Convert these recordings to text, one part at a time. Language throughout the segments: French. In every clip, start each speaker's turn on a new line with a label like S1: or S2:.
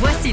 S1: Voici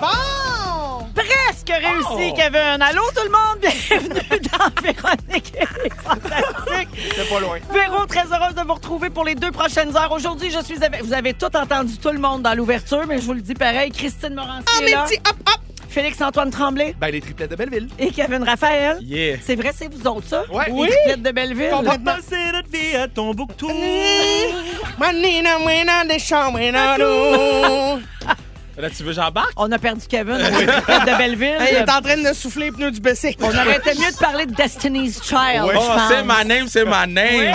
S2: Bon! Presque réussi,
S3: Oh!
S2: Kevin. Allô, tout le monde? Bienvenue dans Véronique et les Fantastiques.
S3: C'est pas loin.
S2: Véro, très heureuse de vous retrouver pour les deux prochaines heures. Aujourd'hui, je suis avec... Vous avez tout entendu, tout le monde, dans l'ouverture, mais je vous le dis pareil. Christine Morancier
S4: Ah,
S2: est là.
S3: hop, hop!
S2: Félix-Antoine Tremblay
S3: Ben, les triplettes de Belleville.
S2: et Kevin Raphaël.
S3: Yeah.
S2: C'est vrai, c'est vous autres, ça?
S3: Ouais.
S2: Les
S3: Oui.
S2: triplettes de Belleville.
S3: On va
S2: Maintenant-
S3: passer notre vie à Tombouctou.
S4: Manina, muena, de champs, muena, nous.
S5: Là, tu veux j'embarque?
S2: On a perdu Kevin, on est triplettes de Belleville.
S4: Hey, Il est en train de souffler les pneus du BC.
S2: On aurait été mieux de parler de Destiny's Child, je
S5: Oh,
S2: pense.
S5: c'est ma name, c'est ma name.
S2: Hey!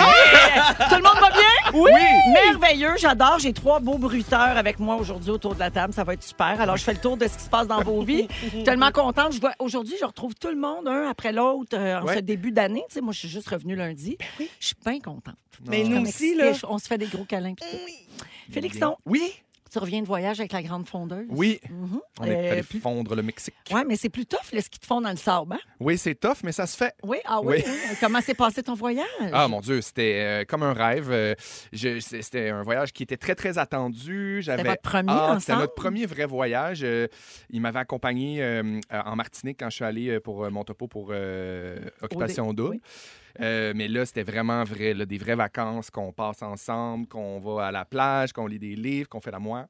S2: Tout le monde va bien? Oui! Merveilleux, j'adore. J'ai trois beaux bruiteurs avec moi aujourd'hui autour de la table. Ça va être super. Alors, je fais le tour de ce qui se passe dans vos vies. Je suis tellement contente. Je vois- Aujourd'hui, je retrouve tout le monde, un après l'autre, euh, en
S3: Ouais. Ben
S2: ce début d'année. Tu sais, moi, je suis juste revenue lundi. Je suis bien contente.
S4: Mais
S2: Je suis
S4: nous
S2: comme
S4: aussi,
S2: excitée.
S4: là.
S2: Je- On se fait des gros câlins. pis tout. Félixon,
S3: Oui.
S2: tu reviens de voyage avec la grande fondeuse.
S3: Oui.
S2: Mhm.
S3: On est
S2: Euh,
S3: allé
S2: puis-
S3: fondre le Mexique.
S2: Ouais, mais c'est plus tough, le ski de fond dans le sable. hein?
S3: Oui, c'est tough, mais ça se fait.
S2: Oui, ah oui.
S3: Oui.
S2: hein? Comment s'est passé ton voyage?
S3: Ah mon Dieu, c'était euh, comme un rêve. Euh, je- c'est- c'était un voyage qui était très très attendu. J'avais
S2: votre premier
S3: hâte. C'était
S2: ensemble?
S3: notre premier vrai voyage. Euh, il m'avait accompagné euh, euh, en Martinique quand je suis allé euh, pour euh, mon topo pour euh, occupation double.
S2: oui.
S3: Euh, mais là, c'était vraiment vrai, là, des vraies vacances qu'on passe ensemble, qu'on va à la plage, qu'on lit des livres, qu'on fait la moi.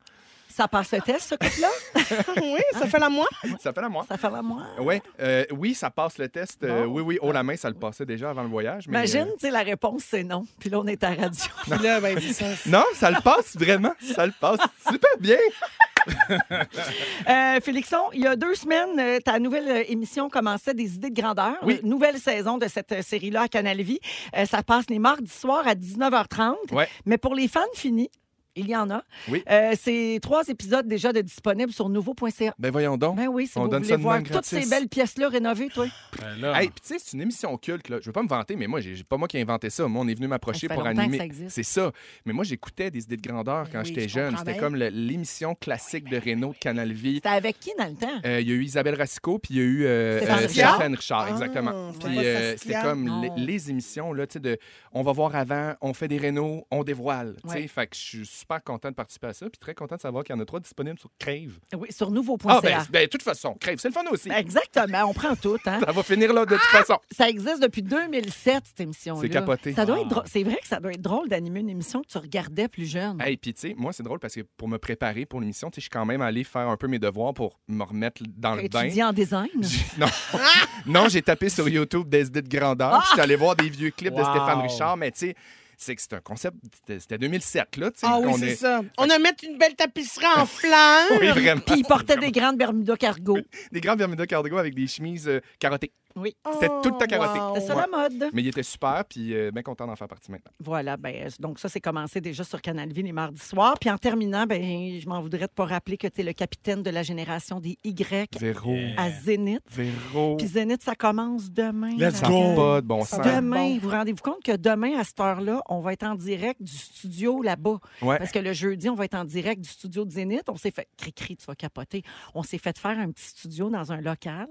S2: Ça passe le test, ce couple-là?
S4: Ah Oui, ça fait la moi.
S3: Ça fait la moi.
S2: Ça fait la moi.
S3: Ouais, euh, oui, ça passe le test. Euh,
S2: Bon. Ah.
S3: oui, oui, haut la main, ça le passait déjà avant le voyage. mais,
S2: Imagine,
S3: euh,
S2: tu sais, la réponse, c'est non. Puis là, on est à la radio.
S4: Puis là, ben, dis ça.
S3: Non, ça le passe vraiment. Ça le passe super bien.
S2: Euh, Félixon, il y a deux semaines, euh, ta nouvelle euh, émission commençait des idées de grandeur.
S3: Oui.
S2: Euh, Nouvelle saison de cette euh, série-là à Canal Vie. Euh, ça passe les mardis soirs à 19h30.
S3: Ouais.
S2: Mais pour les fans finis, il y en a.
S3: Oui.
S2: Euh, c'est trois épisodes déjà de disponibles sur nouveau.ca.
S3: Ben voyons donc.
S2: Ben oui, si
S3: On
S2: vous
S3: donne
S2: voulez
S3: ça de
S2: voir
S3: même
S2: toutes ces
S3: gratis.
S2: belles pièces-là rénovées, toi.
S5: Ben là,
S3: Hey, puis tu sais, c'est une émission culte. Là. Je veux pas me vanter, mais moi, j'ai j'ai pas moi qui ai inventé ça. Moi, on est venu m'approcher
S2: Ça fait
S3: pour
S2: longtemps que
S3: animer.
S2: ça existe.
S3: C'est ça. Mais moi, j'écoutais des idées de grandeur quand
S4: Oui,
S3: j'étais
S4: je
S3: jeune.
S4: comprends
S3: C'était
S4: bien.
S3: comme le- l'émission classique de Renault de Canal Vie.
S2: C'était avec qui dans le temps?
S3: Euh, Il y a eu Isabelle Racicot, puis il y a eu euh,
S2: Stéphane
S3: euh,
S2: Richard?
S3: Stéphane Richard,
S4: Ah,
S3: exactement.
S4: c'était
S3: Puis
S4: pas
S3: euh,
S4: Saskia.
S3: c'était comme les,
S2: Non.
S3: les émissions, là, tu sais, de on va voir avant, on fait des rénaux, on dévoile. tu sais.
S2: Ouais.
S3: Fait que je suis super content de participer à ça, puis très content de savoir qu'il y en a trois disponibles sur Crave.
S2: Oui, sur nouveau.ca.
S3: Euh, Ah, ben, ben, de toute façon, Crave, c'est le fun aussi.
S2: Ben, Exactement, on prend tout, hein?
S3: Ça va finir là, de toute façon.
S2: Ça existe depuis 2007, cette émission-là.
S3: C'est capoté.
S2: Ça doit être
S5: Ah.
S2: drôle- C'est vrai que ça doit être drôle d'animer une émission que tu regardais plus jeune.
S3: Hey, puis tu sais, moi, c'est drôle parce que pour me préparer pour l'émission, tu sais, je suis quand même allé faire un peu mes devoirs pour me remettre dans le bain.
S2: Étudiant en design.
S3: J'ai- Non, non j'ai tapé sur YouTube des idées de grandeur. puis Je suis allé voir des vieux clips de
S5: Wow.
S3: Stéphane Richard, mais tu sais, c'est que c'est un concept. c'était- C'était 2007, là, tu sais.
S4: Ah oui,
S3: qu'on
S4: c'est
S3: est-
S4: ça. On a mettre une belle tapisserie en flanc.
S3: Oui, vraiment.
S2: Puis il portait des grandes Bermuda cargo.
S3: Des grands Bermuda cargo avec des chemises euh, carottées.
S2: Oui.
S3: C'était tout le temps carotté.
S2: C'est ça
S3: Oh, ouais.
S2: la mode.
S3: Mais il était super, puis euh, bien content d'en faire partie maintenant.
S2: Voilà, ben, euh, donc ça, c'est commencé déjà sur Canal V les mardis soirs. Puis en terminant, ben, je m'en voudrais de pas rappeler que tu es le capitaine de la génération des Y
S3: Véro.
S2: à Zénith.
S3: Véro.
S2: Puis Zénith, ça commence demain.
S5: Let's
S3: Ça
S2: la
S3: n'a
S5: go.
S3: pas de bon
S4: Ça
S3: sens.
S4: va.
S2: Demain, vous rendez-vous compte que demain, à cette heure-là, on va être en direct du studio là-bas.
S3: Ouais.
S2: Parce que le jeudi, on va être en direct du studio de Zénith. On s'est fait. Cri-cri, tu vas capoter. On s'est fait faire un petit studio dans un local.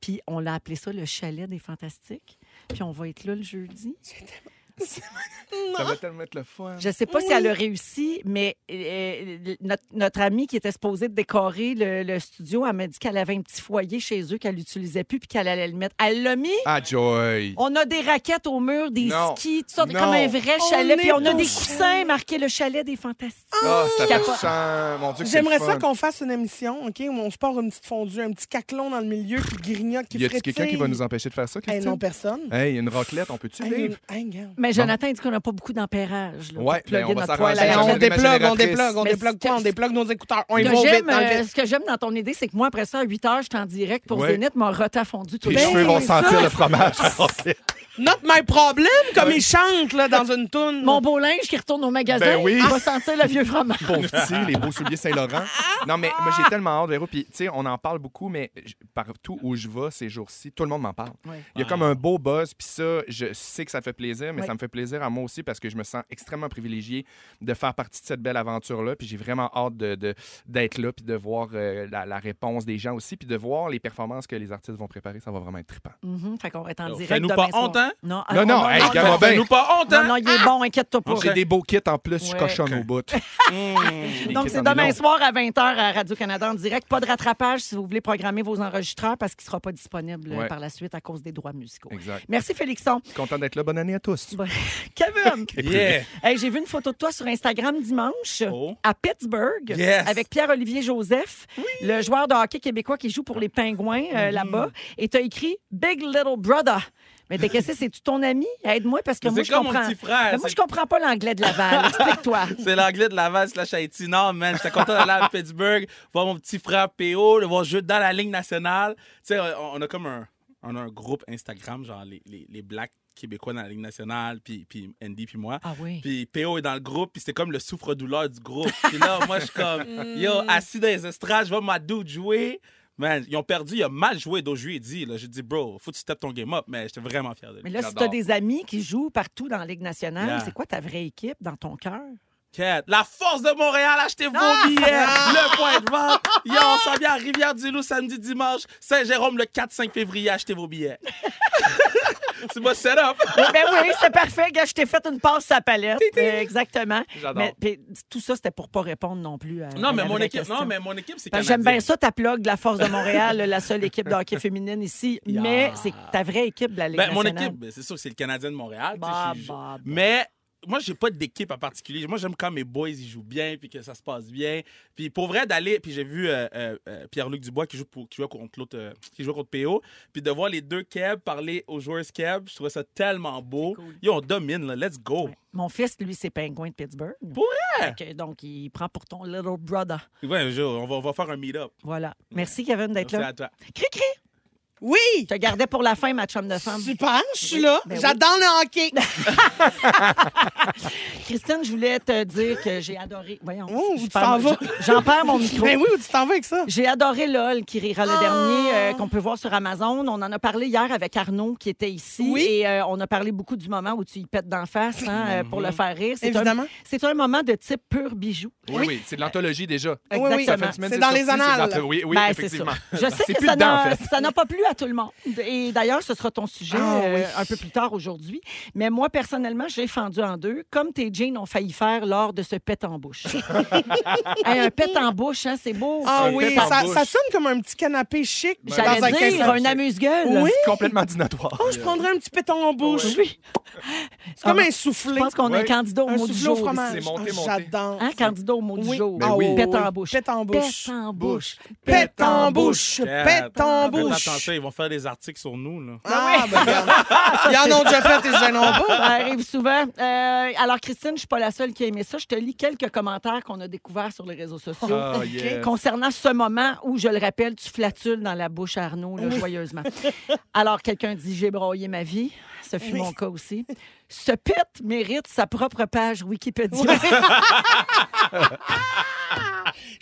S2: Puis on l'a appelé ça le chalet des Fantastiques. Puis on va être là le jeudi.
S3: Ça va tellement être le fun.
S2: Je sais pas si elle a réussi, mais euh, euh, notre, notre amie qui était supposée de décorer le, le studio, elle m'a dit qu'elle avait un petit foyer chez eux qu'elle n'utilisait plus puis qu'elle allait le mettre. Elle l'a mis.
S3: Ah, Joy.
S2: On a des raquettes au mur, des
S3: Non.
S2: skis, tout ça,
S3: Non.
S2: comme un vrai
S4: On
S2: chalet. Puis
S4: est
S2: on a
S4: au
S2: des
S4: chalet.
S2: coussins marqués le chalet des fantastiques.
S3: Ah, c'est
S2: Je capote.
S3: attachant. Mon Dieu, que c'est
S4: J'aimerais
S3: le
S4: ça
S3: fun.
S4: qu'on fasse une émission, OK, où on se part une petite fondue, un petit caclon dans le milieu qui grignote, qui
S3: Y a-tu
S4: frétille.
S3: quelqu'un qui va nous empêcher de faire ça,
S4: Hey,
S3: Christine?
S4: non, personne.
S3: Hey, une raclette, on peut-tu
S4: Hey,
S3: vivre?
S4: hey, regarde.
S2: Mais Jonathan, il dit qu'on n'a pas beaucoup d'empérage. là, pour
S3: Ouais,
S2: plugger
S3: ben, on va
S2: notre poêle à
S3: s'arranger.
S4: Ben, on
S3: j'avais
S2: raclette.
S3: ma
S4: déplogue, on
S3: génératrice.
S4: déplogue, on
S2: Mais
S4: déplogue
S2: c'est-
S4: quoi? On déplogue nos écouteurs. On
S2: Ce
S4: y
S2: que
S4: va vite
S2: j'aime,
S4: dans le
S2: euh, ce que j'aime dans ton idée, c'est que moi, après ça, à 8 heures, je suis en direct pour
S3: Ouais.
S2: Zénith, mon rota fondu tout
S3: Tes
S2: le
S4: Ben,
S2: long.
S3: cheveux vont
S4: ça-
S3: sentir le fromage. à la raclette.
S4: Not my problem, comme ils chantent là, dans une toune.
S2: Mon beau linge qui retourne au magasin,
S3: Ben oui.
S2: il va sentir le vieux fromage.
S3: Pauvre petit, les beaux souliers Saint-Laurent. Non, mais moi, j'ai tellement hâte, Véro. Puis, tu sais, on en parle beaucoup, mais j- partout où je vais ces jours-ci, tout le monde m'en parle.
S2: Ouais.
S3: Il y a comme un beau buzz, puis ça, je sais que ça fait plaisir, mais
S2: Ouais.
S3: ça me fait plaisir à moi aussi parce que je me sens extrêmement privilégié de faire partie de cette belle aventure-là. Puis j'ai vraiment hâte de- de- d'être là, puis de voir euh, la, la réponse des gens aussi, puis de voir les performances que les artistes vont préparer. Ça va vraiment être trippant.
S2: Mhm, fait qu'on va être en
S5: Alors,
S2: direct.
S5: fais-nous
S2: demain
S5: pas
S2: soir.
S5: honte, hein?
S2: Non,
S3: Non,
S2: ah,
S3: non, hey,
S2: honte.
S3: Gabin,
S5: Fais-nous pas honte,
S2: Non,
S5: hein?
S2: non, il est bon, inquiète-toi pas.
S3: J'ai des beaux kits en plus, je suis
S2: Ouais.
S3: cochonne au bout. Les
S2: Donc,
S3: kits
S2: c'est
S3: en
S2: demain
S3: nylon.
S2: soir à 20h à Radio-Canada en direct. Pas de rattrapage si vous voulez programmer vos enregistreurs parce qu'il ne sera pas disponible euh,
S3: Ouais.
S2: par la suite à cause des droits musicaux.
S3: Exact.
S2: Merci, Félixon.
S3: Content d'être là. Bonne année à tous.
S2: Bon- Kevin,
S5: Yeah.
S2: hey, j'ai vu une photo de toi sur Instagram dimanche
S5: Oh.
S2: à Pittsburgh
S5: Yes.
S2: avec Pierre-Olivier Joseph, le joueur de hockey québécois qui joue pour les Pingouins euh, là-bas. Et tu as écrit Big Little Brother. Mais t'es qu'est-ce que c'est? C'est-tu ton ami? Aide-moi parce que
S5: C'est
S2: moi, je
S5: comme mon
S2: comprends.
S5: petit frère,
S2: Mais moi, je
S5: c'est-
S2: comprends pas l'anglais de Laval. Explique-toi.
S5: C'est l'anglais de Laval slash Haïti. Non, man, j'étais content d'aller à Pittsburgh, voir mon petit frère PO, le voir jouer dans la ligne nationale. Tu sais, on, on a comme un, on a un groupe Instagram, genre les, les, les Blacks québécois dans la ligne nationale, puis, puis Andy, puis moi.
S2: Ah oui.
S5: Puis PO est dans le groupe, puis c'était comme le souffre-douleur du groupe. Puis là, moi, je suis
S2: Mm.
S5: comme, yo, assis dans les estrades, je vois ma dude jouer. Man, ils ont perdu, il a mal joué, donc je lui ai dit, là, j'ai dit, bro, faut que tu tapes ton game up, mais j'étais vraiment fier de lui.
S2: Mais là, si tu
S3: J'adore.
S2: as des amis qui jouent partout dans la Ligue nationale,
S5: Yeah.
S2: c'est quoi ta vraie équipe dans ton cœur?
S5: Quête. La force de Montréal, achetez vos
S2: Ah!
S5: billets. Le point de vente. Yo, on s'en vient à Rivière-du-Loup samedi, dimanche. Saint-Jérôme le 4-5 février, achetez vos billets. C'est mon setup.
S2: ben oui, c'est parfait. Gars, je t'ai fait une passe à palette. Euh, Exactement.
S3: J'adore.
S2: Mais puis, tout ça, c'était pour pas répondre non plus à. à
S5: Non, mais
S2: la
S5: mon
S2: vraie
S5: équipe,
S2: question.
S5: non, mais mon équipe, c'est
S2: Parce que
S5: canadien.
S2: Ben, J'aime bien ça, ta plug de la Force de Montréal, la seule équipe de hockey féminine ici.
S5: Yeah.
S2: Mais c'est ta vraie équipe de la Ligue
S5: Ben, mon
S2: nationale.
S5: équipe, ben, c'est sûr que c'est le Canadien de Montréal. tu sais,
S2: Bah,
S5: je suis-
S2: bah, bah.
S5: Mais moi, j'ai pas d'équipe en particulier. Moi, j'aime quand mes boys ils jouent bien puis que ça se passe bien. Puis pour vrai d'aller, puis j'ai vu euh, euh, euh, Pierre-Luc Dubois qui joue pour qui joue contre l'autre, euh, qui joue contre PO, puis de voir les deux Keb parler aux joueurs Keb, je trouvais ça tellement beau. Yo, on domine là, let's go.
S2: Mon fils, lui, c'est pingouin de Pittsburgh.
S5: Pour
S2: Fait que, donc, il prend pour ton little brother.
S5: Ouais, je- on, va, on va faire un meet-up.
S2: Voilà. Merci, Kevin, d'être
S5: Merci
S2: là.
S5: à toi.
S2: Cri-cri!
S4: Oui!
S2: Je te gardais pour la fin, ma chum de femme.
S4: Super, je suis là.
S2: Ben oui.
S4: J'adore le hockey.
S2: Christine, je voulais te dire que j'ai adoré. Voyons.
S4: Oh,
S2: je
S4: tu
S2: perds
S4: t'en
S2: mon-
S4: vas.
S2: J'en perds mon micro.
S4: Ben oui, où tu t'en vas avec ça?
S2: J'ai adoré LOL qui rira le dernier
S4: Ah.
S2: euh, qu'on peut voir sur Amazon. On en a parlé hier avec Arnaud qui était ici
S4: Oui.
S2: et euh, on a parlé beaucoup du moment où tu y pètes d'en face hein, euh, pour le faire rire. C'est un-
S4: Mhm. Évidemment.
S2: C'est un moment de type pur bijou.
S3: Oui, oui, c'est de l'anthologie déjà.
S4: Oui,
S2: Exactement.
S4: oui.
S3: Ça fait une semaine,
S4: C'est dans les
S3: sorti, c'est de
S4: annales.
S3: l'anthologie. Oui, oui,
S2: Ben, c'est ça.
S3: effectivement.
S2: Je sais
S3: C'est
S2: que
S3: plus
S2: ça
S3: dedans,
S2: n'a
S3: en fait.
S2: ça n'a pas plu à tout le monde. Et d'ailleurs, ce sera ton sujet
S4: Ah,
S2: euh,
S4: oui.
S2: un peu plus tard aujourd'hui. Mais moi, personnellement, j'ai fendu en deux, comme tes jeans ont failli faire lors de ce pet en bouche. Hey, un pet en bouche, hein, c'est beau.
S4: Ah
S3: Un
S4: oui,
S3: pet en
S4: ça,
S3: bouche.
S4: ça sonne comme un petit canapé chic dans un
S2: J'allais dire
S4: caisson.
S2: un amuse-gueule.
S4: Oui.
S3: Complètement dinatoire.
S4: Oh, je prendrais un petit péton en bouche.
S2: Oui.
S4: C'est comme
S2: Ah,
S4: un soufflé.
S2: Je pense qu'on a un
S3: Ouais.
S2: candidat au
S4: un
S2: mot du
S4: soufflé au
S2: jour.
S4: fromage.
S3: C'est monté,
S4: Ah,
S3: monté.
S4: J'adore.
S2: Hein, candidat au mot du
S4: Oui.
S2: jour.
S3: Ben oui.
S2: Pète en bouche.
S4: Pète en bouche.
S2: Pète en bouche.
S4: Pète en bouche. Pète en
S5: Faites
S4: bouche.
S5: attention, ils vont faire des articles sur nous. Là.
S4: Ah, ben, regarde. Ils en ont déjà fait, ils se gêneront
S2: Ça
S4: pas.
S2: ben, arrive souvent. Euh, alors, Christine, je suis pas la seule qui a aimé ça. Je te lis quelques commentaires qu'on a découverts sur les réseaux sociaux.
S3: Ah,
S4: euh.
S3: yes.
S2: Concernant ce moment où, je le rappelle, tu flatules dans la bouche à Arnaud, là, joyeusement. Alors, quelqu'un dit J'ai broyé ma vie. Ce fut
S4: Oui.
S2: mon cas aussi. Ce pit mérite sa propre page Wikipédia.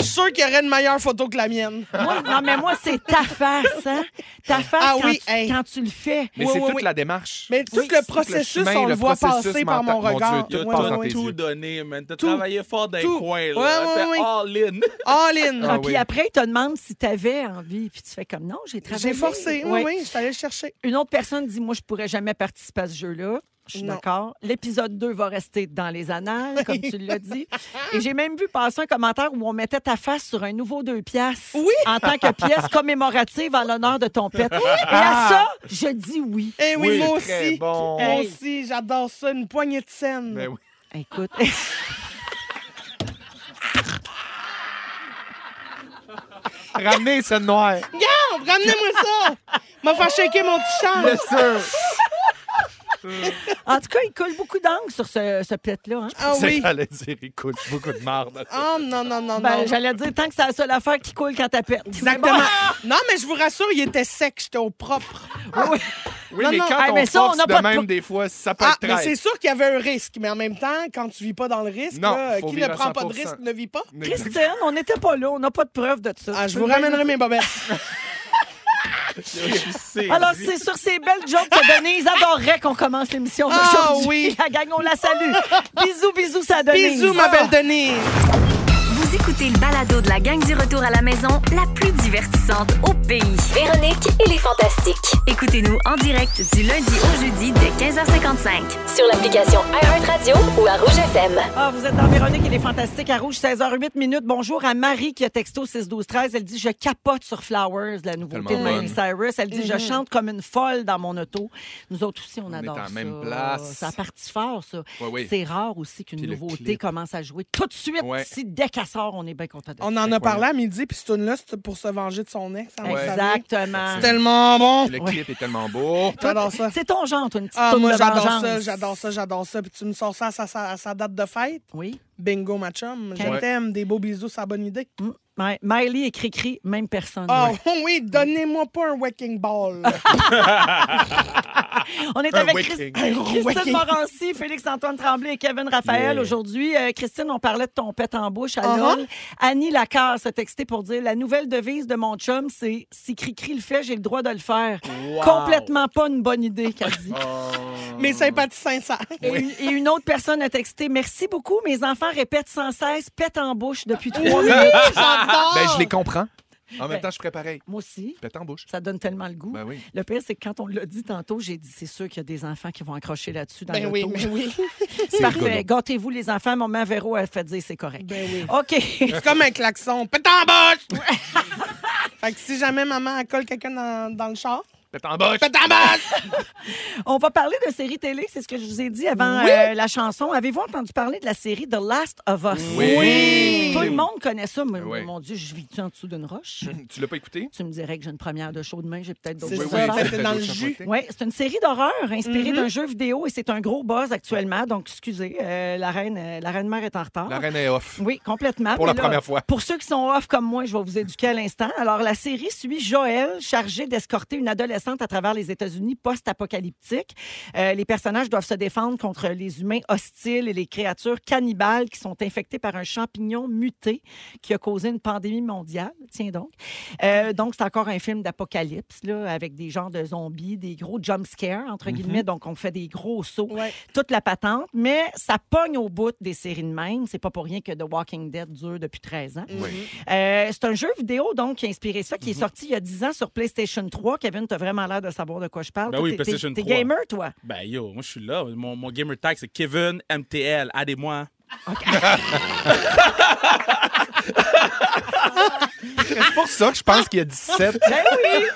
S4: Je suis sûr qu'il y aurait une meilleure photo que la mienne.
S2: Moi, non, mais moi, c'est ta face, hein? Ta face
S4: Ah
S2: quand,
S4: oui,
S2: tu,
S4: hey.
S2: quand tu le fais.
S3: Mais
S4: Oui,
S3: c'est
S4: oui,
S3: toute
S4: oui.
S3: la démarche.
S4: Mais tout
S2: Oui,
S4: le
S3: tout le
S4: processus,
S3: chemin,
S4: on le
S3: le
S4: voit
S3: processus
S4: passer par mon
S3: mental. Mon
S4: regard.
S3: Dieu,
S5: T'as
S3: passe dans
S4: oui,
S3: tes
S4: oui.
S5: tout
S3: yeux.
S5: donné, man. T'as
S4: Tout.
S5: travaillé fort dans
S4: Tout.
S5: les coins.
S4: Ouais,
S5: Là.
S4: ouais,
S5: T'es all in.
S4: All in.
S2: Ah,
S3: Ah
S2: puis
S3: oui.
S2: après, ils te demandent si tu avais envie. Puis tu fais comme non, j'ai travaillé.
S4: J'ai forcé. Oui,
S2: Ouais.
S4: oui, je suis allée le chercher.
S2: Une autre personne dit Moi, je pourrais jamais participer à ce jeu-là. Je suis
S4: Non.
S2: d'accord. L'épisode 2 va rester dans les annales, comme tu l'as dit. Et j'ai même vu passer un commentaire où on mettait ta face sur un nouveau deux piastres
S4: Oui.
S2: en tant que pièce commémorative en l'honneur de ton pet. Et à
S4: Ah.
S2: ça, je dis oui.
S4: Eh oui, moi aussi.
S3: bon.
S4: Moi
S2: Hey.
S4: aussi, j'adore ça. Une poignée de scène.
S3: Ben oui.
S2: Écoute.
S3: Ramenez ce noir.
S4: Garde, ramenez-moi ça. M'a fait shaker mon petit
S3: Bien
S4: char.
S3: sûr.
S2: En tout cas, il colle beaucoup d'angles sur ce, ce pet-là. hein.
S4: Ah
S3: C'est
S4: oui.
S3: que j'allais dire, écoute, beaucoup de marde.
S4: Ah non, non, non,
S2: Ben,
S4: non.
S2: J'allais dire, tant que c'est la seule affaire qui coule quand t'as pète.
S4: Exactement. Non, mais je vous rassure, il était sec. J'étais au propre.
S2: Oui.
S3: Oui,
S4: Non,
S3: mais
S4: non.
S3: quand
S2: Hey,
S3: on
S2: mais ça, on
S3: force
S2: n'a
S3: de
S2: pas de
S3: même,
S2: pro-
S3: des fois, ça peut
S4: Ah,
S3: être
S4: mais c'est
S3: 13.
S4: sûr qu'il y avait un risque, mais en même temps, quand tu vis pas dans le risque,
S3: Non,
S4: là,
S3: faut
S4: qui ne
S3: vivre à
S4: prend pas de
S3: 100%.
S4: risque ne vit pas.
S2: Christine, on n'était pas là, on n'a pas de preuve de ça.
S4: Ah,
S2: Ah, Tu
S4: je
S2: peux
S4: vous
S2: bien-
S4: ramènerai mes bobettes.
S5: Je suis saisi.
S3: Ah,
S2: Alors, c'est sur ces belles jokes que Denise adorerait qu'on commence l'émission
S4: Ah,
S2: d'aujourd'hui.
S4: oui.
S2: La gang, on la salue. bisous, bisous, ça Denise.
S4: Bisous, ma belle Denise.
S1: Vous écoutez le balado de la gang du retour à la maison, la plus divertissante au pays.
S6: Véronique et les Fantastiques.
S1: Écoutez-nous en direct du lundi au jeudi dès 15h55.
S6: Sur l'application iHeartRadio ou à Rouge FM.
S2: Ah, vous êtes dans Véronique, il est fantastique à Rouge, 16h08 minutes. Bonjour à Marie qui a texto 6-12-13. Elle dit Je capote sur Flowers, la nouveauté de
S3: Tellement
S2: Miley Cyrus. Elle
S4: Mhm.
S2: dit Je chante comme une folle dans mon auto. Nous autres aussi, on,
S3: On est
S2: adore
S3: en
S2: ça.
S3: même place.
S2: Ça partit fort, ça.
S3: Oui, oui.
S2: C'est rare aussi qu'une
S3: Puis le
S2: nouveauté
S3: clip.
S2: commence à jouer tout de suite.
S3: Ouais.
S2: Si dès qu'elle sort, on est bien content de ça.
S4: On en a parlé à midi, puis ce tune-là, c'était pour se venger de son ex. hein, vous
S3: Ouais.
S4: savez.
S2: Exactement.
S4: C'est tellement bon.
S3: Le clip est tellement beau.
S4: J'adore ça.
S2: C'est ton genre, toi, une petite
S4: Ah,
S2: toune
S4: moi,
S2: de
S4: j'adore
S2: vengeance.
S4: ça, j'adore ça, j'adore ça. Puis tu me sors ça à sa, sa- à sa date de fête.
S2: Oui.
S4: Bingo, ma chum. Je
S3: Ouais.
S4: t'aime. Des beaux bisous, c'est la bonne idée.
S2: Mm. My- Miley et Cricri, même personne.
S4: Oh oui, donnez-moi pas un wrecking ball.
S2: On est
S3: Un
S2: avec
S3: wicking.
S2: Christ- Christine
S4: wicking.
S2: Morancy, Félix-Antoine Tremblay et Kevin Raphaël
S3: Yeah.
S2: aujourd'hui. Euh, Christine, on parlait de ton pet en bouche à
S4: Uh-huh.
S2: Londres. Annie Lacasse a texté pour dire la nouvelle devise de mon chum, c'est si Cricri le fait, j'ai le droit de le faire.
S5: Wow.
S2: Complètement pas une bonne idée, qu'elle dit.
S4: Ah, Mes sympathies sincères.
S2: Et une, et une autre personne a texté Merci beaucoup, mes enfants répètent sans cesse pète en bouche depuis trois minutes.
S4: J'adore.
S3: Ben, je les comprends. En même
S2: Ben-
S3: temps, je ferais pareil.
S2: Moi aussi,
S3: Pète en bouche.
S2: ça donne tellement le goût.
S3: Ben oui.
S2: Le pire, c'est que quand on l'a dit tantôt, j'ai dit c'est sûr qu'il y a des enfants qui vont accrocher là-dessus dans
S4: Ben
S2: l'auto.
S4: oui, mais oui.
S3: C'est rigolo.
S2: Parfait. Gâtez-vous, les enfants. Maman Véro, elle fait dire c'est correct.
S4: Ben oui.
S2: OK.
S4: C'est comme un klaxon. Pète en bouche! fait que si jamais maman elle colle quelqu'un dans, dans le char,
S3: Pète en bouche.
S4: pète en bouche!
S2: On va parler de série télé. C'est ce que je vous ai dit avant euh, la chanson. Avez-vous entendu parler de la série The Last of Us?
S3: Oui. Oui.
S2: Tout le monde connaît ça. Mais,
S3: Oui.
S2: Mon Dieu, je vis-tu en dessous d'une roche?
S3: Tu l'as pas écouté?
S2: tu me dirais que j'ai une première de chaud demain. J'ai peut-être d'autres
S4: C'est
S2: choses
S4: ça, Mm-hmm.
S2: à
S4: fait
S2: faire.
S4: que t'es dans le jus.
S2: Oui, c'est une série d'horreur inspirée d'un jeu vidéo et c'est un gros buzz actuellement. Donc, excusez, euh, la reine, euh, la reine mère est en retard.
S3: La reine est off.
S2: Oui, complètement.
S3: Pour
S2: Mais
S3: la première fois.
S2: Pour ceux qui sont off comme moi, je vais vous éduquer à l'instant. Alors, la série suit Joël, chargé d'escorter une adolescente à travers les États-Unis post-apocalyptiques. Euh, les personnages doivent se défendre contre les humains hostiles et les créatures cannibales qui sont infectées par un champignon muté qui a causé une pandémie mondiale. Tiens donc. Euh, donc, c'est encore un film d'apocalypse, là, avec des genres de zombies, des gros jump scares,
S3: Mm-hmm.
S2: entre guillemets. Donc, on fait des gros sauts
S4: Ouais.
S2: toute la patente, mais ça pogne au bout des séries de même. C'est pas pour rien que The Walking Dead dure depuis 13 ans.
S3: Oui.
S2: Euh, c'est un jeu vidéo, donc, qui a inspiré ça,
S5: Mhm.
S2: qui est sorti il y a 10 ans sur PlayStation 3. Kevin, t'as vraiment l'air de savoir de quoi je parle.
S5: Ben
S2: Toi,
S5: oui,
S2: t'es-
S5: PlayStation
S2: t'es-
S5: 3.
S2: T'es gamer, toi?
S5: Ben yo, moi je suis là. Mon, mon gamer tag c'est Kevin MTL. Aidez-moi.
S3: C'est pour ça que je pense qu'il y a 17.
S2: Ben oui!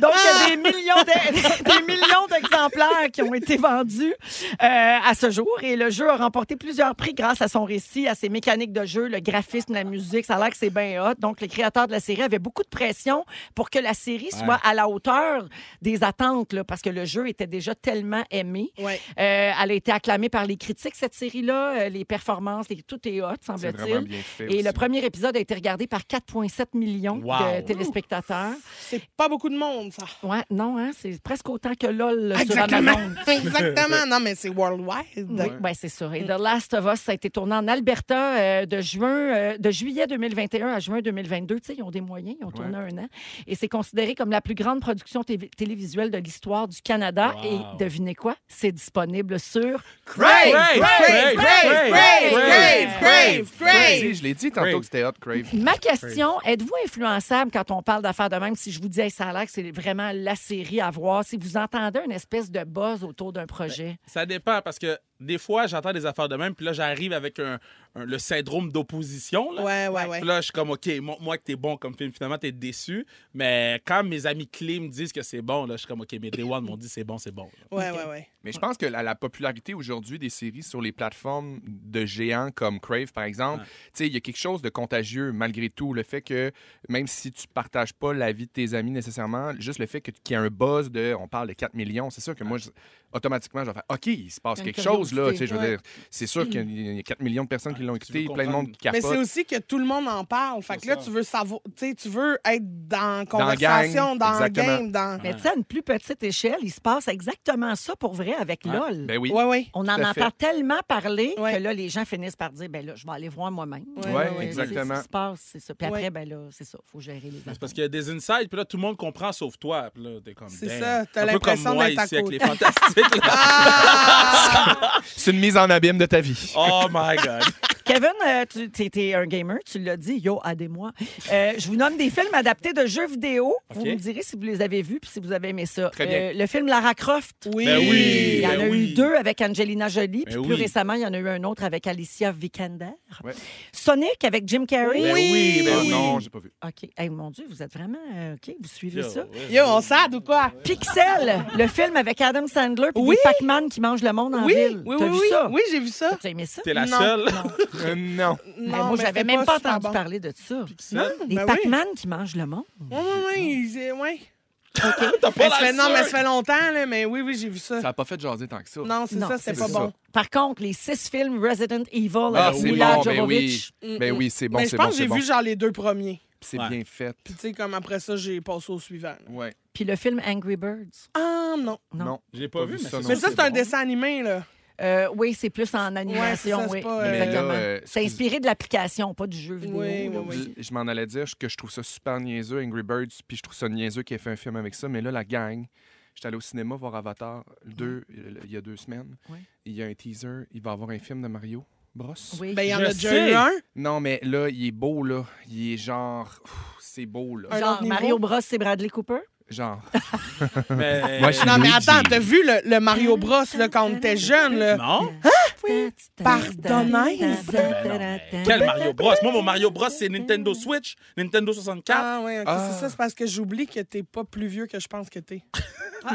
S2: Donc,
S3: Ah!
S2: il y a des millions, de- des millions d'exemplaires qui ont été vendus euh, à ce jour. Et le jeu a remporté plusieurs prix grâce à son récit, à ses mécaniques de jeu, le graphisme, la musique. Ça a l'air que c'est bien hot. Donc, les créateurs de la série avaient beaucoup de pression pour que la série soit à la hauteur des attentes, là, parce que le jeu était déjà tellement aimé.
S4: Ouais.
S2: Euh, elle a été acclamée par les critiques, cette série-là. Euh, Les performances, les- tout est hot,
S3: C'est
S2: semble-t-il.
S3: vraiment bien fait.
S2: Et
S3: aussi.
S2: le premier épisode a été regardé par 4,7 millions de
S5: Wow.
S2: téléspectateurs.
S4: C'est pas beaucoup de monde, ça.
S2: Ouais, non, hein, c'est presque autant que LOL sur
S4: Exactement.
S2: Amazon.
S4: Exactement. Non, mais c'est worldwide.
S2: Oui, ben, c'est ça. Et The Last of Us, ça a été tourné en Alberta euh, de, juin, euh, de juillet 2021 à juin 2022. Tu sais, ils ont des moyens, ils ont tourné un an. Et c'est considéré comme la plus grande production té- télévisuelle de l'histoire du Canada.
S5: Wow.
S2: Et devinez quoi? C'est disponible sur...
S4: Crave! Crave!
S5: Crave!
S4: Crave!
S5: Crave!
S4: Crave! Crave!
S5: Crave!
S4: Crave!
S3: Je l'ai
S4: Crave!
S3: dit, je l'ai dit tantôt
S5: Crave.
S3: que c'était hot, Crave.
S2: Ma question, êtes-vous influençable quand on parle d'affaires de même? Si je vous dis, Hey, ça a l'air que c'est vraiment la série à voir, si vous entendez une espèce de buzz autour d'un projet.
S5: Ça dépend parce que des fois j'entends des affaires de même, puis là j'arrive avec un, un- le syndrome d'opposition. là.
S4: Ouais, ouais, ouais.
S5: Puis là, je suis comme, OK, moi, moi que t'es bon comme film, finalement, t'es déçu. Mais quand mes amis clés me disent que c'est bon, là, je suis comme, OK, mes Day One m'ont dit c'est bon, c'est bon. là.
S4: Ouais, ouais, ouais.
S3: Mais je pense que la, la popularité aujourd'hui des séries sur les plateformes de géants comme Crave, par exemple, tu sais, il y a quelque chose de contagieux malgré tout. Le fait que, même si tu partages pas la vie de tes amis nécessairement, juste le fait que- qu'il y a un buzz de, on parle de 4 millions, c'est sûr que moi, je- automatiquement, je vais faire, OK, il se passe
S2: Une
S3: quelque chose message-là.
S4: écouté,
S3: tu sais, Je veux
S4: ouais.
S3: dire, c'est sûr qu'il y a 4 millions de personnes qui l'ont
S5: tu veux
S3: écouté, plein de monde qui
S4: Mais
S3: capote.
S4: c'est aussi que tout le monde en parle. Fait que
S5: C'est
S4: là,
S5: ça.
S4: tu veux savoir, tu sais, tu veux être dans
S3: la
S4: conversation,
S3: gang,
S4: dans le
S3: exactement.
S4: game, dans.
S2: Mais tu sais, à une plus petite échelle, il se passe exactement ça pour vrai avec
S5: Ouais.
S2: LOL.
S3: Ben oui.
S4: Ouais, ouais.
S2: On en
S3: tout à
S2: entend
S3: fait.
S2: tellement parler
S4: Ouais.
S2: que là, les gens finissent par dire, ben là, je vais aller voir moi-même.
S4: Ouais,
S3: ouais,
S4: ouais, ouais.
S2: C'est ce qui
S3: exactement.
S2: se passe, c'est ça. Puis après,
S4: Ouais.
S2: ben là, c'est ça, faut gérer les
S5: C'est parce
S2: affaires.
S5: qu'il y a des insides, puis là, tout le monde comprend sauf toi. Puis là, t'es comme.
S4: C'est
S5: damn.
S4: ça, t'as
S5: Un peu comme
S4: l'impression
S5: moi
S4: d'être à
S5: ici avec les
S4: côté.
S5: fantastiques. là.
S4: Ah!
S3: C'est une mise en abîme de ta vie.
S5: Oh my God.
S2: Kevin, euh, tu t'es- t'es un gamer, tu l'as dit, yo, aidez-moi. Euh, je vous nomme des films adaptés de jeux vidéo. Vous
S5: OK.
S2: me direz si vous les avez vus puis si vous avez aimé ça. Euh,
S3: Très bien.
S2: le film Lara Croft.
S4: oui.
S5: Ben
S2: Il y
S5: oui.
S2: en a
S5: oui.
S2: eu deux avec Angelina Jolie, puis
S5: Ben
S2: plus
S5: oui.
S2: récemment, il y en a eu un autre avec Alicia Vikander.
S3: Ouais.
S2: Sonic avec Jim Carrey.
S5: Ben oui, ben
S3: Ah
S5: oui.
S3: Non, j'ai pas vu.
S2: OK. Hey, mon Dieu, vous êtes vraiment. euh, OK, vous suivez
S5: Yo,
S2: ça.
S5: ouais.
S4: Yo, on s'aide ou quoi?
S2: Pixel, le film avec Adam Sandler puis
S4: Oui.
S2: des Pac-Man qui mangent le monde en
S4: Oui,
S2: ville.
S4: oui,
S2: T'as
S4: oui,
S2: vu
S4: oui.
S2: ça?
S4: Oui, j'ai vu ça.
S2: T'as aimé ça?
S5: T'es la
S4: Non.
S5: seule.
S3: Euh, non.
S4: Non,
S2: Mais Ben moi,
S4: mais
S2: j'avais
S4: c'était
S2: même
S4: pas
S2: pas
S4: super
S2: entendu
S4: bon.
S2: parler de ça.
S5: Non?
S2: Des
S4: Ben oui.
S2: Pac-Man qui mangent le monde.
S4: Oui, oui, oui. ils- euh, ouais.
S5: T'as
S4: Mais
S5: pas
S4: ça
S5: la
S4: fait- non, mais ça
S5: seule.
S4: fait longtemps, là, mais oui, oui, j'ai vu ça.
S3: Ça n'a pas fait jaser tant que ça.
S4: Non, c'est
S2: Non,
S4: ça, c'est
S3: c'est
S4: pas
S3: ça.
S4: bon.
S2: Par contre, les six films Resident Evil
S3: Ah,
S2: avec
S3: c'est
S2: Mila
S3: bon, ben oui.
S2: Jovovich.
S3: Ben oui, c'est bon,
S4: Mm, mais je
S3: c'est
S4: pense
S3: bon,
S4: que
S3: c'est
S4: j'ai
S3: bon.
S4: vu genre les deux premiers.
S3: C'est
S5: Ouais.
S3: bien fait.
S4: Puis tu sais, comme après ça, j'ai passé au suivant. là.
S3: Ouais.
S2: Puis le film Angry Birds.
S4: Ah non.
S2: Non.
S3: Non.
S5: J'ai pas, vu, mais c'est
S3: non.
S4: mais ça, c'est un
S3: bon.
S4: dessin animé, là.
S2: Euh, oui, c'est plus en
S4: Ouais, c'est
S2: animation.
S4: ça, c'est
S2: oui,
S4: pas, euh,
S2: exactement.
S3: Mais là, euh,
S2: c'est inspiré de l'application, pas du jeu vidéo.
S4: Oui,
S2: là.
S4: oui, oui.
S3: Je- Je m'en allais dire que je trouve ça super niaiseux, Angry Birds, puis je trouve ça niaiseux qu'il ait fait un film avec ça. Mais là, la gang, j'étais allé au cinéma voir Avatar 2 euh, il y a deux semaines.
S2: Ouais.
S3: Il y a un teaser, il va y avoir un film de Mario Bros.
S2: Oui.
S4: Ben, il y en
S5: Je
S4: a déjà
S5: sais.
S4: eu un.
S3: Non, mais là, il est beau, là. Il est genre. pff, C'est beau, là.
S4: Un
S2: Genre,
S4: autre niveau.
S2: Mario Bros, c'est Bradley Cooper.
S3: Genre.
S5: Mais-
S3: Moi, je suis
S4: Non, mais
S3: Luigi.
S4: attends, t'as vu le, le Mario Bros, là, quand on était jeune, là?
S5: Non?
S4: Pardonnez.
S5: Ben non. Quel Mario Bros? Moi, mon Mario Bros, c'est Nintendo Switch, Nintendo 64.
S4: Ah, oui, ok,
S3: Ah.
S4: c'est ça, c'est parce que j'oublie que t'es pas plus vieux que je pense que t'es.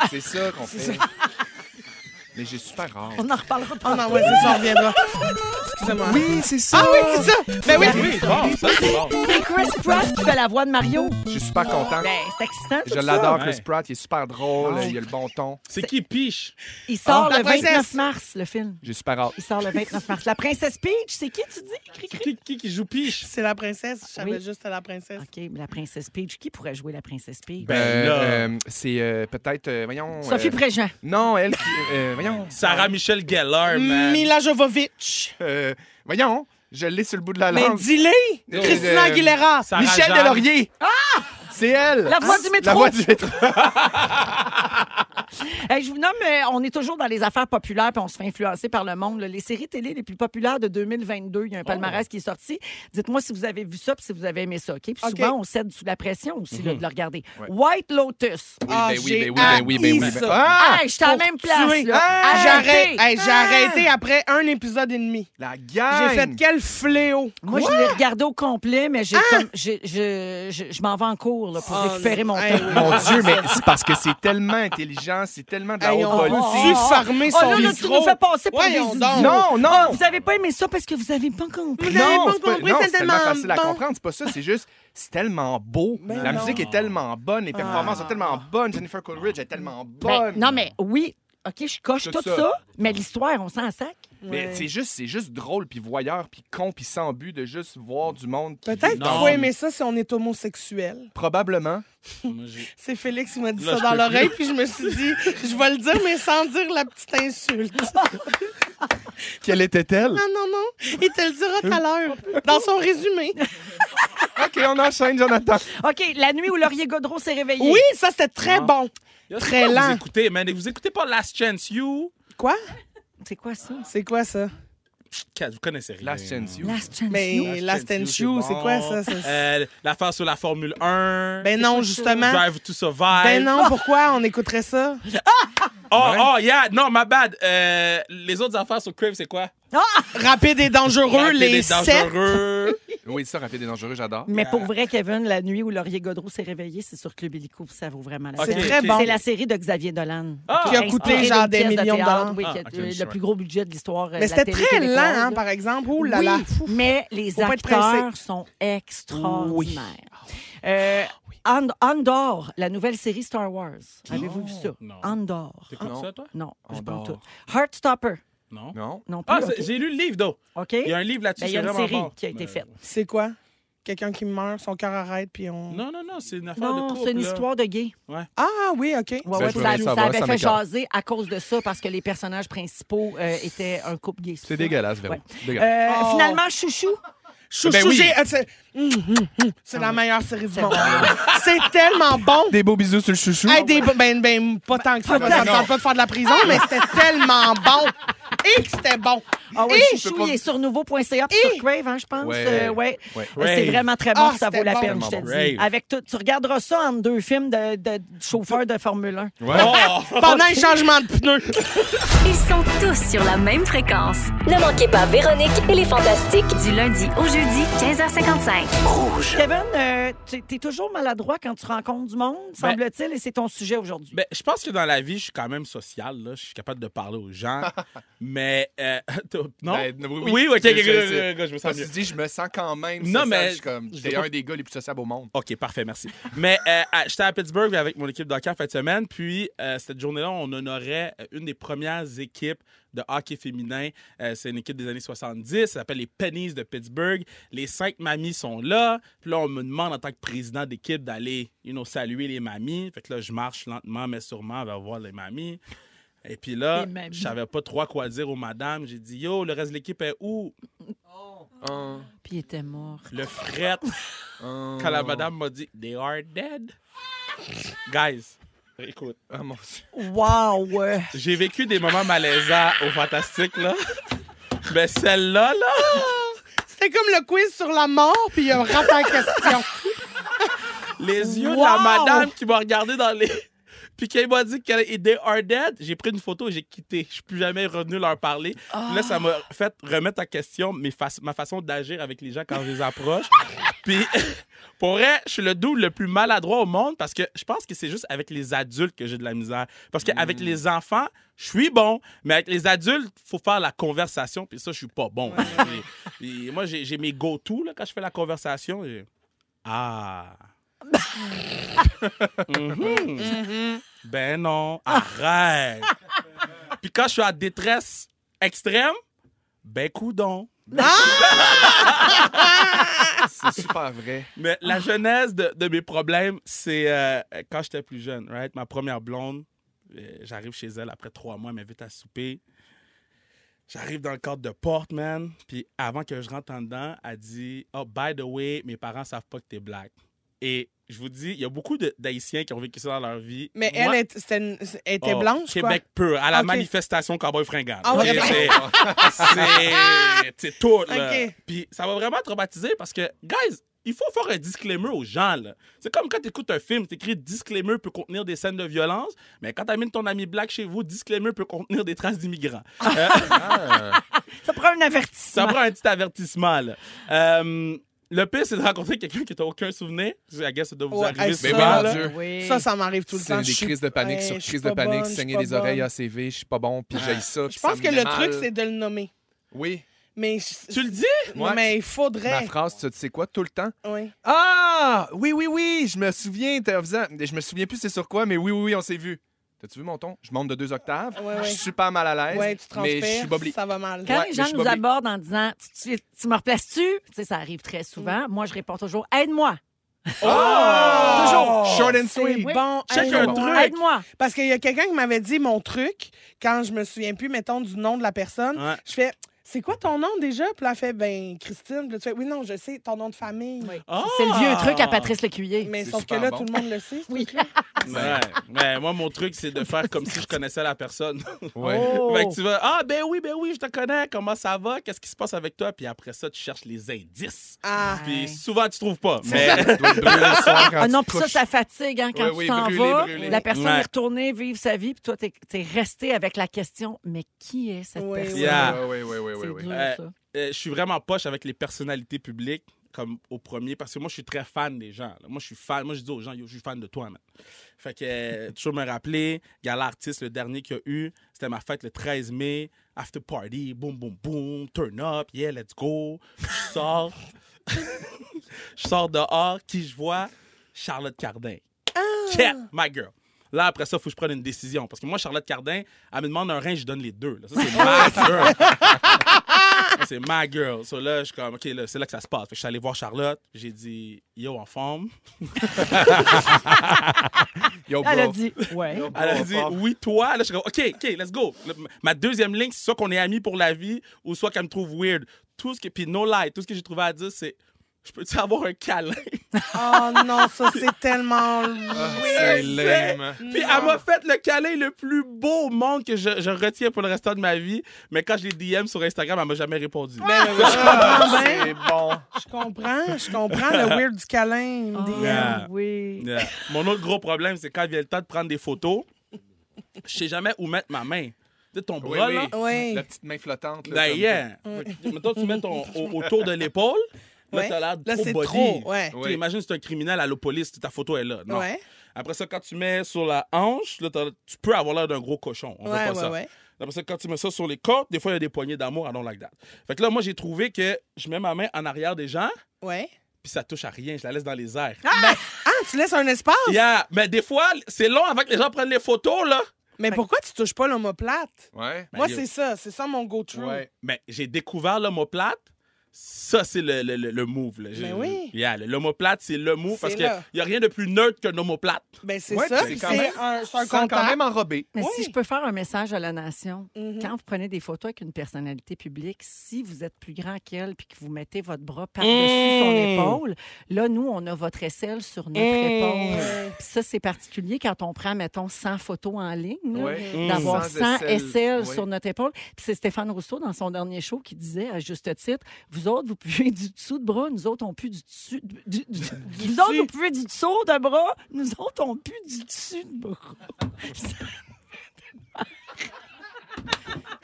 S3: C'est ça qu'on fait. Mais j'ai super rare.
S2: On en reparlera
S4: Ah,
S2: pas.
S4: non, ouais, c'est ça, on reviendra. Excusez-moi.
S3: Oui, c'est ça.
S4: Ah, oui, c'est ça! Ben oui!
S5: Oui, bon, ça, c'est bon.
S2: C'est Chris Pratt qui fait la voix de Mario.
S3: Je suis super content.
S2: Ben, c'est excitant. tout
S3: Je
S2: ça.
S3: l'adore,
S5: ouais.
S3: Chris Pratt. Il est super drôle. Il a le bon ton.
S5: C'est qui piche?
S2: Il sort
S4: Ah,
S2: le
S4: la princesse.
S2: 29 mars, le film.
S3: J'ai super hâte.
S2: Il sort le 29 mars. La princesse Peach, c'est qui, tu dis? Cri,
S5: C'est
S2: cri.
S5: qui, qui qui joue piche?
S4: C'est la princesse, je savais
S2: Oui.
S4: juste la princesse.
S2: OK, mais la princesse Peach, qui pourrait jouer la princesse Peach?
S5: Ben
S3: Euh,
S5: là.
S3: euh, c'est euh, peut-être. euh, voyons.
S2: Sophie
S3: euh,
S2: Préjean.
S3: Non, elle qui. euh, voyons.
S5: Sarah Michelle Gellar, man.
S4: Mila Jovovich.
S3: Euh, voyons. Je l'ai sur le bout de la
S4: Mais
S3: langue.
S4: dis-les!
S3: Euh,
S4: Christina
S3: euh,
S4: Aguilera.
S5: Sarah
S3: Michel
S5: Jeanne.
S3: Delaurier. Ah! C'est elle. Ah!
S2: La voix du métro.
S3: La voix du métro.
S2: Hey, je vous nomme, euh, on est toujours dans les affaires populaires, puis on se fait influencer par le monde. là. Les séries télé les plus populaires de 2022, il y a un palmarès qui est sorti. Dites-moi si vous avez vu ça, puis si vous avez aimé ça. OK? Puis
S4: OK.
S2: souvent, on cède sous la pression aussi
S3: Mhm.
S2: là, de le regarder. White Lotus.
S4: Ah, j'ai haï ça.
S3: Ah!
S2: Hey, j'étais à la
S4: Pour
S2: même place.
S4: tuer.
S2: là.
S3: Ah!
S4: J'arrête.
S2: Arrêtez.
S4: Hey, J'ai arrêté après un épisode et demi.
S3: La
S4: J'ai
S3: gang.
S4: fait quel fléau!
S2: Moi, je l'ai regardé au complet, mais j'ai comme- j'ai- je, je- je m'en vais en cours là, pour
S4: Oh,
S2: récupérer mon
S4: hey,
S2: temps.
S4: oui.
S3: Mon Dieu, mais c'est parce que c'est tellement intelligent, c'est tellement de la
S4: Hey,
S3: haute
S4: on
S3: volée.
S4: peut-tu fermer
S2: Oh
S4: son
S2: là, là, tu
S4: micro?
S2: nous fais passer pour des
S4: Voyons donc.
S2: idiots.
S3: Non, non.
S2: Vous avez pas aimé ça parce que vous avez pas compris.
S4: Vous avez
S3: Non,
S4: pas
S3: c'est pas,
S4: compris,
S3: non,
S4: c'est
S3: c'est tellement
S4: tellement
S3: facile à
S4: bon.
S3: comprendre. C'est pas ça, c'est juste, c'est tellement beau.
S4: Ben
S3: la
S4: non.
S3: musique est tellement bonne, les performances sont tellement bonnes. Jennifer Coolidge est tellement
S2: Ben,
S3: bonne.
S2: non, mais oui, OK, je coche tout,
S3: Tout
S2: ça,
S3: ça.
S2: mais l'histoire, on s'en sac.
S3: Mais
S4: Ouais.
S3: c'est juste, c'est juste drôle, puis voyeur, puis con, puis sans but de juste voir du monde. qui-
S4: Peut-être qu'il
S5: Non.
S4: faut aimer ça si on est homosexuel.
S3: Probablement.
S5: Moi, j'ai-
S4: C'est Félix qui m'a dit
S5: Là,
S4: ça
S5: je
S4: dans
S5: peux
S4: l'oreille, puis je me suis dit, je vais le dire, mais sans dire la petite insulte.
S3: Quelle était-elle?
S4: Non, non, non. Il te le dira tout à l'heure, dans son résumé.
S3: OK, on enchaîne, Jonathan.
S2: OK, la nuit où Laurier Godreau s'est réveillé.
S4: Oui, ça, c'était très
S5: Non.
S4: bon.
S5: Yo, c'est
S4: Très
S5: quoi
S4: lent.
S5: Vous écoutez, man. Vous écoutez pas Last Chance You?
S4: Quoi?
S2: C'est quoi ça?
S4: C'est quoi ça?
S5: Qu'est-ce que Vous connaissez rien.
S3: Last Chance You.
S2: Last Chance You.
S4: Mais Last and Shoe, c'est quoi ça? ça?
S5: Euh, L'affaire sur la Formule 1.
S4: Ben non, justement.
S5: Drive to Survive.
S4: Ben non, pourquoi on écouterait ça?
S5: Oh, oh, yeah. Non, my bad. Euh, les autres affaires sur Crave, c'est quoi?
S4: Rapide et dangereux,
S5: Rapide
S4: les
S5: et
S4: sept. Ben,
S5: dangereux.
S3: Oui, ça, rapide et dangereux, j'adore.
S2: Mais pour vrai, Kevin, la nuit où Laurier Godreau s'est réveillé, c'est sur Club Illico, puis ça vaut vraiment la
S5: Ok,
S4: C'est
S2: peine.
S4: très
S5: ok.
S4: bon.
S2: C'est la série de Xavier Dolan.
S5: Ah.
S4: Qui a
S2: Inspirée
S4: coûté
S2: d'une
S4: genre des
S2: pièce
S4: millions de dollars.
S2: théâtre, Oui, qui a-
S5: Ah, ok,
S2: euh,
S5: je
S2: le
S5: sais.
S2: plus gros budget de l'histoire. euh,
S4: Mais
S2: de la
S4: c'était
S2: télé
S4: très lent,
S2: québécoise,
S4: hein,
S2: là.
S4: par exemple. Oh là
S2: Oui,
S4: là.
S2: mais les
S4: Faut pas être
S2: acteurs
S4: pressé.
S2: sont extraordinaires.
S5: Ah
S2: Euh, And- Andor, la nouvelle série Star Wars. Avez-vous vu ça?
S5: Non.
S2: Andor.
S5: T'écoutes
S3: Non.
S5: ça, toi?
S2: Non, je prends
S3: Andor.
S2: tout. Heartstopper,
S5: Non.
S3: Non?
S2: Non plus.
S5: Ah,
S2: OK.
S5: c'est- j'ai lu le livre, d'eau.
S2: OK.
S5: Il y a un livre là-dessus.
S2: Ben, il y a
S5: c'est
S2: une
S5: vraiment
S2: série
S5: bon.
S2: qui a été
S5: Mais-
S2: faite.
S4: C'est quoi? Quelqu'un qui meurt, son cœur arrête, puis on.
S5: Non, non, non, c'est une affaire de
S2: Non,
S5: couple.
S2: c'est une
S5: là.
S2: histoire de gay.
S4: Ah oui, OK.
S2: Ouais,
S3: Ça,
S2: ouais,
S3: je veux
S2: ça,
S3: rien
S2: ça
S3: savoir,
S2: avait
S3: ça
S2: fait
S3: m'écarte.
S2: jaser à cause de ça, parce que les personnages principaux euh, étaient un couple gay.
S3: C'est dégueulasse, Véro.
S2: Ouais.
S3: Dégueulasse.
S2: Euh,
S4: Oh.
S2: Finalement, Chouchou,
S4: Chouchou,
S3: Ben oui.
S4: j'ai- ah, c'est Hum, hum, hum. C'est la meilleure série du monde. C'est tellement bon.
S3: Des beaux bisous sur le chouchou.
S4: Hey, des- ben, ben, pas tant que ça, parce que ça me
S3: non.
S4: tente pas de faire de la prison, mais c'était tellement bon. Et que c'était bon.
S2: ah ouais,
S4: Et-
S2: Chouchou,
S3: peux pas-
S2: il est sur nouveau.ca puis
S4: Et-
S2: sur Crave, hein, je pense.
S3: Ouais.
S2: Euh, ouais.
S3: Ouais.
S2: C'est
S5: Crave.
S2: vraiment très bon,
S4: Ah,
S2: ça vaut la
S4: c'était
S2: peine,
S4: bon.
S2: je te
S5: Crave.
S2: dis. Avec tout- tu regarderas ça entre deux films de, de, de chauffeurs de Formule 1.
S3: Ouais.
S4: Pendant un changement de pneu.
S1: Ils sont tous sur la même fréquence.
S6: Ne manquez pas Véronique et les Fantastiques.
S1: Du lundi au jeudi, 15h55.
S2: Kevin, euh, tu es toujours maladroit quand tu rencontres du monde,
S5: Ben-
S2: semble-t-il, et c'est ton sujet aujourd'hui.
S5: Ben, je pense que dans la vie, je suis quand même social. Là. Je suis capable de parler aux gens. mais. euh, t'as- non?
S3: Ben,
S5: oui, ok,
S3: C'est- c'est-
S5: ok, ok,
S3: c'est-
S5: ok, je me sens
S3: Parce que
S5: mieux.
S3: tu dis, je me sens quand même.
S5: Non,
S3: Non,
S5: mais-
S3: mais. Je suis comme,
S5: je
S3: t'es
S5: dois-
S3: un des gars les plus sociables au monde.
S5: OK, parfait, merci. Mais euh, à- j'étais à Pittsburgh avec mon équipe de hockey en fin de semaine. Puis, euh, cette journée-là, on honorait euh, une des premières équipes de hockey féminin. Euh, c'est une équipe des années 70. Ça s'appelle les Pennies de Pittsburgh. Les cinq mamies sont là. Puis là, on me demande en tant que président d'équipe d'aller you know, saluer les mamies. Fait que là, je marche lentement, mais sûrement vers voir les mamies. Et puis là,
S2: Les mamies.
S5: je savais pas trop quoi dire aux madames. J'ai dit, yo, le reste de l'équipe est où?
S2: Puis il était mort.
S5: Le fret. Quand la madame m'a dit, they are dead. Guys, écoute,
S3: Ah, mon Dieu.
S2: Wow! euh,
S5: j'ai vécu des moments malaisants au Fantastique, là. Mais celle-là, là,
S4: C'était comme le quiz sur la mort, puis il a raté la question.
S5: les yeux de
S2: Wow!
S5: la madame qui m'a regardé dans les. Puis qu'elle m'a dit qu'elle était are dead, j'ai pris une photo et j'ai quitté. Je suis plus jamais revenu leur parler. Puis Là, ça m'a fait remettre en question mes fa- ma façon d'agir avec les gens quand je les approche. Puis pour vrai, je suis le doux le plus maladroit au monde parce que je pense que c'est juste avec les adultes que j'ai de la misère. Parce qu'avec les enfants, je suis bon, mais avec les adultes, faut faire la conversation, puis ça, je suis pas bon. Et- et moi, j'ai j'ai mes go-to là, quand je fais la conversation. j'ai- Ah. Mhm. Ben non, arrête. Puis quand je suis en détresse extrême, ben coudon.
S3: C'est super vrai.
S5: Mais
S4: Ah.
S5: la genèse de, de mes problèmes, c'est euh, quand j'étais plus jeune, right? Ma première blonde, euh, j'arrive chez elle après trois mois, elle m'invite à souper. J'arrive dans le cadre de porte, man. Puis avant que je rentre en dedans, elle dit Oh, by the way, mes parents savent pas que t'es black. Et je vous dis, il y a beaucoup de- d'Haïtiens qui ont vécu ça dans leur vie.
S4: Mais
S5: Moi-
S4: elle, est- c'était une- elle était
S5: Oh,
S4: blanche,
S5: Québec pur, à la
S4: Ok.
S5: manifestation Cowboy Fringant.
S4: Ah ouais,
S5: C'est-
S4: ok.
S5: c'est- C'est tout, là.
S4: Ok.
S5: Puis ça va vraiment traumatiser parce que, guys, il faut faire un disclaimer aux gens, là. C'est comme quand tu écoutes un film, t'écris « disclaimer peut contenir des scènes de violence », mais quand t'amènes ton ami black chez vous, « disclaimer peut contenir des traces d'immigrants ». Euh,
S2: Ça prend un
S5: ça
S2: avertissement.
S5: prend un petit avertissement, là. Euh, le pire, c'est de rencontrer quelqu'un qui n'a aucun souvenir. I guess ça doit vous
S4: Ouais,
S5: arriver
S4: hey,
S5: souvent,
S3: mais mon
S5: là.
S3: Dieu.
S4: quoi.
S2: Oui.
S4: Ça, ça m'arrive tout le temps.
S3: C'est des
S4: Je suis-
S3: crises de panique sur
S4: Hey, je suis
S3: crise de
S4: pas
S3: panique,
S4: bonne, je
S3: saigner
S4: suis
S3: les
S4: pas
S3: oreilles,
S4: bonne.
S3: ACV, je suis pas bon, puis j'ai ça.
S4: Je pense que le truc, c'est de le nommer.
S3: Oui.
S4: Mais
S5: Tu le dis?
S4: Non,
S3: Ouais.
S4: mais il
S3: Ma
S4: faudrait.
S3: phrase, tu sais quoi, tout le temps?
S4: Oui.
S3: Ah! Oui, oui, oui, je me souviens, t'as- faisant- je me souviens plus c'est sur quoi, mais oui, oui, oui, on s'est vu. T'as-tu vu mon ton? Je monte de deux octaves,
S4: Ouais, ouais.
S3: je suis super mal à l'aise,
S4: Ouais, tu
S3: mais je suis
S4: transpires,
S3: boblé.
S4: ça va mal.
S2: Quand
S3: Ouais,
S2: les
S3: mais
S2: gens
S3: je suis
S2: nous
S3: pas obli-
S2: abordent en disant tu, tu- tu me replaces-tu Tu sais, ça arrive très souvent. Moi, je réponds toujours aide-moi.
S3: Ah! Toujours! Short and
S4: C'est
S3: sweet!
S4: bon.
S5: Check
S4: hey,
S5: un
S4: bon.
S5: truc.
S2: Aide-moi.
S4: Parce qu'il y a quelqu'un qui m'avait dit mon truc, quand je me souviens plus, mettons, du nom de la personne.
S5: Ouais.
S4: Je fais, c'est quoi ton nom déjà? Puis là, elle fait, ben, Christine. Puis là, tu fais, oui, non, je sais, ton nom de famille.
S2: C'est le
S5: Ah!
S2: vieux truc à Patrice Lecuyer.
S4: Mais
S3: C'est
S4: sauf que là,
S3: super bon.
S4: tout le monde le sait. ce
S2: Oui.
S4: truc-là.
S5: Ouais, ouais, moi, mon truc, c'est de faire comme si je connaissais la personne.
S3: Ouais.
S2: Oh.
S5: Fait que tu vas, ah, ben oui, ben oui, je te connais, comment ça va, qu'est-ce qui se passe avec toi, puis après ça, tu cherches les indices.
S4: Ah,
S5: Puis souvent, tu trouves pas.
S3: Mais
S5: Mais
S3: tu dois te brûler le soir quand
S2: Ah non,
S3: tu te
S2: puis ça,
S3: couches.
S2: ça fatigue hein, quand
S3: Ouais,
S2: tu
S3: oui,
S2: t'en
S3: brûler,
S2: vas.
S3: brûler.
S2: La personne
S5: Ouais.
S2: est retournée vivre sa vie, puis toi, t'es es resté avec la question mais qui est cette
S4: Oui,
S2: personne
S4: oui.
S5: Yeah.
S3: Ouais, ouais, ouais, ouais,
S2: C'est
S3: ouais, ouais.
S2: dur,
S5: Euh,
S2: ça.
S5: euh, je suis vraiment poche avec les personnalités publiques, comme au premier, parce que moi, je suis très fan des gens. là. Moi, je suis fan. Moi, je dis aux gens, Yo, je suis fan de toi, man. Fait que, euh, toujours me rappeler, gala artiste, le dernier qu'il y a eu, c'était ma fête le 13 mai, after party, boum, boum, boum, turn up, yeah, let's go. Je sors. je sors dehors, qui je vois? Charlotte Cardin. Yeah, my girl. Là, après ça, il faut que je prenne une décision. Parce que moi, Charlotte Cardin, elle me demande un rein, je donne les deux. là. Ça, c'est ma girl. Ça, c'est ma girl. So, là, je suis comme, OK, là, c'est là que ça se passe. Fait que je suis allé voir Charlotte. J'ai dit, yo, en forme.
S3: Yo,
S2: Elle a
S3: bro.
S2: dit, ouais.
S3: Yo, bro,
S5: Elle a dit
S3: fort.
S5: oui, toi. Là, je suis comme, OK, OK, let's go. Le- ma deuxième ligne, c'est soit qu'on est amis pour la vie ou soit qu'elle me trouve weird. Tout ce que, puis no lie, tout ce que j'ai trouvé à dire, c'est je peux-tu avoir un câlin?
S4: Oh non, ça, c'est tellement...
S3: Ah, c'est lame.
S5: puis elle m'a fait le câlin le plus beau au monde que je, je retiens pour le restant de ma vie. Mais quand je l'ai DM sur Instagram, elle m'a jamais répondu.
S3: Ah, C'est bon.
S4: Je comprends, je comprends le weird du câlin.
S2: Ah,
S4: des-
S5: Yeah.
S2: Oui.
S5: Yeah. Mon autre gros problème, c'est quand vient le temps de prendre des photos, je sais jamais où mettre ma main. Tu sais, ton
S3: Oui,
S5: bras,
S3: oui.
S5: là.
S4: Oui.
S3: La petite main flottante. Là,
S5: Ben,
S3: comme-
S5: yeah. Mettons, tu mets ton, au- autour de l'épaule. Là,
S4: Ouais.
S5: t'as l'air
S4: Là,
S5: trop
S4: c'est
S5: body.
S4: trop, ouais.
S5: Tu
S3: Oui.
S5: Imagine, c'est un criminel à la police, ta photo est là. Non.
S4: Ouais.
S5: Après ça, quand tu mets sur la hanche, là, t'as- tu peux avoir l'air d'un gros cochon. On veut
S4: Ouais,
S5: pas
S4: ouais,
S5: ça.
S4: ouais.
S5: Après ça, quand tu mets ça sur les côtes, des fois, il y a des poignées d'amour à non like that. Fait que là, moi, j'ai trouvé que je mets ma main en arrière des gens,
S4: Ouais.
S5: puis ça touche à rien. Je la laisse dans les airs.
S4: Ah, tu laisses un espace?
S5: Yeah. Mais des fois, c'est long avant que les gens prennent les photos, là.
S4: Mais pourquoi tu touches pas l'homoplate?
S3: Ouais.
S5: Ben,
S4: Moi,
S5: yo.
S4: c'est ça. C'est ça mon go-through.
S3: Ouais.
S5: Mais j'ai découvert l'homoplate. Ça, c'est le, le, le- le move. Là. J'ai-
S4: Ben oui.
S5: Yeah, le- l'homoplate, c'est le move
S4: C'est
S5: parce qu'il
S4: là.
S5: n'y a rien de plus neutre qu'un homoplate.
S4: Ben, c'est
S3: Ouais,
S4: ça.
S3: c'est
S4: C'est
S3: quand même-
S4: un, c'est un
S3: Sans quand
S4: contact.
S3: même enrobé.
S2: Mais si
S4: Oui.
S2: je peux faire un message à la nation,
S4: Mhm.
S2: quand vous prenez des photos avec une personnalité publique, si vous êtes plus grand qu'elle puis que vous mettez votre bras par-dessus son
S5: Mm.
S2: épaule, là, nous, on a votre aisselle sur notre épaule. Puis ça, c'est particulier quand on prend, mettons, 100 photos en ligne. là,
S3: Ouais.
S5: Mm.
S2: D'avoir 100 aisselles
S3: Ouais.
S2: sur notre épaule. Puis c'est Stéphane Rousseau dans son dernier show qui disait, à juste titre, vous autres, vous puez du dessous de bras, nous autres, on pue du dessus. du- du- du- vous autres, vous puez du dessous de bras, nous autres, on pue du dessus de bras.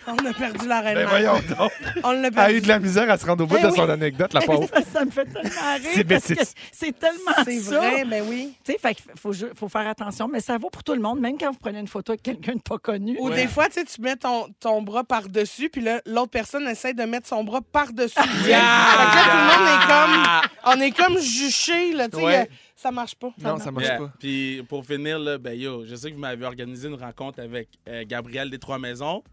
S4: On a perdu la reine.
S3: Ben
S4: Anne.
S3: voyons donc.
S4: On l'a
S3: Elle Ah, a eu
S4: perdu.
S3: de la misère à se rendre au bout
S4: Ben
S3: de
S4: oui.
S3: son anecdote, la pauvre.
S2: Ça, ça me fait tellement
S3: C'est
S2: rire parce que
S3: bêtise.
S2: c'est tellement
S4: C'est
S2: ça.
S4: vrai, ben oui.
S2: Tu sais, fait qu'il faut, ju- faut faire attention, mais ça vaut pour tout le monde, même quand vous prenez une photo avec quelqu'un de pas connu.
S4: Ou des fois, tu sais, tu mets ton, ton bras par-dessus, puis là, l'autre personne essaie de mettre son bras par-dessus. le tien. Fait que là, tout le monde est comme, on est comme juché, là, tu sais.
S3: Ouais.
S4: euh, Ça marche pas.
S3: Non, ça marche
S5: Mm. Yeah.
S3: pas.
S5: Puis pour finir, là, ben yo, je sais que vous m'avez organisé une rencontre avec euh, Gabriel des Trois Maisons.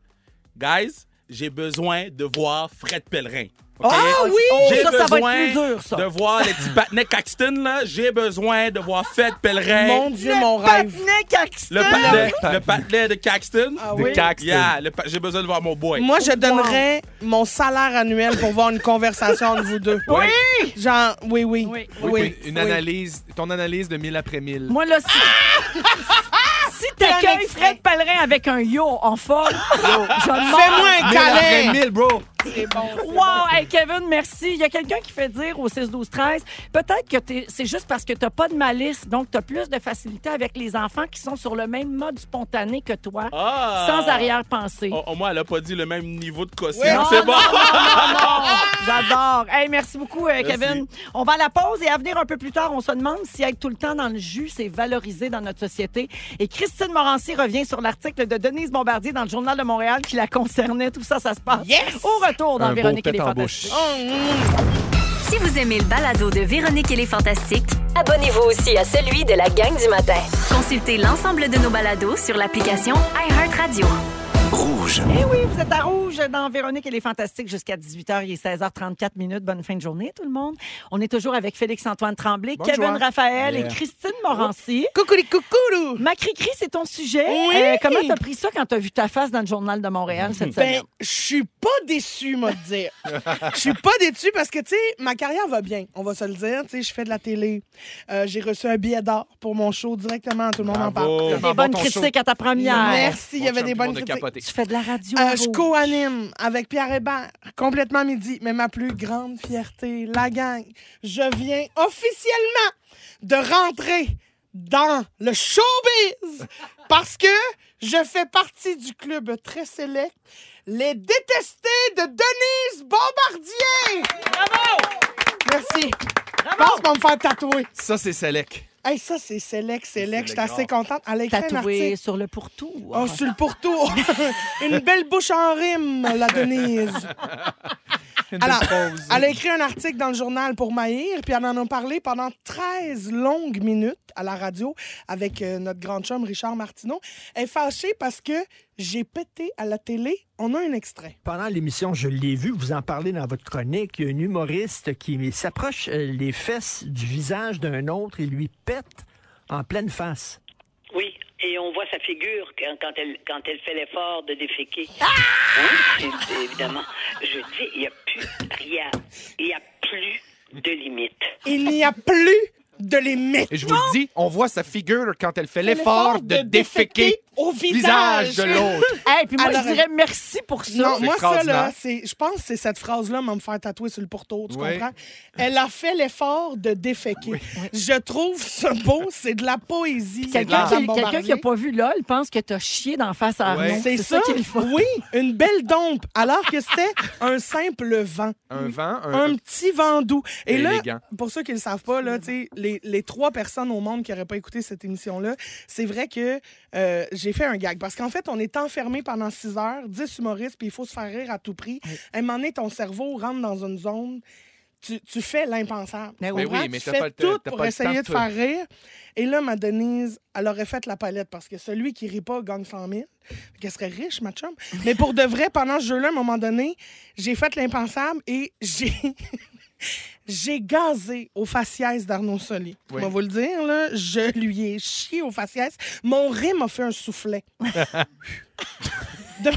S5: Guys, j'ai besoin de voir Fred Pellerin. OK?
S2: Ah oui! Oh,
S5: J'ai
S2: ça, ça va être
S5: besoin
S2: plus dur, ça.
S5: De voir les petits patinets Caxton, là. J'ai besoin de voir Fred Pellerin.
S4: Mon Dieu, mon rêve.
S2: Patinet Caxton!
S5: Le patinet, le patinet de Caxton.
S4: Ah
S3: Des
S4: oui.
S3: Caxton.
S5: Yeah, le pa- j'ai besoin de voir mon boy.
S4: Moi, je donnerais mon salaire annuel pour voir une conversation entre vous deux. Oui! Genre, oui, oui.
S2: Oui.
S3: Oui, puis une analyse, ton analyse de 1000 après 1000.
S2: Moi, là, si, si t'accueilles Fred Pellerin avec un yo en forme,
S4: Fais-moi
S2: je demande.
S4: un
S3: 1000 après
S4: câlin!
S3: 1000, bro!
S4: C'est bon.
S2: Wow! Hey, Kevin, merci. Il y a quelqu'un qui fait dire au 6-12-13, peut-être que t'es- c'est juste parce que t'as pas de malice, donc t'as plus de facilité avec les enfants qui sont sur le même mode spontané que toi,
S5: Ah!
S2: sans arrière-pensée.
S5: Au, au moins, elle a pas dit le même niveau de costume.
S4: Ouais.
S5: C'est bon.
S2: Non, J'adore. Hey, merci beaucoup, euh,
S5: Merci.
S2: Kevin. On va à la pause et à venir un peu plus tard, on se demande si être tout le temps dans le jus, c'est valorisé dans notre société. Et Christine Morancy revient sur l'article de Denise Bombardier dans le Journal de Montréal qui la concernait. Tout ça, ça se passe
S4: Yes!
S2: au retour dans
S3: Un beau
S2: Véronique et les
S3: pet en
S2: Fantastiques.
S3: bouche.
S1: Si vous aimez le balado de Véronique et les Fantastiques,
S6: Abonnez-vous aussi à celui de la gang du matin.
S1: consultez l'ensemble de nos balados sur l'application iHeartRadio.
S2: Eh oui, vous êtes à rouge dans Véronique et les Fantastiques jusqu'à 18h. Il est 16h34 minutes. Bonne fin de journée, tout le monde. On est toujours avec Félix-Antoine Tremblay,
S3: Bonjour.
S2: Kevin Raphaël
S5: Yeah.
S2: et Christine Morancy.
S4: Coucou les coucourous!
S2: Ma cri-cri, c'est ton sujet. Euh,
S4: Oui.
S2: comment t'as pris ça quand t'as vu ta face dans le journal de Montréal cette semaine?
S4: Ben, je suis pas déçue, moi, de dire. Je suis pas déçue parce que, tu sais, ma carrière va bien, on va se le dire. Tu sais, je fais de la télé. Euh, J'ai reçu un billet d'or pour mon show directement, tout le monde en parle.
S3: Bravo.
S2: Des bonnes critiques à ta première.
S4: Merci, il y avait
S3: Mon
S4: des
S3: chum,
S4: bonnes
S3: tout le monde a
S4: critiques.
S3: capoté.
S2: Tu fais de la radio.
S4: Euh,
S2: Véro.
S4: je co-anime avec Pierre Hébert, complètement midi, mais ma plus grande fierté, la gang, je viens officiellement de rentrer dans le showbiz parce que je fais partie du club très sélect, les détestés de Denise Bombardier! Bravo! Merci. Je pense qu'on va me faire tatouer.
S3: Ça, c'est Selec.
S4: Hey, ça, c'est sélect, sélect. Je suis
S3: Select,
S4: assez contente. Elle a écrit un
S2: Tatoué
S4: article.
S2: sur le pourtour.
S4: Oh, sur le pourtour. Une belle bouche en rime, la Denise.
S3: Une
S4: Alors,
S3: belle pause.
S4: elle a écrit un article dans le journal pour Maïr, puis elle en a parlé pendant 13 longues minutes à la radio avec euh, notre grand chum Richard Martineau. Elle est fâchée parce que j'ai pété à la télé. On a un extrait.
S7: Pendant l'émission, je l'ai vu, vous en parlez dans votre chronique, il y a un humoriste qui s'approche euh, les fesses du visage d'un autre et lui pète en pleine face.
S8: Oui, et on voit sa figure quand, quand elle, quand elle fait l'effort de déféquer. oui, c'est- c'est évidemment. Je dis, il n'y a plus rien. Il n'y a plus de limite.
S4: Il n'y a plus de limite.
S3: Et je vous le dis, on voit sa figure quand elle fait l'effort de déféquer
S4: au
S3: le visage de l'autre.
S2: Hey, puis moi,
S4: Alors,
S2: je dirais merci pour ça.
S4: Non,
S3: C'est
S4: moi, ça, là,
S3: extraordinaire.
S4: c'est, je pense que c'est cette phrase-là m'a me faire tatouer sur le pourtour, tu
S3: Oui.
S4: comprends? Elle a fait l'effort de déféquer. Je trouve ça beau, c'est de la poésie. Madame
S2: Quelqu'un qui quelqu'un
S4: Bombardier.
S2: qui n'a pas vu LOL pense que t'as chié d'en face à Arnaud.
S3: Ouais.
S4: C'est ça,
S2: qu'il faut.
S4: oui, une belle dompe, alors que c'était un simple vent,
S3: Un vent, un...
S4: un petit vent doux. Et là,
S3: Élégant.
S4: pour ceux qui ne le savent pas, là, tu sais, les, les trois personnes au monde qui n'auraient pas écouté cette émission-là, c'est vrai que euh, j'ai fait un gag. Parce qu'en fait, on est enfermé pendant six heures, 10 humoristes, puis il faut se faire rire à tout prix. À un moment donné, ton cerveau rentre dans une zone. Tu, tu fais l'impensable.
S2: Mais
S4: Tu
S2: oui,
S4: comprends?
S3: mais
S4: tu
S3: t'as
S4: fais
S3: pas le temps-
S4: tout
S3: t'as
S4: pour
S3: pas le
S4: essayer de
S3: temps de
S4: faire rire. Et là, ma Denise, elle aurait fait la palette parce que celui qui rit pas gagne 100 000. Qu'elle serait riche, ma chum. Mais pour de vrai, pendant ce jeu-là, à un moment donné, j'ai fait l'impensable et j'ai j'ai gazé au faciès d'Arnaud Soli.
S3: Oui.
S4: On va vous le dire, là, je lui ai chié au faciès. Mon rime a fait un soufflet. De-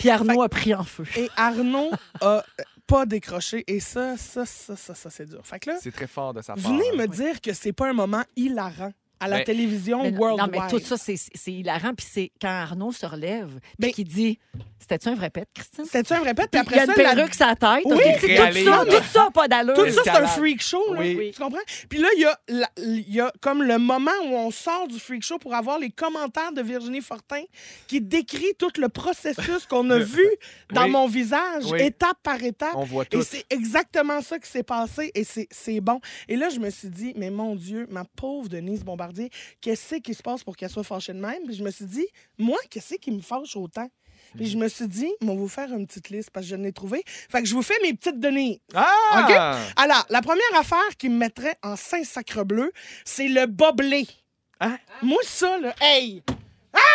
S2: Puis Arnaud a pris en feu.
S4: Et Arnaud a pas décroché. Et ça, ça, ça, ça, ça, c'est dur. Fait que là,
S3: C'est très fort de sa part.
S4: venez me
S3: hein.
S4: dire que c'est pas un moment hilarant à la
S3: Ben,
S4: télévision
S2: Mais non, non,
S4: worldwide.
S2: mais tout ça, c'est c'est hilarant. Puis c'est quand Arnaud se relève,
S4: Ben-
S2: puis qu'il dit C'était-tu un vrai pet, Christine
S4: C'était-tu un répète? Puis
S2: Puis Il
S4: après
S2: y a une
S4: ça, la-
S2: perruque euh, sur la tête.
S4: Oui,
S2: ok, tu sais,
S3: réalise.
S2: tout ça, tout ça, pas d'allure.
S4: Tout ça, c'est un
S3: Escalade.
S4: freak show, là.
S3: Oui.
S4: Tu comprends? Puis là, il y, a la- il y a comme le moment où on sort du freak show pour avoir les commentaires de Virginie Fortin qui décrit tout le processus qu'on a vu dans
S3: Oui.
S4: mon visage,
S3: Oui.
S4: étape par étape.
S3: On voit
S4: Et
S3: tout.
S4: c'est exactement ça qui s'est passé et c'est- c'est bon. Et là, je me suis dit, mais mon Dieu, ma pauvre Denise Bombardier, qu'est-ce qui se passe pour qu'elle soit fâchée de même? Puis je me suis dit, moi, qu'est-ce qui me fâche autant? Puis
S3: Mhm.
S4: je me suis dit, on va vous faire une petite liste parce que je l'ai trouvé. Fait que je vous fais mes petites données.
S3: Ah!
S4: Alors, la première affaire qui me mettrait en saint sacre bleu, c'est le boblé.
S3: Hein?
S4: Moi, ça, là, hey!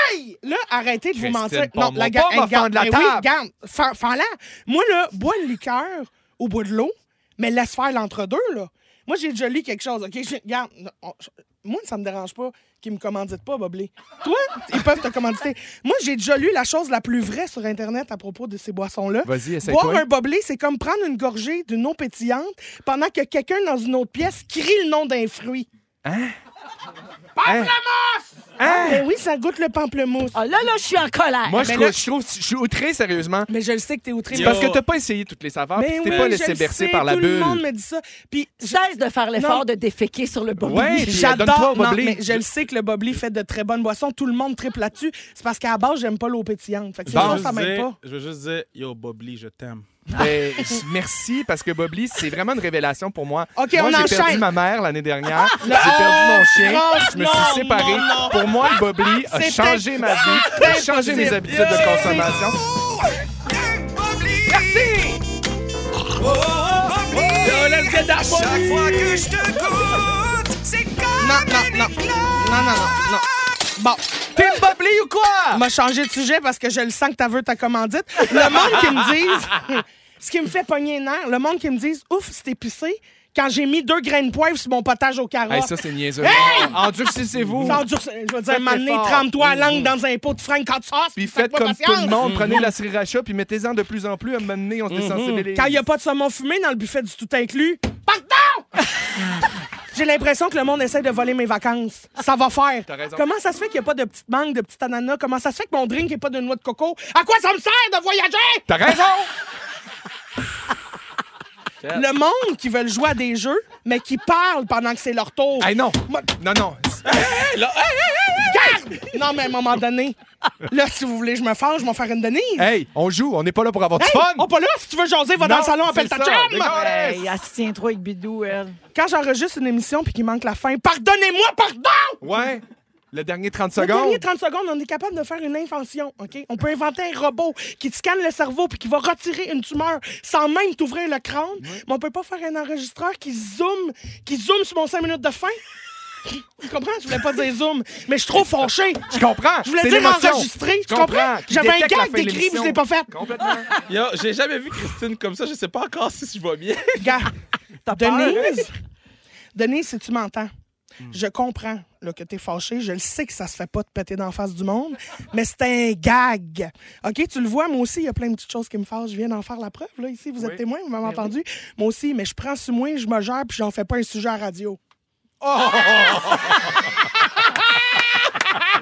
S4: Hey! Là, arrêtez de vous
S3: Christine,
S4: mentir.
S3: parle-moi
S4: la
S3: pas,
S4: hey,
S3: m'en
S4: garde,
S3: fendre la
S4: mais Oui,
S3: table.
S4: garde, fends- fends-la. Moi, là, bois une liqueur au bout de l'eau, mais laisse faire l'entre-deux, là. Moi, j'ai déjà lu quelque chose, OK? Je- Garde, non, on- je- moi, ça me dérange pas qu'ils me commanditent pas, boblé. Toi, ils peuvent te commanditer. Moi, j'ai déjà lu la chose la plus vraie sur Internet à propos de ces boissons-là.
S3: Vas-y, essaie
S4: Boire un
S3: toi.
S4: boblé, c'est comme prendre une gorgée d'une eau pétillante pendant que quelqu'un dans une autre pièce crie le nom d'un fruit.
S3: Hein? Hein?
S4: Ben oui, ça goûte le pamplemousse.
S2: Ah, là, là, je suis en colère.
S3: Moi, je
S4: Mais
S3: trouve,
S4: là-
S3: je trouve, je suis outré sérieusement.
S4: Mais je le sais que t'es outré.
S3: C'est
S5: Yo.
S3: parce que t'as pas essayé toutes les saveurs,
S4: Ben
S3: Ah, puis
S4: oui,
S3: t'es pas
S4: je
S3: laissé
S4: le
S3: bercer
S4: sais,
S3: par la
S4: tout le
S3: bulle.
S4: monde me dit ça. Puis
S2: Cesse de faire
S4: Non.
S2: l'effort de déféquer sur le bobo.
S3: Ouais, puis, euh, donne-toi
S4: j'adore.
S3: au
S4: non,
S3: boblé.
S4: mais je le sais que le boblé fait de très bonnes boissons. Tout le monde triple là-dessus. C'est parce qu'à la base, j'aime pas l'eau pétillante. Fait que c'est
S3: Bon.
S4: ça,
S5: Je
S4: ça
S5: veux
S4: m'aide
S5: juste
S4: pas.
S5: dire- Je veux juste dire, yo, Bobli, je t'aime.
S3: Ben, je- merci, parce que Bobli, c'est vraiment une révélation pour moi.
S4: OK,
S3: moi,
S4: on
S3: j'ai
S4: enchaîne. Ah,
S3: perdu ma mère l'année dernière. j'ai perdu mon chien. Je me
S4: non,
S3: suis séparé.
S4: non, non.
S3: Pour moi, le Bobli a
S4: C'est
S3: changé ma vie, a changé mes
S4: impossible.
S3: habitudes de consommation.
S5: Yo, let's get that Bobli!
S4: Non, non, non. Non, non, non, non. Bon,
S3: T'es Bobli ou quoi?
S4: m'a changé de sujet parce que je le sens que t'as vu ta commandite. Le monde qui me dise, ce qui me fait pogner les nerfs, le monde qui me dise, ouf, c'est épicé quand j'ai mis deux graines de poivre sur mon potage aux carottes.
S3: Hey, ça, c'est niaiseux. Endurcissez-vous.
S4: Ça endure- je veux dire,
S3: Faites
S4: m'amener
S3: l'effort. Mm.
S4: 30-toi la langue dans un pot de frank hot sauce.
S3: Puis
S4: faites
S3: faites comme
S4: patience. Mm-hmm.
S3: tout le monde. Prenez la sriracha, puis mettez-en de plus en plus. À un moment donné, on se désensibilise.
S4: Quand il n'y a pas de saumon fumé dans le buffet du tout inclus, pardon! J'ai l'impression que le monde essaie de voler mes vacances. Ça va faire.
S3: T'as raison.
S4: Comment ça se fait qu'il n'y a pas de petite mangue, de petite ananas? Comment ça se fait que mon drink n'est pas de noix de coco? À quoi ça me sert de voyager?
S3: T'as raison!
S4: Le monde qui veulent jouer à des jeux, mais qui parle pendant que c'est leur tour.
S3: Hey, non! Non, non.
S4: Garde! Non, mais à un moment donné, là, si vous voulez, je me fâche, je vais m'en faire une Denise.
S3: Hey, on joue. On n'est pas là pour avoir du
S4: Hey,
S3: fun.
S4: on pas là, si tu veux jaser, va dans
S3: Non,
S4: le salon,
S3: c'est
S4: appelle ta
S3: ça,
S4: chum!
S3: décolle.
S2: Hey, elle se tient trop avec Bidou, elle.
S4: Quand j'enregistre une émission puis qu'il manque la fin, pardonnez-moi, pardon!
S3: Ouais. Le dernier 30
S4: Les
S3: secondes.
S4: dernières 30 secondes, on est capable de faire une invention, OK? On peut inventer un robot qui te scanne le cerveau puis qui va retirer une tumeur sans même t'ouvrir le crâne, mais on peut pas faire un enregistreur qui zoome, qui zoome sur mon 5 minutes de fin. Tu comprends? Je voulais pas dire zoom, mais je suis trop fâché.
S3: Je comprends.
S4: Je voulais
S3: C'est
S4: dire
S3: l'émotion.
S4: enregistré, tu
S3: Je
S4: comprends?
S3: Qui
S4: J'avais un
S3: détecte la
S4: gag
S3: fin de
S4: d'écrit,
S3: l'émission.
S4: mais je l'ai pas fait.
S3: Complètement.
S5: Yo, j'ai jamais vu Christine comme ça. Je sais pas encore si je vois bien.
S4: Gars,
S2: T'as peur,
S4: Denise, Denise, si tu m'entends, je comprends là, que t'es fâché. Je le sais que ça se fait pas de péter d'en face du monde, mais c'est un gag. OK, tu le vois, moi aussi, il y a plein de petites choses qui me fâchent. Je viens d'en faire la preuve, là, ici. Vous êtes
S3: Oui.
S4: témoin, vous m'avez entendu. Moi aussi, mais je prends sur moi, je me gère, puis j'en fais pas un sujet à radio.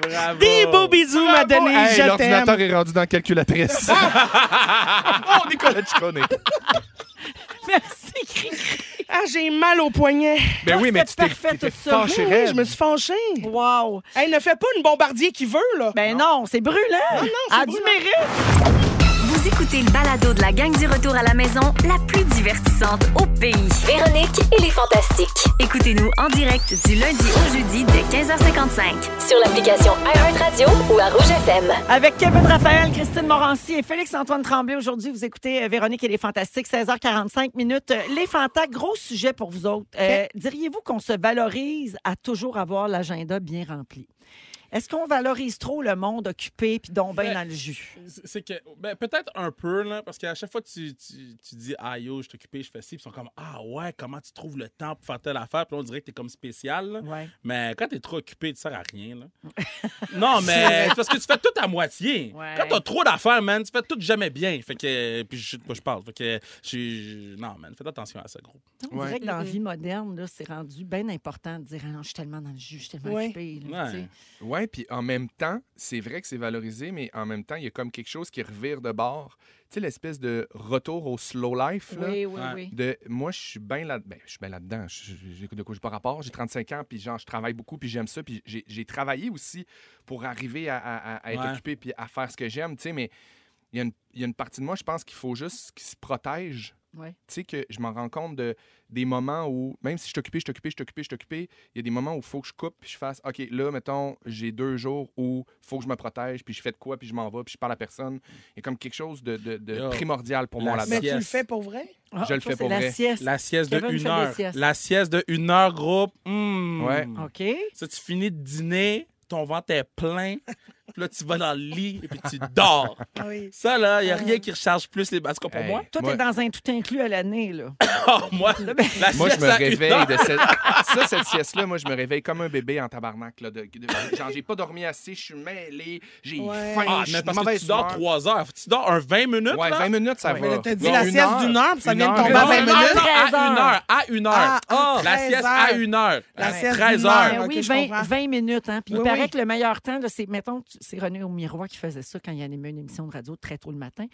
S5: Bravo.
S4: Des beaux bisous, ma Denise,
S3: Ah Hey,
S4: je
S3: L'ordinateur
S4: t'aime.
S3: est rendu dans la calculatrice. oh, Nicolas Ciccone.
S2: Merci, Cri.
S4: Ah, j'ai mal au poignet.
S3: Ben oui, mais tu
S2: c'était
S3: t'es
S2: parfait,
S3: tu t'es
S2: tout ça.
S3: fâché,
S4: Oui,
S3: raide.
S4: je me suis fâchée.
S2: Wow.
S4: Hey, ne fais pas une bombardier qui veut, là.
S2: Ben non, c'est brûlant. Non, non,
S4: c'est
S2: du
S4: brûlant.
S2: mérite.
S1: Vous écoutez le balado de la gang du retour à la maison, la plus divertissante au pays.
S6: Véronique et les Fantastiques.
S1: Écoutez-nous en direct du lundi au jeudi dès 15h55.
S6: Sur l'application iHeartRadio ou à Rouge FM.
S2: Avec Kevin Raphaël, Christine Morancy et Félix-Antoine Tremblay. Aujourd'hui, vous écoutez euh, Véronique et les Fantastiques, 16h45 minutes. Euh, Les Fantas, gros sujet pour vous autres. Euh, Diriez-vous qu'on se valorise à toujours avoir l'agenda bien rempli? Est-ce qu'on valorise trop le monde occupé puis donc ben
S5: Ouais.
S2: dans le jus?
S5: C'est c'est que, ben, peut-être un peu, là, parce qu'à chaque fois que tu, tu, tu dis, ah yo, je suis occupé, je fais ci, puis ils sont comme, ah ouais, comment tu trouves le temps pour faire telle affaire, puis là, on dirait que t'es comme spécial. là.
S2: Ouais.
S5: Mais quand t'es trop occupé, tu sers à rien, là. non, mais c'est parce que tu fais tout à moitié.
S2: Ouais.
S5: Quand t'as trop d'affaires, man, tu fais tout jamais bien. Fait que, puis je sais de quoi je parle. Fait que, je- je- non, man, faites attention à ça, gros.
S2: On dirait que dans la vie moderne, là, c'est rendu bien important de dire ah non, je suis tellement dans le jus, je suis tellement
S4: Ouais.
S2: occupée. là, tu
S5: Ouais.
S2: sais.
S3: Ouais, puis en même temps, c'est vrai que c'est valorisé, mais en même temps, il y a comme quelque chose qui revire de bord. Tu sais, l'espèce de retour au slow life, là.
S2: Oui, oui,
S5: Ouais.
S2: oui.
S3: De, moi, je suis bien là, ben, je suis bien là-dedans. Je- je- je- De quoi j'ai pas rapport. J'ai 35 ans, puis genre, je travaille beaucoup, puis j'aime ça. Puis j'ai j'ai travaillé aussi pour arriver à, à- à- à être
S5: Ouais.
S3: occupé, puis à faire ce que j'aime, tu sais. Mais il y, a une- il y a une partie de moi, je pense qu'il faut juste qu'il se protège.
S2: Ouais.
S3: Tu sais, que je m'en rends compte de, des moments où, même si je suis occupé, je suis occupé, je suis occupé, je suis occupé, il y a des moments où il faut que je coupe, puis je fasse, OK, là, mettons, j'ai deux jours où il faut que je me protège, puis je fais de quoi, puis je m'en vais, puis je parle à personne. Il y a comme quelque chose de, de- de
S5: Yo.
S3: primordial pour
S5: La
S3: moi là-dedans.
S4: Mais tu le
S5: Yes.
S4: fais pour vrai?
S2: Ah,
S3: Je le
S2: ça,
S3: fais
S2: c'est
S3: pour
S2: la
S3: vrai.
S2: sieste.
S5: La sieste de
S2: Kevin
S5: une
S2: fait des
S5: heure.
S2: siestes.
S5: La sieste de une heure, groupe. Hmm.
S3: Ouais.
S2: OK.
S5: Ça, tu finis de dîner, ton ventre est plein, puis là, tu vas dans le lit et puis tu dors.
S4: oui. Ah.
S5: Ça, là, il n'y a rien qui recharge plus les basques pour
S3: Hey,
S5: moi.
S2: Toi, t'es dans un tout inclus à l'année, là.
S5: Oh, moi,
S4: Ben,
S5: la
S3: Moi, je
S5: sieste
S3: me
S5: à une heure.
S3: réveille de cette. Ça, cette sieste-là, moi, je me réveille comme un bébé en tabarnak. Là, de, de- genre, j'ai pas dormi assez, je suis mêlé, j'ai
S4: Ouais.
S3: faim,
S5: Ah,
S3: je suis
S5: mais
S3: de
S5: parce que
S3: mauvaise
S5: tu dors
S3: humeur.
S5: trois heures. Tu dors un 20 minutes,
S3: Ouais,
S5: là?
S3: 20 minutes, ça
S4: mais
S3: va.
S4: là, t'as dit
S3: Non,
S4: la
S3: une
S4: sieste d'une heure, puis ça vient de tomber à
S5: Non,
S4: 20
S5: non,
S4: minutes.
S5: non, à
S2: 13
S5: une
S2: heures.
S5: heure. À une heure.
S4: Ah, à
S5: la
S4: 13
S5: sieste
S4: heures.
S5: à une heure.
S4: La
S5: À
S4: sieste
S5: 13
S4: d'une heure.
S5: heures.
S2: Ben
S4: ok,
S2: oui,
S4: je
S2: 20,
S4: comprends.
S2: 20 minutes. Hein. Puis il
S4: Oui,
S2: paraît
S4: oui.
S2: que le meilleur temps, là, c'est, mettons, que tu- c'est René au miroir qui faisait ça quand il animait une émission de radio très tôt le matin.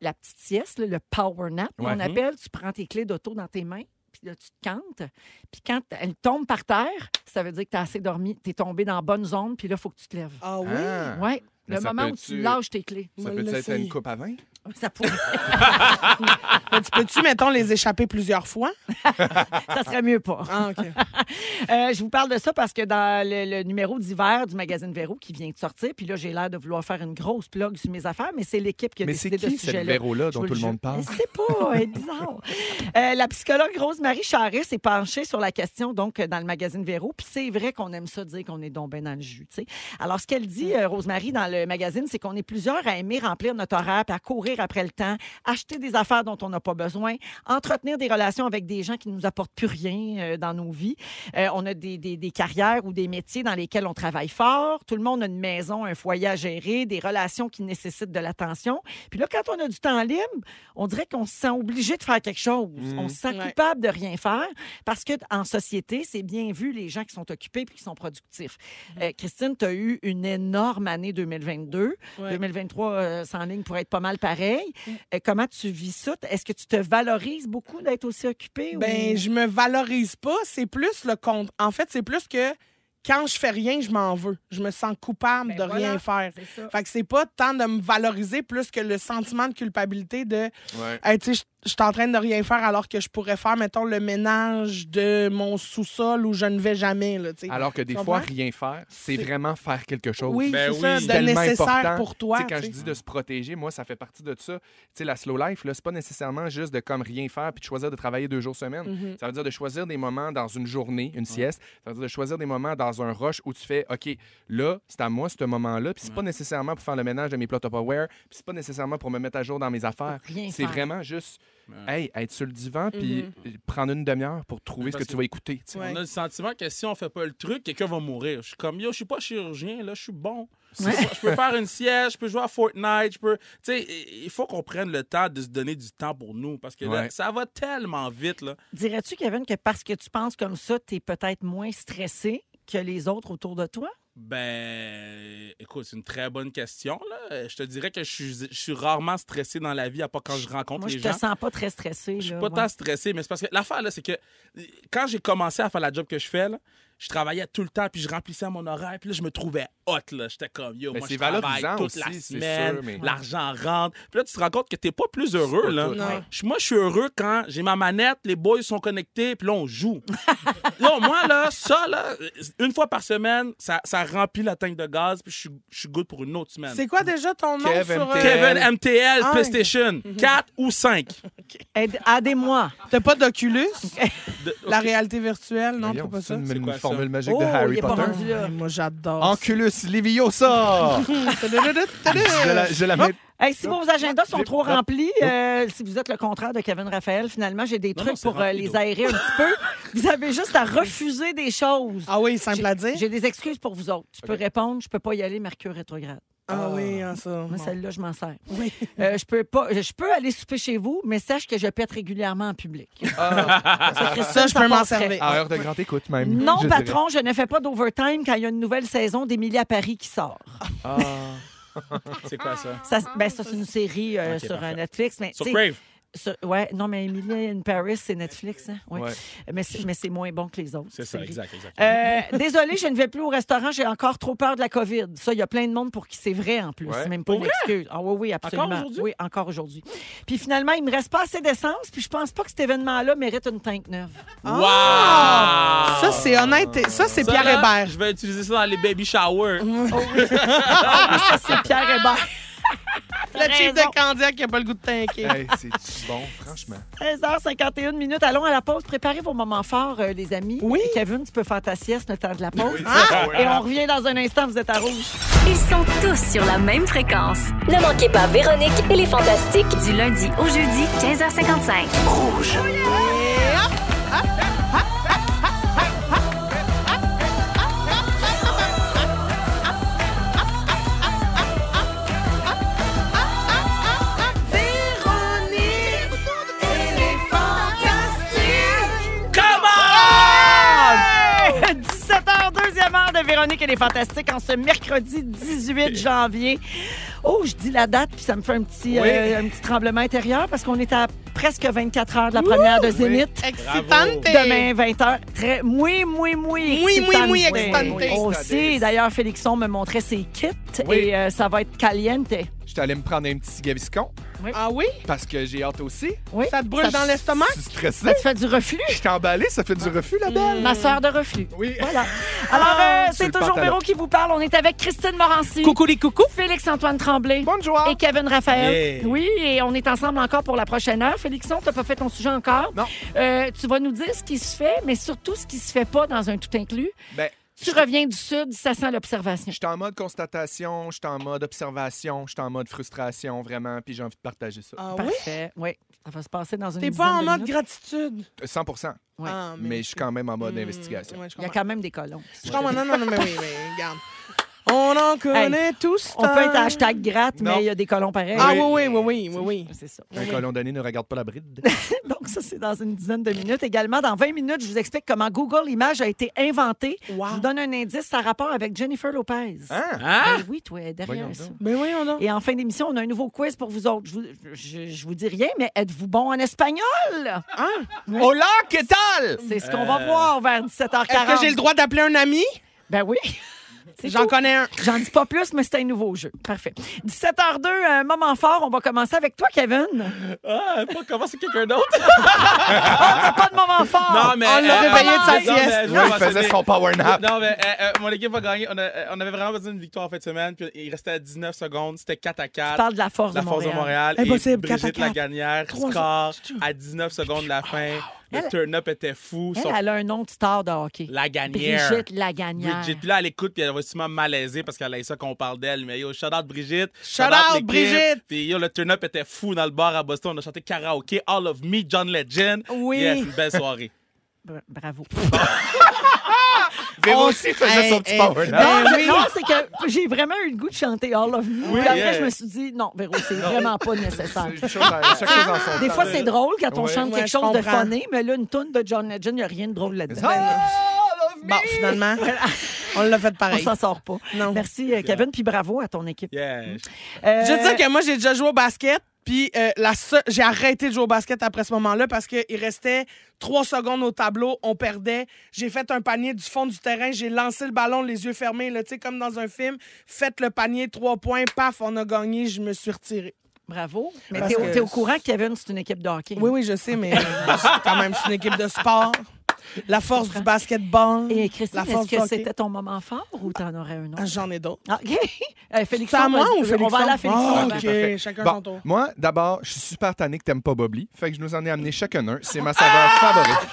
S2: La petite sieste, là, le power nap,
S3: Ouais.
S2: on appelle, tu prends tes clés d'auto dans tes mains, puis là, tu te cantes. Puis quand elle tombe par terre, ça veut dire que tu as assez dormi, tu es tombé dans la bonne zone, puis là, il faut que tu te lèves.
S4: Ah oui?
S3: Ah,
S2: Ouais,
S3: Mais
S2: le
S3: ça
S2: moment où
S3: peut-tu-
S2: tu lâches tes clés.
S3: Ça
S4: me
S3: peut être
S4: l'essayer.
S3: une coupe à 20?
S2: Ça pourrait-
S4: Tu peux-tu, mettons, les échapper plusieurs fois?
S2: ça serait mieux pas.
S4: Ah, OK.
S2: Euh, je vous parle de ça parce que dans le, le numéro d'hiver du magazine Véro qui vient de sortir, puis là, j'ai l'air de vouloir faire une grosse plug sur mes affaires, mais c'est l'équipe qui a
S3: Mais c'est
S2: décidé de
S3: qui,
S2: ce
S3: ce
S2: sujet-là.
S3: Véro-là,
S2: Je vous
S3: dont tout le
S2: jure.
S3: monde parle?
S2: Je sais pas, elle est bizarre. Euh, la psychologue Rosemary Charest s'est penchée sur la question, donc, dans le magazine Véro. Puis c'est vrai qu'on aime ça dire qu'on est donc ben dans le jus, tu sais. Alors, ce qu'elle dit, euh, Rosemary, dans le magazine, c'est qu'on est plusieurs à aimer remplir notre horaire, puis à courir après le temps, acheter des affaires dont on n'a pas besoin, entretenir des relations avec des gens qui ne nous apportent plus rien euh, dans nos vies. Euh, on a des, des- des carrières ou des métiers dans lesquels on travaille fort. Tout le monde a une maison, un foyer à gérer, des relations qui nécessitent de l'attention. Puis là, quand on a du temps libre, on dirait qu'on se sent obligé de faire quelque chose.
S5: Mmh.
S2: On se sent
S4: Ouais.
S2: coupable de rien faire parce que en société, c'est bien vu les gens qui sont occupés puis qui sont productifs.
S5: Mmh.
S2: Euh, Christine, tu as eu une énorme année 2022.
S4: Ouais.
S2: 2023 euh, sans ligne pour être pas mal pareil.
S5: Mmh.
S2: Euh, comment tu vis ça? Est-ce que tu te valorises beaucoup d'être aussi occupé?
S4: Ben, je me valorise pas. C'est plus le compte. En fait, c'est plus que quand je fais rien, je m'en veux. Je me sens coupable
S2: Ben
S4: de
S2: voilà,
S4: rien faire.
S2: c'est ça.
S4: Fait que c'est pas tant de me valoriser plus que le sentiment de culpabilité de
S3: Ouais.
S4: Hey, tu sais, je- je suis en train de rien faire alors que je pourrais faire, mettons, le ménage de mon sous-sol où je ne vais jamais. Là, tu sais.
S3: Alors que des
S4: Tu
S3: fois,
S4: comprends?
S3: rien faire, c'est
S4: C'est-
S3: vraiment faire quelque chose.
S4: Oui,
S5: Ben
S4: c'est
S5: oui.
S4: ça,
S3: C'est
S4: de
S3: tellement
S4: nécessaire
S3: important.
S4: pour toi.
S3: Tu sais, quand
S4: tu
S3: je dis de se protéger, moi, ça fait partie de ça. Tu sais, la slow life, là, c'est pas nécessairement juste de comme rien faire puis de choisir de travailler deux jours semaine.
S4: Mm-hmm.
S3: Ça veut dire de choisir des moments dans une journée, une sieste. Ça veut dire de choisir des moments dans un rush où tu fais, OK, là, c'est à moi ce moment-là. Puis c'est pas nécessairement pour faire le ménage de mes plats Tupperware. Puis c'est pas nécessairement pour me mettre à jour dans mes affaires.
S2: Rien
S3: C'est
S2: faire.
S3: vraiment juste, hey, être sur le divan puis prendre une demi-heure pour trouver ce que
S5: Parce
S3: tu
S5: que-
S3: vas écouter. tu sais.
S4: Mm-hmm. Ouais.
S5: On a le sentiment que si on fait pas le truc, quelqu'un va mourir. Je suis comme, yo, je suis pas chirurgien, là, je suis bon. C'est ça, Je peux faire une sieste, je peux jouer à Fortnite, je peux. Tu sais, il faut qu'on prenne le temps de se donner du temps pour nous parce que là,
S3: Ouais.
S5: ça va tellement vite, là.
S2: Dirais-tu, Kevin, que parce que tu penses comme ça, tu es peut-être moins stressé que les autres autour de toi?
S5: Ben, écoute, c'est une très bonne question, là. Je te dirais que je suis, je suis rarement stressé dans la vie, à part quand je rencontre
S2: Moi,
S5: les
S2: je te
S5: gens.
S2: sens pas très stressé.
S5: Je suis pas tant stressé, mais c'est parce que l'affaire, là, c'est que euh, quand j'ai commencé à faire la job que je fais, là, je travaillais tout le temps, puis je remplissais mon horaire, puis là, je me trouvais hot, là. J'étais comme, yo,
S3: Mais
S5: moi,
S3: c'est
S5: je travaille
S3: valorisant
S5: toute la
S3: aussi, c'est
S5: semaine,
S3: sûr, mais-
S5: l'argent rentre. Puis là, tu te rends compte que t'es pas plus heureux,
S3: pas
S5: là.
S3: tout, Non. ouais.
S5: Je- Moi, je suis heureux quand j'ai ma manette, les boys sont connectés, puis là, on joue. là, moi, là, ça, là, une fois par semaine, ça, ça remplit la tank de gaz, puis je suis- je suis good pour une autre semaine.
S4: C'est quoi déjà ton nom
S3: Kev
S4: sur... euh,
S3: MTL?
S5: Kevin MTL,
S4: Ah,
S5: PlayStation, 4 ou 5.
S2: Aide- Aidez-moi.
S4: T'as pas d'Oculus? La
S5: Ok.
S4: réalité virtuelle, non, t'as
S3: Voyons,
S4: pas
S3: c'est
S4: ça?
S3: une,
S5: C'est
S3: une
S5: quoi ça?
S3: formule magique
S2: Oh,
S3: de Harry
S2: il est pas
S3: Potter.
S2: rendu là.
S4: Ouais, moi, j'adore.
S3: Enculus Leviosa! je la, je la mets-
S2: Hey, si vos agendas sont
S3: j'ai-
S2: trop remplis, euh, si vous êtes le contraire de Kevin Raphaël, finalement, j'ai des
S5: Non,
S2: trucs
S5: non, c'est
S2: pour euh,
S5: rempli,
S2: les
S5: donc.
S2: aérer un petit peu. Vous avez juste à refuser des choses.
S4: Ah oui, simple à dire.
S2: J'ai des excuses pour vous autres. Tu peux répondre, je peux pas y aller, Mercure rétrograde.
S4: Ah oui, hein, ça.
S2: Moi,
S4: bon.
S2: celle-là, je m'en sers. Euh, je peux pas, je peux aller souper chez vous, mais sache que je pète régulièrement en public. Ça, Christine,
S4: Ça, je peux m'en
S2: passerait.
S4: servir.
S3: À heure de grande écoute, même.
S2: Non,
S3: je dirais.
S2: patron, je ne fais pas d'overtime quand il y a une nouvelle saison d'Émilie à Paris qui sort.
S5: C'est quoi ça?
S4: Ah,
S2: Ça, ben, ça, c'est une série euh,
S5: Ok,
S2: sur euh,
S5: parfait.
S2: Netflix. Mais,
S5: Sur
S2: tu sais,
S5: Crave.
S2: sur- ouais, non, mais Emily in Paris, c'est Netflix. Hein? Ouais.
S3: Ouais.
S2: Mais c'est mais c'est moins bon que les autres.
S5: C'est ça,
S2: séries.
S5: exact, exact.
S2: Euh, désolée, je ne vais plus au restaurant, j'ai encore trop peur de la COVID. Ça, il y a plein de monde pour qui c'est vrai en plus.
S3: Ouais.
S2: C'est Même pas une excuse. Ah oui, oui, absolument.
S5: Encore aujourd'hui?
S2: Oui, encore aujourd'hui. Puis finalement, il me reste pas assez d'essence, puis je pense pas que cet événement-là mérite une tank neuve.
S5: Wow!
S4: Ah! Ça, c'est honnête. et- Ça, c'est
S5: Ça,
S4: Pierre
S5: là,
S4: Hébert.
S5: Je vais utiliser ça dans les baby showers.
S2: Ça, Ah, c'est Pierre Hébert.
S4: Le chief
S2: raison.
S4: de Candiac qui a pas le goût de tanker.
S3: Hey, c'est bon, franchement.
S2: 13h51 minutes. Allons à la pause. Préparez vos moments forts, euh, les amis.
S4: Oui.
S2: Kevin, tu peux faire ta sieste le temps de la pause. hein? Et on revient dans un instant. Vous êtes à rouge.
S1: Ils sont tous sur la même fréquence.
S6: Ne manquez pas Véronique et les Fantastiques.
S1: Du lundi au jeudi, 15h55.
S2: Ah!
S5: Come
S2: 17h, deuxième heure de Véronique et les Fantastiques en ce mercredi 18 janvier. Oh, je dis la date, puis ça me fait un petit, euh, un petit tremblement intérieur parce qu'on est à presque 24 heures de la première de Zénith.
S4: Excitante.
S2: Demain, 20h. Très, oui, oui, oui.
S4: Oui, oui, oui,
S2: excitante.
S4: excitante.
S2: Aussi, d'ailleurs, Félixon me montrait ses kits
S3: Oui.
S2: et euh, ça va être caliente.
S3: J'étais allé me prendre un petit gaviscon
S4: Ah oui?
S3: parce que j'ai hâte aussi.
S2: Oui.
S4: Ça te brûle dans l'estomac?
S3: Je suis stressé.
S2: Ça te fait du reflux?
S3: Je suis emballé, ça fait du refus, la belle.
S2: Ma soeur de reflux.
S3: Oui.
S2: Voilà. Alors, euh,
S3: Sur
S2: c'est
S3: le
S2: toujours
S3: pantalon.
S2: Véro qui vous parle. On est avec Christine Morancy.
S4: Coucou les coucous.
S2: Félix-Antoine Tremblay.
S3: Bonjour.
S4: Ah.
S2: Et Kevin Raphaël.
S5: Yeah.
S2: Oui, et on est ensemble encore pour la prochaine heure. Félixon, t'as pas fait ton sujet encore.
S3: Non.
S2: Euh, tu vas nous dire ce qui se fait, mais surtout ce qui se fait pas dans un tout inclus.
S3: Ben,
S2: Tu reviens du Sud, ça sent l'observation.
S4: Ah
S3: J'étais en mode constatation, j'étais en mode observation, j'étais en mode frustration, vraiment, puis j'ai envie de partager ça.
S4: Ah oui?
S2: Parfait. Oui. Ça va se passer dans une
S4: T'es
S2: dizaine
S4: pas en
S2: de
S4: mode
S2: minutes.
S4: gratitude.
S3: 100
S2: Ouais.
S4: Ah, Hmm.
S3: mais je suis quand même en
S2: Mm.
S3: mode investigation.
S4: Ouais, je
S2: Il y a
S4: comprends.
S2: quand même des colons.
S4: Je comprends. Non, non, non, mais oui, mais regarde. On en connaît tous.
S2: On peut être hashtag gratte,
S3: Non.
S2: mais il y a des colons pareils.
S4: Ah oui, oui, oui, oui, oui, oui.
S2: C'est ça.
S3: Un colon donné ne regarde pas la bride.
S2: Donc, ça, c'est dans une dizaine de minutes. Également, dans 20 minutes, je vous explique comment Google Images a été inventé.
S4: Wow.
S2: Je vous donne un indice, ça a rapport avec Jennifer Lopez.
S3: Hein?
S5: on!
S2: Ben oui, toi, derrière
S3: Voyons
S2: ça.
S3: donc.
S4: Mais Ben oui, on a.
S2: Et en fin d'émission, on a un nouveau quiz pour vous autres. Je vous, je, je vous dis rien, mais êtes-vous bon en espagnol?
S3: Hola, que tal?
S5: Euh,
S2: C'est ce qu'on va voir vers 17h40.
S4: Est-ce que j'ai le droit d'appeler un ami?
S2: Ben oui. C'est
S4: J'en
S2: tout.
S4: connais un.
S2: J'en dis pas plus, mais c'est un nouveau jeu. Parfait. 17h02, euh, moment fort. On va commencer avec toi, Kevin.
S5: Ah, pas comment c'est quelqu'un d'autre?
S2: Ah, t'as pas de moment fort.
S4: on l'a réveillé de sa
S5: non, mais
S4: sieste.
S5: je vais
S3: Il
S5: mentionner-
S3: faisait son power nap.
S5: Non, mais euh, euh, mon équipe va gagner. On, a- euh, on avait vraiment besoin d'une victoire en fin de semaine. Puis il restait à 19 secondes. C'était 4 à 4.
S2: Tu parles de la force
S5: la
S2: de
S5: force
S2: Montréal.
S5: de Montréal.
S4: Impossible,
S5: et
S4: 4 à
S5: Brigitte
S4: 4.
S5: Laganière
S4: Trois-
S5: score à 19 secondes de la fin. Le turn-up était fou.
S2: Elle,
S5: Son-
S2: elle a un nom de star de hockey.
S5: Laganière.
S2: Brigitte Laganière.
S5: Brigitte. Puis là, elle écoute, puis elle va sûrement malaisée parce qu'elle a ça qu'on parle d'elle. Mais yo, shout out Brigitte.
S4: Shout-out
S5: l'équipe.
S4: Brigitte.
S5: Puis yo, le turn-up était fou dans le bar à Boston. On a chanté karaoké, All of Me, John Legend.
S2: Oui.
S5: Yes, une belle soirée.
S2: Bra- Bravo.
S4: Oh,
S3: Véro aussi faisait son petit power
S5: Euh,
S3: nap.
S2: non, je- non, c'est que j'ai vraiment eu le goût de chanter All of Me. Puis après,
S5: yeah.
S2: je me suis dit, non, Véro, c'est vraiment pas nécessaire.
S3: Chaque chose en- chaque chose en son
S2: Des
S3: temps.
S2: fois, c'est drôle quand on
S3: Ouais.
S2: chante
S4: Ouais,
S2: quelque
S4: je
S2: chose de
S4: comprends.
S2: funny, mais là, une toune de John Legend, il n'y a rien de drôle là-dedans.
S4: Ah! Bon, finalement, on l'a fait
S2: Ben, On
S4: pareil.
S2: s'en sort pas.
S4: Non.
S2: Merci, euh, Kevin, puis bravo à ton équipe.
S5: Yeah.
S2: Euh,
S4: Je veux dire que moi, j'ai déjà joué au basket. Puis euh, la se- j'ai arrêté de jouer au basket après ce moment-là parce qu'il restait trois secondes au tableau. On perdait. J'ai fait un panier du fond du terrain. J'ai lancé le ballon, les yeux fermés, là, tu sais, comme dans un film. Faites le panier, trois points, paf, on a gagné. Je me suis retirée.
S2: Bravo. Mais
S4: Parce
S2: t'es au-
S4: que-
S2: t'es au courant que Kevin, c'est une équipe de hockey.
S4: Oui, oui, je sais, mais euh, c'est quand même, c'est une équipe de sport. La force du basketball.
S2: Et Christine,
S4: la force
S2: est-ce
S4: du
S2: que
S4: hockey.
S2: c'était ton moment fort ou t'en aurais un
S4: Ah,
S2: autre?
S4: J'en ai d'autres.
S2: Ah, OK. Euh, Félix,
S4: C'est à moi
S2: vas-y,
S4: ou
S2: on va aller à ben, Félix.
S4: Félixon? Ah,
S2: avant.
S4: OK,
S3: Parfait.
S4: chacun
S3: Bon,
S4: son tour.
S3: Moi, d'abord, je suis super tanné que t'aimes pas Bob Lee. Fait que je nous en ai amené chacun un. C'est ma saveur favorite.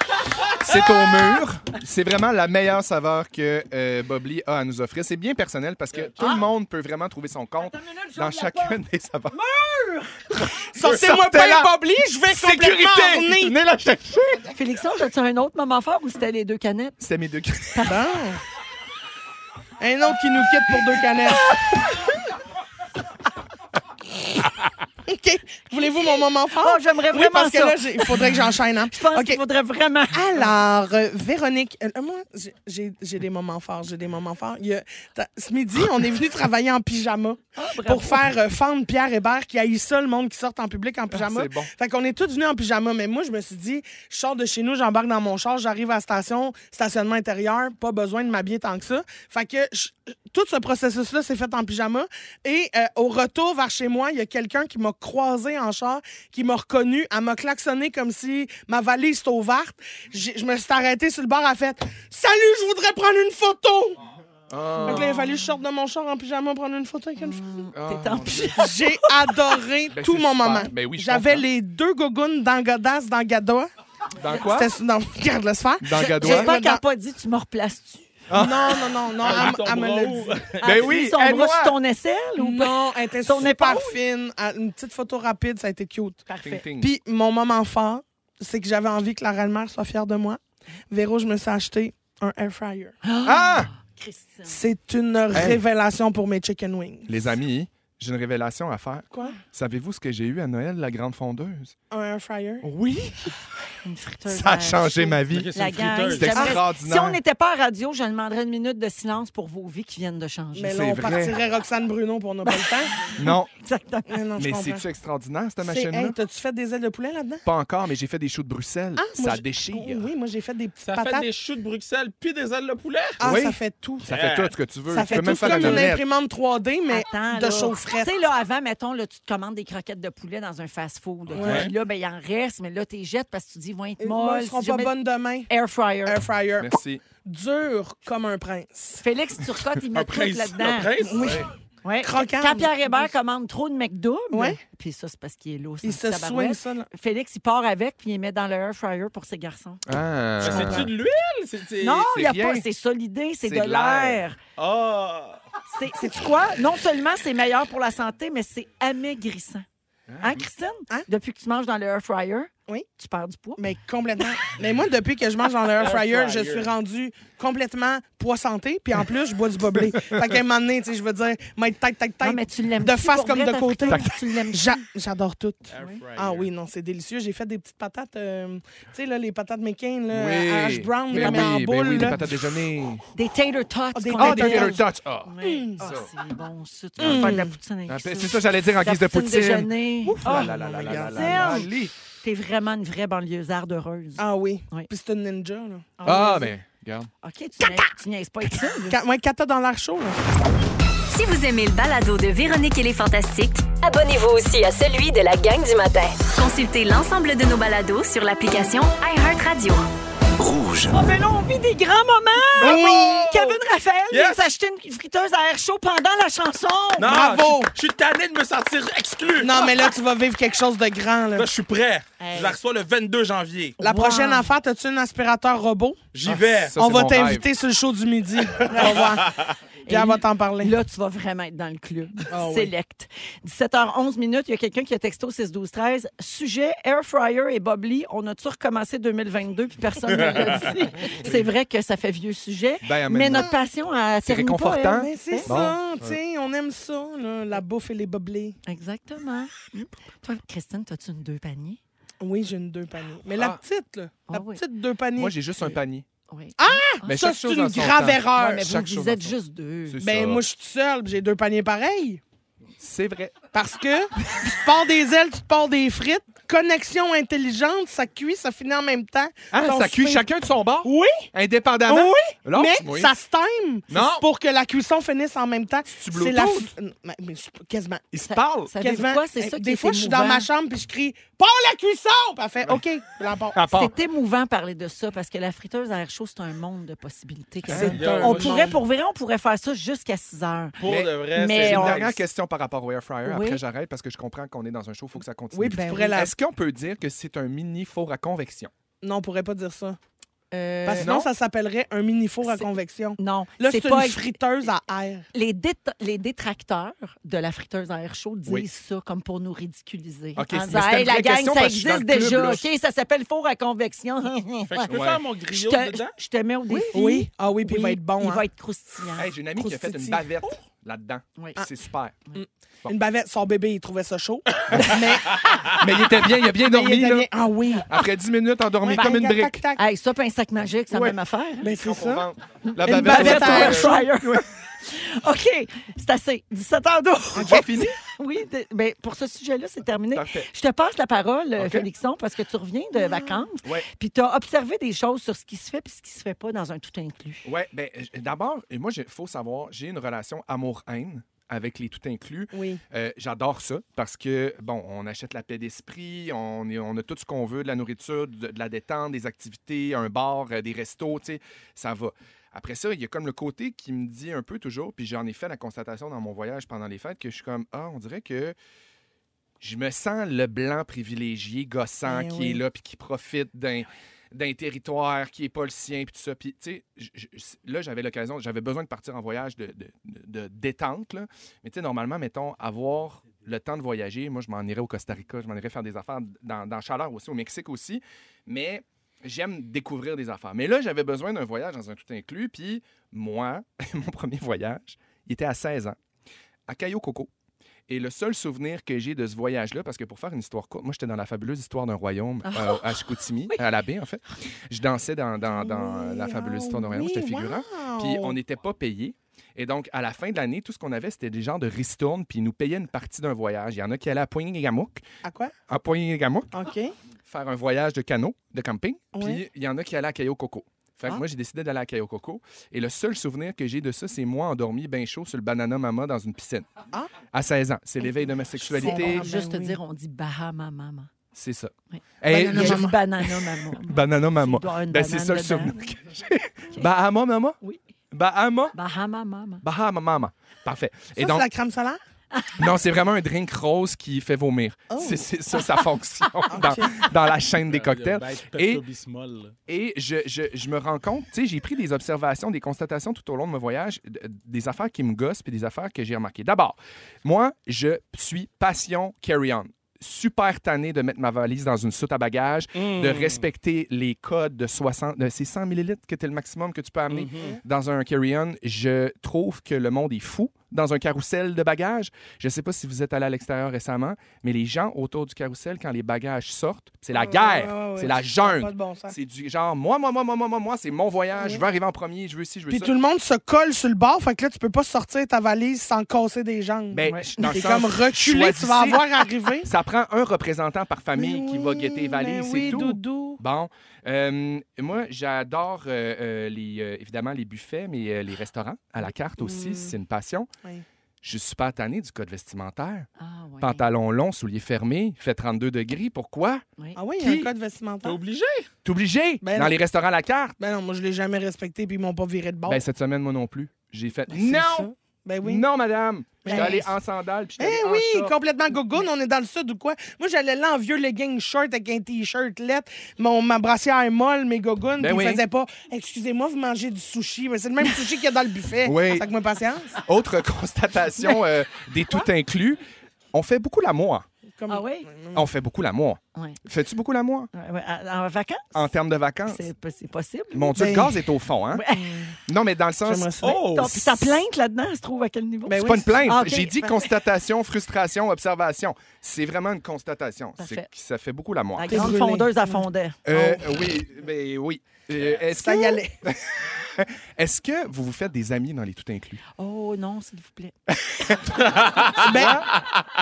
S3: C'est au mur. C'est vraiment la meilleure saveur que euh, Bob Lee a à nous offrir. C'est bien personnel parce que tout
S4: Ah!
S3: le monde peut vraiment trouver son compte dans chacune des saveurs.
S4: Sortez-moi pas les boblis, je vais complètement orner.
S3: Sécurité! Venez la chercher!
S2: Félixon, as-tu un autre moment fort ou c'était les deux canettes?
S3: C'était mes deux
S4: Ah! Un autre qui nous quitte pour deux canettes. OK. Voulez-vous mon moment fort?
S2: Oh, j'aimerais
S4: Ah, Oui,
S2: vraiment
S4: parce que
S2: ça.
S4: là, j'ai- il faudrait que j'enchaîne. Hein?
S2: Je pense
S4: OK.
S2: qu'il faudrait vraiment... Ah,
S4: Alors, euh, Véronique, euh, moi, j'ai- j'ai j'ai des moments forts, j'ai des moments forts. Il y a- t'as- ce midi, on est venu travailler en pyjama
S3: Ah,
S4: pour faire euh, fendre Pierre Hébert, qui a eu ça, le monde qui sort en public en pyjama.
S3: Ah, c'est bon.
S4: Fait qu'on est tous venus en pyjama, mais moi, je me suis dit, je sors de chez nous, j'embarque dans mon char, j'arrive à la station, stationnement intérieur, pas besoin de m'habiller tant que ça. Fait que je- tout ce processus-là s'est fait en pyjama. Et euh, au retour vers chez moi, il y a quelqu'un qui m'a croisé en char, qui m'a reconnu, elle m'a klaxonné comme si ma valise était ouverte. J'ai- Je me suis arrêtée sur le bord, elle a fait « Salut, je voudrais prendre une photo!
S3: Ah.
S4: Fait que là, il a fallu que je sorte de mon char en pyjama prendre une photo avec une femme.
S2: T'es en
S4: J'ai adoré
S3: Ah. Ben,
S4: tout
S3: c'est
S4: mon
S3: super.
S4: moment.
S3: Ben oui, je
S4: J'avais
S3: comprends.
S4: les deux gogoons dans Godas, dans Gadois.
S3: Dans quoi?
S4: C'était sous- dans Garde le sphère.
S3: Dans Gadois.
S2: J'espère
S4: Ouais.
S2: qu'elle n'a pas dit « tu me replaces-tu
S4: Non, non, non, non.
S5: Ah,
S4: elle,
S5: ton
S4: elle me
S5: bras
S4: l'a
S5: où?
S4: dit.
S2: Elle a
S3: Ben
S2: mis
S3: oui,
S2: son bras
S3: aide-moi.
S2: sur ton aisselle ou pas?
S4: Non, elle était
S2: Ton
S4: super
S2: épaule?
S4: fine. Elle- Une petite photo rapide, ça a été cute.
S3: Ting, ting.
S4: Puis mon moment fort, c'est que j'avais envie que Clara Almer soit fière de moi. Véro, je me suis acheté un air fryer.
S3: Ah!
S2: Christine.
S4: C'est une révélation pour mes chicken wings.
S3: Les amis, j'ai une révélation à faire.
S4: Quoi?
S3: Savez-vous ce que j'ai eu à Noël, la grande fondeuse?
S4: Un air fryer?
S3: Oui!
S2: Une friteuse
S3: Ça a
S2: à
S3: changé
S2: chaud.
S3: ma
S5: Ok,
S3: vie.
S5: c'est
S2: La
S5: une
S2: gang,
S5: friteuse.
S3: C'est
S2: j'aimerais- Si
S3: extraordinaire.
S2: on n'était pas à radio, je demanderais une minute de silence pour vos vies qui viennent de changer.
S4: Mais là,
S3: C'est
S4: on
S3: vrai.
S4: partirait Roxane Bruno pour n'a pas le temps.
S3: Non,
S2: Exactement.
S4: Mais non, je
S3: mais
S4: comprends.
S3: c'est-tu extraordinaire, cette
S4: C'est-
S3: machine-là?
S4: Hey, t'as-tu fait des ailes de poulet là-dedans?
S3: Pas encore, mais j'ai fait des choux de Bruxelles.
S4: Ah, moi,
S3: ça
S4: j'ai-
S3: déchire.
S4: Oh oui, moi j'ai fait des petites
S5: Ça fait
S4: patates.
S5: des choux de Bruxelles, puis des ailes de poulet.
S4: Ah,
S3: Oui.
S4: ça fait tout.
S3: Ça fait tout ce que tu veux.
S4: Ça
S3: tu
S4: fait
S3: peux
S4: tout
S3: même
S4: C'est
S3: faire
S4: comme
S3: une
S4: une
S3: omelette.
S4: imprimante 3D, mais
S2: Attends,
S4: de
S2: là.
S4: chaufferette.
S2: Tu sais, là, avant, mettons, là, tu te commandes des croquettes de poulet dans un fast-food. OK?
S5: Ouais.
S2: Puis Là, ben, il en reste, mais là, t'es jettes parce que tu dis, vont être
S4: Elles ne
S2: molles.
S4: seront
S2: si
S4: pas
S2: jamais-
S4: bonnes demain.
S2: Air fryer.
S4: Air fryer.
S3: Merci.
S4: Dur comme un prince.
S2: Félix Turcotte, il met
S5: Un
S2: tout
S5: prince. Un
S2: là-dedans.
S5: prince? Oui.
S2: Ouais.
S4: Croquant.
S2: Quand Pierre Hébert commande trop de McDouble,
S4: Ouais.
S2: puis ça, c'est parce qu'il est lourd.
S4: Il se soigne ça. là.
S2: Félix, il part avec, puis il les met dans le air fryer pour ses garçons.
S3: Ah.
S4: Euh,
S5: C'est-tu de l'huile? C'est- c'est-
S2: Non,
S3: c'est
S2: il n'y a
S3: rien.
S2: pas. C'est solidé, c'est
S3: C'est
S2: de
S3: de l'air.
S2: l'air.
S5: Ah!
S2: C'est- C'est-tu quoi? Non seulement c'est meilleur pour la santé, mais c'est amaigrissant. Hein, Christine?
S4: Hein?
S2: Depuis que tu manges dans le air fryer,
S4: Oui.
S2: tu perds du poids.
S4: Mais complètement. mais moi, depuis que je mange dans le air fryer,
S5: Air
S4: je
S5: fryer.
S4: suis rendue complètement poids santé. Puis en plus, je bois du boblé. fait qu'à un moment donné, tu sais, je veux dire, mettre tête, tête,
S2: Non,
S4: tête.
S2: mais tu l'aimes
S4: De face comme de côté.
S2: Tu l'aimes
S4: J'a- J'adore tout.
S5: Air fryer.
S4: Ah oui, non, c'est délicieux. J'ai fait des petites patates, euh, tu sais, là, les patates McCain, là,
S3: Oui.
S4: à hash euh, brown,
S3: Ben
S4: là, mais
S3: oui,
S4: en
S3: ben
S4: boule.
S3: oui, des
S4: là.
S3: patates déjeuner.
S2: Des tater tots.
S4: Ah, des tater
S2: qu'on
S3: Ah,
S2: appelle.
S3: des tater
S4: tots.
S3: tots. Ah.
S2: Ouais. Ah, c'est bon, ça. Tu vas faire de la poutine avec
S3: Ah,
S2: ça.
S3: ben, C'est ça, j'allais dire en
S2: La
S3: guise de
S2: poutine
S3: poutine.
S2: déjeuner.
S3: Ouf,
S2: Ah,
S3: là, là, là, là, là, là,
S2: Serge,
S3: là, là.
S2: T'es vraiment une vraie banlieusarde heureuse.
S4: Ah oui.
S2: Oui.
S4: Puis c'est une ninja, là.
S3: Ah, ben, Regarde.
S2: OK, tu niaises, tu niaises pas avec ça. là.
S4: Ca- ouais, cata dans l'air chaud. là.
S1: Si vous aimez le balado de Véronique et les Fantastiques,
S6: Abonnez-vous aussi à celui de la gang du matin.
S1: consultez l'ensemble de nos balados sur l'application iHeartRadio.
S2: Ah, mais là, on vit des grands moments!
S4: Ah oui!
S2: Kevin Raphaël vient
S5: Yes!
S2: s'acheter une friteuse à air chaud pendant la chanson!
S5: Non,
S4: Bravo!
S5: Je, je suis tanné de me sentir exclu.
S4: Non, mais là, tu vas vivre quelque chose de grand. Là.
S5: Là, je suis prêt.
S2: Hey.
S5: Je la reçois le 22 janvier.
S4: La
S2: Wow.
S4: prochaine affaire, as-tu un aspirateur robot?
S5: J'y vais.
S3: Ça,
S4: on
S3: c'est
S4: va
S3: mon
S4: t'inviter sur le show du midi. On va voir. Puis on va t'en parler.
S2: Là, tu vas vraiment être dans le club.
S4: Ah oui.
S2: Select. 17h11 minutes, il y a quelqu'un qui a texto 6 12 13 Sujet Air Fryer et Bob Lee. On a-tu recommencé 2022 puis personne ne l'a dit? C'est vrai que ça fait vieux sujet.
S3: Ben,
S2: mais
S3: maintenant.
S2: notre passion a
S3: C'est
S2: terminé pas,
S3: réconfortant.
S2: elle.
S4: Mais c'est
S3: Bon.
S4: ça, tu sais, on aime ça, là, la bouffe et les boblés.
S2: Exactement. Toi, Christine, as-tu une deux paniers?
S4: Oui, j'ai une deux paniers. Mais la
S3: Ah.
S4: petite, là,
S2: Ah
S4: la
S2: oui.
S4: petite deux paniers.
S3: Moi, j'ai juste un panier.
S2: Oui.
S3: Mais
S4: Ah, ça,
S3: chaque
S4: c'est
S3: chose
S4: une
S3: en son
S4: grave
S3: temps.
S4: erreur.
S2: mais vous,
S3: chaque chose
S2: vous
S3: en
S2: êtes
S3: son-
S2: juste deux.
S3: C'est
S4: Ben,
S3: ça.
S4: moi, je suis toute seule, puis j'ai deux paniers pareils.
S3: C'est vrai.
S4: Parce que tu te pars des ailes, tu te pars des frites. Connexion intelligente, ça cuit, ça finit en même temps.
S3: Hein,
S4: Ton
S3: ça cuit
S4: souper-
S3: chacun Ah de son bord,
S4: Oui,
S3: indépendamment.
S4: Oui,
S3: Là,
S4: mais
S3: oui.
S4: ça se time
S3: Non.
S4: pour que la cuisson finisse en même temps.
S3: Bluetooth?
S4: la f- Mais, mais c'est pas- quasiment.
S3: Ils se parlent.
S2: Ça veut
S4: Quasiment.
S2: quoi? C'est ça qui
S4: eh, Des
S2: est
S4: fois, je suis dans
S2: émouvant.
S4: ma chambre puis je crie Pas la cuisson! Puis elle fait OK, je l'emporte.
S3: À part.
S2: C'est émouvant parler de ça parce que la friteuse à air chaud, c'est un monde de possibilités. Kevin.
S4: C'est
S5: un
S2: on
S5: monde.
S2: pourrait, pour vrai, on pourrait faire ça jusqu'à 6 heures.
S5: Pour
S3: Mais-
S5: de
S2: mais
S5: vrai, c'est
S3: J'ai
S2: on-
S3: une dernière question par rapport au air fryer.
S2: Oui.
S3: Après, j'arrête parce que je comprends qu'on est dans un show, il faut que ça continue.
S4: Oui, puis
S2: Ben
S4: tu
S2: oui.
S4: pourrais la.
S3: Est-ce qu'on peut dire que c'est un mini four à convection?
S4: Non, on pourrait pas dire ça.
S2: Euh,
S4: Parce que sinon,
S3: non.
S4: ça s'appellerait un mini-four à
S2: C'est-
S4: convection.
S2: non,
S4: Là,
S2: c'est
S4: c'est
S2: pas
S4: une friteuse à air.
S2: les, dét- les détracteurs de la friteuse à air chaud disent
S3: Oui.
S2: ça comme pour nous ridiculiser.
S3: OK,
S2: En
S3: mais
S2: disant,
S3: c'était une
S2: Hey, la
S3: vraie
S2: gang,
S3: question
S2: ça
S3: parce que je suis dans
S2: existe
S3: le club,
S2: déjà.
S3: là.
S2: OK, ça s'appelle four à convection.
S5: Fait que je peux
S3: Ouais.
S5: faire mon
S2: Je
S5: griot
S2: te,
S5: dedans?
S2: je te mets au défi.
S4: Oui. Ah oui, puis il va
S2: Oui,
S4: être bon.
S2: Il
S4: hein.
S2: va être croustillant.
S3: Hey, J'ai une amie qui a fait une
S4: Croustille.
S3: bavette là-dedans.
S2: Oui.
S4: Ah.
S3: C'est super. bon.
S4: Une bavette, son bébé, il trouvait ça chaud.
S3: Mais il était bien, il a bien
S4: Ah. Mais
S3: dormi.
S4: il était
S3: là.
S4: bien- Ah oui.
S3: Après 10 minutes, endormi
S4: Ouais,
S3: comme
S4: bang,
S3: une
S4: tac,
S3: brique. Ah,
S4: tac, tac.
S2: Ah. Hey, ça, puis un sac magique, c'est la
S3: Ouais.
S2: même affaire.
S4: Ben, c'est ça.
S3: La
S4: Une
S3: bavette euh,
S4: bavette à
S3: à
S4: air
S3: fryer.
S2: OK, c'est assez. 17h12.
S3: J'ai fini.
S2: Oui, de- ben, pour ce sujet-là, c'est terminé.
S3: Parfait.
S2: Je te passe la parole, euh,
S3: OK.
S2: Félixon, parce que tu reviens de vacances.
S3: Ouais.
S2: Puis tu as observé des choses sur ce qui se fait et ce qui se fait pas dans un tout inclus.
S3: Oui, bien, ben, euh, d'abord, et moi, il faut savoir, j'ai une relation amour-haine avec les tout inclus.
S4: Oui.
S3: Euh, J'adore ça parce que, bon, on achète la paix d'esprit, on, est- on a tout ce qu'on veut, de la nourriture, de, de la détente, des activités, un bar, euh, des restos, tu sais, ça va. Après ça, il y a comme le côté qui me dit un peu toujours, puis j'en ai fait la constatation dans mon voyage pendant les fêtes, que je suis comme, ah, on dirait que je me sens le blanc privilégié, gossant,
S4: Eh
S3: qui
S4: oui.
S3: est là, puis qui profite d'un d'un territoire qui n'est pas le sien, puis tout ça. Puis, tu sais, je- je- là, j'avais l'occasion, j'avais besoin de partir en voyage de, de, de détente, là. Mais, tu sais, normalement, mettons, avoir le temps de voyager, moi, je m'en irais au Costa Rica, je m'en irais faire des affaires dans, dans Chaleur aussi, au Mexique aussi. Mais j'aime découvrir des affaires. Mais là, j'avais besoin d'un voyage dans un tout inclus, puis moi, mon premier voyage, il était à 16 ans, à Cayo Coco. Et le seul souvenir que j'ai de ce voyage-là, parce que pour faire une histoire courte, moi j'étais dans la fabuleuse histoire d'un royaume euh, à Chicoutimi, à la baie en fait. Je dansais dans, dans- dans la fabuleuse histoire d'un royaume, j'étais figurant. Puis
S4: Oh.
S3: on n'était pas payé. Et donc, à la fin de l'année, tout ce qu'on avait, c'était des gens de ristourne, puis ils nous payaient une partie d'un voyage. Il y en a qui allaient à Poigny-Gamouk,
S4: À quoi?
S3: à Poigny-Gamouk,
S4: OK.
S3: faire un voyage de canot, de camping.
S4: Ouais.
S3: Puis il y en a qui allaient à Cayo Coco. Fait que
S4: Ah.
S3: moi, j'ai décidé d'aller à Cayo Coco. Et le seul souvenir que j'ai de ça, c'est moi endormi bien chaud sur le banana mama dans une piscine.
S4: Ah.
S3: À 16 ans. C'est l'éveil de ma sexualité.
S4: Ah, ben
S2: Juste te
S4: oui.
S2: dire, on dit Bahama Maman.
S3: C'est ça.
S2: Oui.
S3: Hey,
S2: Il a
S4: Banana
S3: je-
S2: dit
S3: Banana
S2: Banana Maman.
S3: mama.
S2: Il doit y avoir une
S3: Ben, c'est ça
S2: banane
S3: le souvenir
S2: dedans.
S3: que j'ai. Bahama mama?
S2: Oui.
S3: Bahama?
S2: Bahama Maman.
S3: Bahama mama. Parfait.
S4: Ça, c'est la crème solaire?
S3: Non, c'est vraiment un drink rose qui fait vomir.
S4: Oh.
S3: C'est c'est ça sa fonction dans, dans la chaîne des
S5: Ah,
S3: cocktails. Et-
S5: Et...
S3: Et je, je- je me rends compte, tu sais, j'ai pris des observations, des constatations tout au long de mon voyage, d- des affaires qui me gossent puis des affaires que j'ai remarquées. D'abord, moi, je suis passion carry-on. Super tanné de mettre ma valise dans une soute à bagages, de
S4: Hmm.
S3: respecter les codes de 60, de ces
S4: Mhm.
S3: 100 millilitres que es le maximum que tu peux amener dans un carry-on. Je trouve que le monde est fou dans un carrousel de bagages. Je ne sais pas si vous êtes allé à l'extérieur récemment, mais les gens autour du carrousel, quand les bagages sortent, c'est la guerre,
S4: ouais, ouais, ouais.
S3: c'est la
S4: Pas
S3: jungle.
S4: de bon sens.
S3: C'est du genre, moi, moi, moi, moi, moi, moi, moi, c'est mon voyage, je veux arriver en premier, je veux ci, je veux
S4: Puis
S3: ça.
S4: tout le monde se colle sur le bord, fait que là, tu peux pas sortir ta valise sans casser des jambes.
S3: Ben,
S4: Ouais.
S3: je- dans le
S4: T'es
S3: sens,
S4: comme reculé, tu vas
S3: choisissez.
S4: avoir arrivé.
S3: Ça prend un représentant par famille
S4: Mais
S3: qui va
S4: Ben oui,
S3: guetter les valises,
S4: mais
S3: c'est
S4: oui,
S3: tout.
S4: doudou.
S3: Bon, euh, moi, j'adore euh, euh, les, euh, évidemment les buffets, mais euh, les restaurants à la carte aussi, c'est une passion.
S4: Mm. Oui.
S3: Je suis super tanné du code vestimentaire.
S2: Ah, ouais.
S3: Pantalon long, souliers fermés, fait 32 degrés. Pourquoi?
S4: Ah oui, il y a
S3: Qui-
S4: un code vestimentaire.
S5: obligé.
S3: T'es obligé
S4: Ben
S3: dans
S4: non.
S3: les restaurants à la carte.
S4: Ben non, moi, je l'ai jamais respecté, puis ils m'ont pas viré de bord.
S3: Ben, cette semaine, moi non plus. J'ai fait
S4: Ben, c'est ça.
S3: Non!
S4: Ben oui.
S3: Non, madame! J'étais
S4: Ben,
S3: allé
S4: c'est-
S3: en sandales puis
S4: Eh
S3: j'étais allé en
S4: oui,
S3: short.
S4: complètement gogoon, on est dans le sud ou quoi. Moi, j'allais là en vieux legging short avec un t-shirt lettre, mon, ma brassière est molle, mes gogoons,
S3: Ben
S4: puis
S3: oui.
S4: ils faisaient pas « Excusez-moi, vous mangez du sushi. » Mais c'est le même sushi qu'il y a dans le buffet.
S3: Oui.
S4: Fait que moi, patience.
S3: Autre constatation euh, des tout inclus, on fait beaucoup l'amour.
S4: Comme-
S2: Ah oui?
S4: Mm.
S3: On fait beaucoup l'amour.
S2: Ouais.
S3: Fais-tu beaucoup l'amour
S2: Ouais, ouais, à- En vacances?
S3: en termes de vacances?
S2: C'est c'est possible.
S3: Mon Dieu, le
S4: Ben-
S3: gaz est au fond, hein? Non, mais dans le sens.
S4: J'aimerais
S3: C'est
S4: ça.
S5: Oh!
S2: Ton- Puis ta plainte là-dedans, elle se trouve à quel niveau?
S4: Ben oui.
S3: pas une plainte.
S2: Ah, ok.
S3: J'ai dit constatation, frustration, observation. C'est vraiment une constatation.
S2: Parfait.
S3: C'est- Ça fait beaucoup l'amour.
S2: La
S4: T'es
S2: grande
S4: brûlée.
S2: fondeuse à fondait.
S3: Euh, Oui, mais oui. Euh, Est-ce
S4: Oh. Ça y
S3: que,
S4: allait.
S3: est-ce que vous vous faites des amis dans les tout inclus?
S2: Oh non, s'il vous plaît.
S4: ben,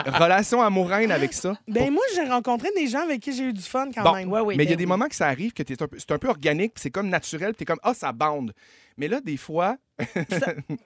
S3: Relation amoureuse avec ça?
S4: ben moi, j'ai rencontré des gens avec qui j'ai eu du fun quand
S3: Bon,
S4: même.
S2: Ouais, oui,
S3: mais il y a
S2: ben
S3: des
S2: oui.
S3: moments que ça arrive que t'es un peu- c'est un peu organique, puis c'est comme naturel, tu es comme, ah, ça bande. Mais là, des fois,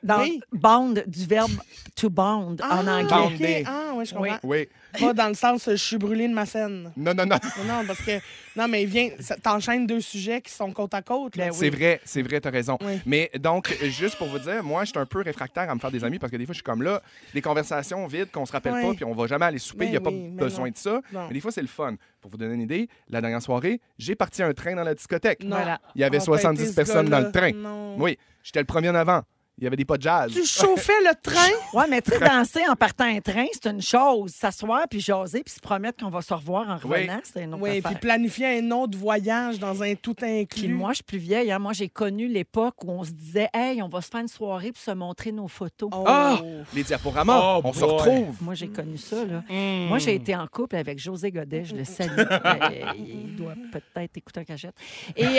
S2: Dans
S4: Oui.
S2: bound, du verbe to bound
S4: Ah,
S2: en anglais.
S4: ok.
S3: Bandé.
S4: Ah, oui, je comprends.
S3: oui,
S4: Pas dans le sens, je suis brûlé de ma scène.
S3: non, non, non.
S4: Mais Non, parce que. Non, mais viens, ça- t'enchaînes deux sujets qui sont côte à côte. Là.
S3: Ben C'est vrai, c'est vrai, t'as raison.
S4: Oui.
S3: Mais donc, euh, juste pour vous dire, moi, je suis un peu réfractaire à me faire des amis parce que des fois, je suis comme là, des conversations vides qu'on se rappelle
S4: Oui.
S3: pas, puis on va jamais aller souper,
S4: Ben
S3: il n'y a pas
S4: oui, mais
S3: besoin
S4: non.
S3: de ça.
S4: Non.
S3: Mais des fois, c'est le fun. Pour vous donner une idée, la dernière soirée, j'ai parti un train dans la discothèque.
S4: Non.
S2: Voilà.
S3: Il y avait
S4: On va
S3: 70
S4: péter ce
S3: personnes dans
S4: gars-là.
S3: le train.
S4: Non.
S3: Oui, j'étais le premier en avant. Il y avait des pas de jazz.
S4: Tu chauffais le train?
S2: Ouais, mais tu sais, danser en partant un train, c'est une chose. S'asseoir, puis jaser, puis se promettre qu'on va se revoir en
S3: Oui.
S2: revenant, c'est une autre
S4: Oui,
S2: affaire.
S4: puis planifier un autre voyage dans un tout
S2: Puis
S4: inclus.
S2: moi, je suis plus vieille. hein. Moi, j'ai connu l'époque où on se disait, hey, on va se faire une soirée pour se montrer nos photos.
S4: Oh.
S3: Ah! Les diaporamas,
S5: Oh
S3: on se
S5: boy.
S3: retrouve.
S2: Moi, j'ai connu ça. Là.
S3: Mm.
S2: Moi, j'ai été en couple avec José Godet, je le salue. Euh, il doit peut-être écouter un cachette. Et, euh,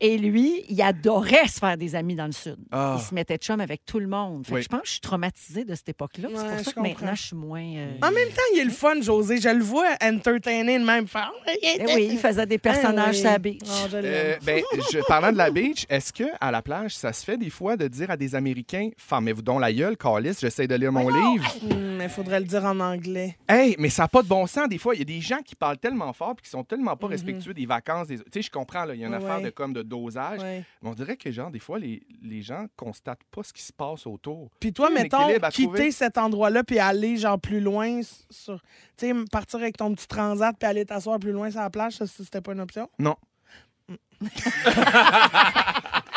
S2: et, et lui, il adorait se faire des amis dans le Sud.
S3: Ah.
S2: Il se mettait de chum avec tout le monde. Fait que
S3: Oui.
S2: je pense que je suis traumatisée de cette époque-là. C'est
S4: Ouais,
S2: pour
S4: je
S2: ça que maintenant,
S4: comprends.
S2: je suis moins. euh,
S3: Ah,
S4: En même temps, il est le fun, José. Je le vois entertainer de même. Faire...
S2: Eh oui, il faisait des
S4: Eh
S2: personnages
S4: oui.
S2: sur la beach.
S4: Oh, je
S3: Euh,
S4: l'aime.
S3: ben, je- parlant de la beach, est-ce que à la plage, ça se fait des fois de dire à des Américains, fermez-vous donc la gueule, Carlis, j'essaie de lire mon livre.
S4: Hmm, mais il faudrait le dire en anglais.
S3: Hey, mais ça n'a pas de bon sens. Des fois, il y a des gens qui parlent tellement fort puis qui sont tellement pas respectueux des vacances. Des... Tu sais, je comprends, là, il y a une
S4: Mhm. Ouais.
S3: affaire de comme de dosage.
S4: Ouais.
S3: Mais on dirait que, genre, des fois, les, les gens constatent pas ce qui se passe autour.
S4: Puis toi,
S3: Un
S4: mettons,
S3: équilibre à
S4: quitter
S3: trouver.
S4: cet endroit-là puis aller genre plus loin. s- Sur... Tu sais, partir avec ton petit transat puis aller t'asseoir plus loin sur la plage, ça, c'était pas une option?
S3: Non.
S4: Mm.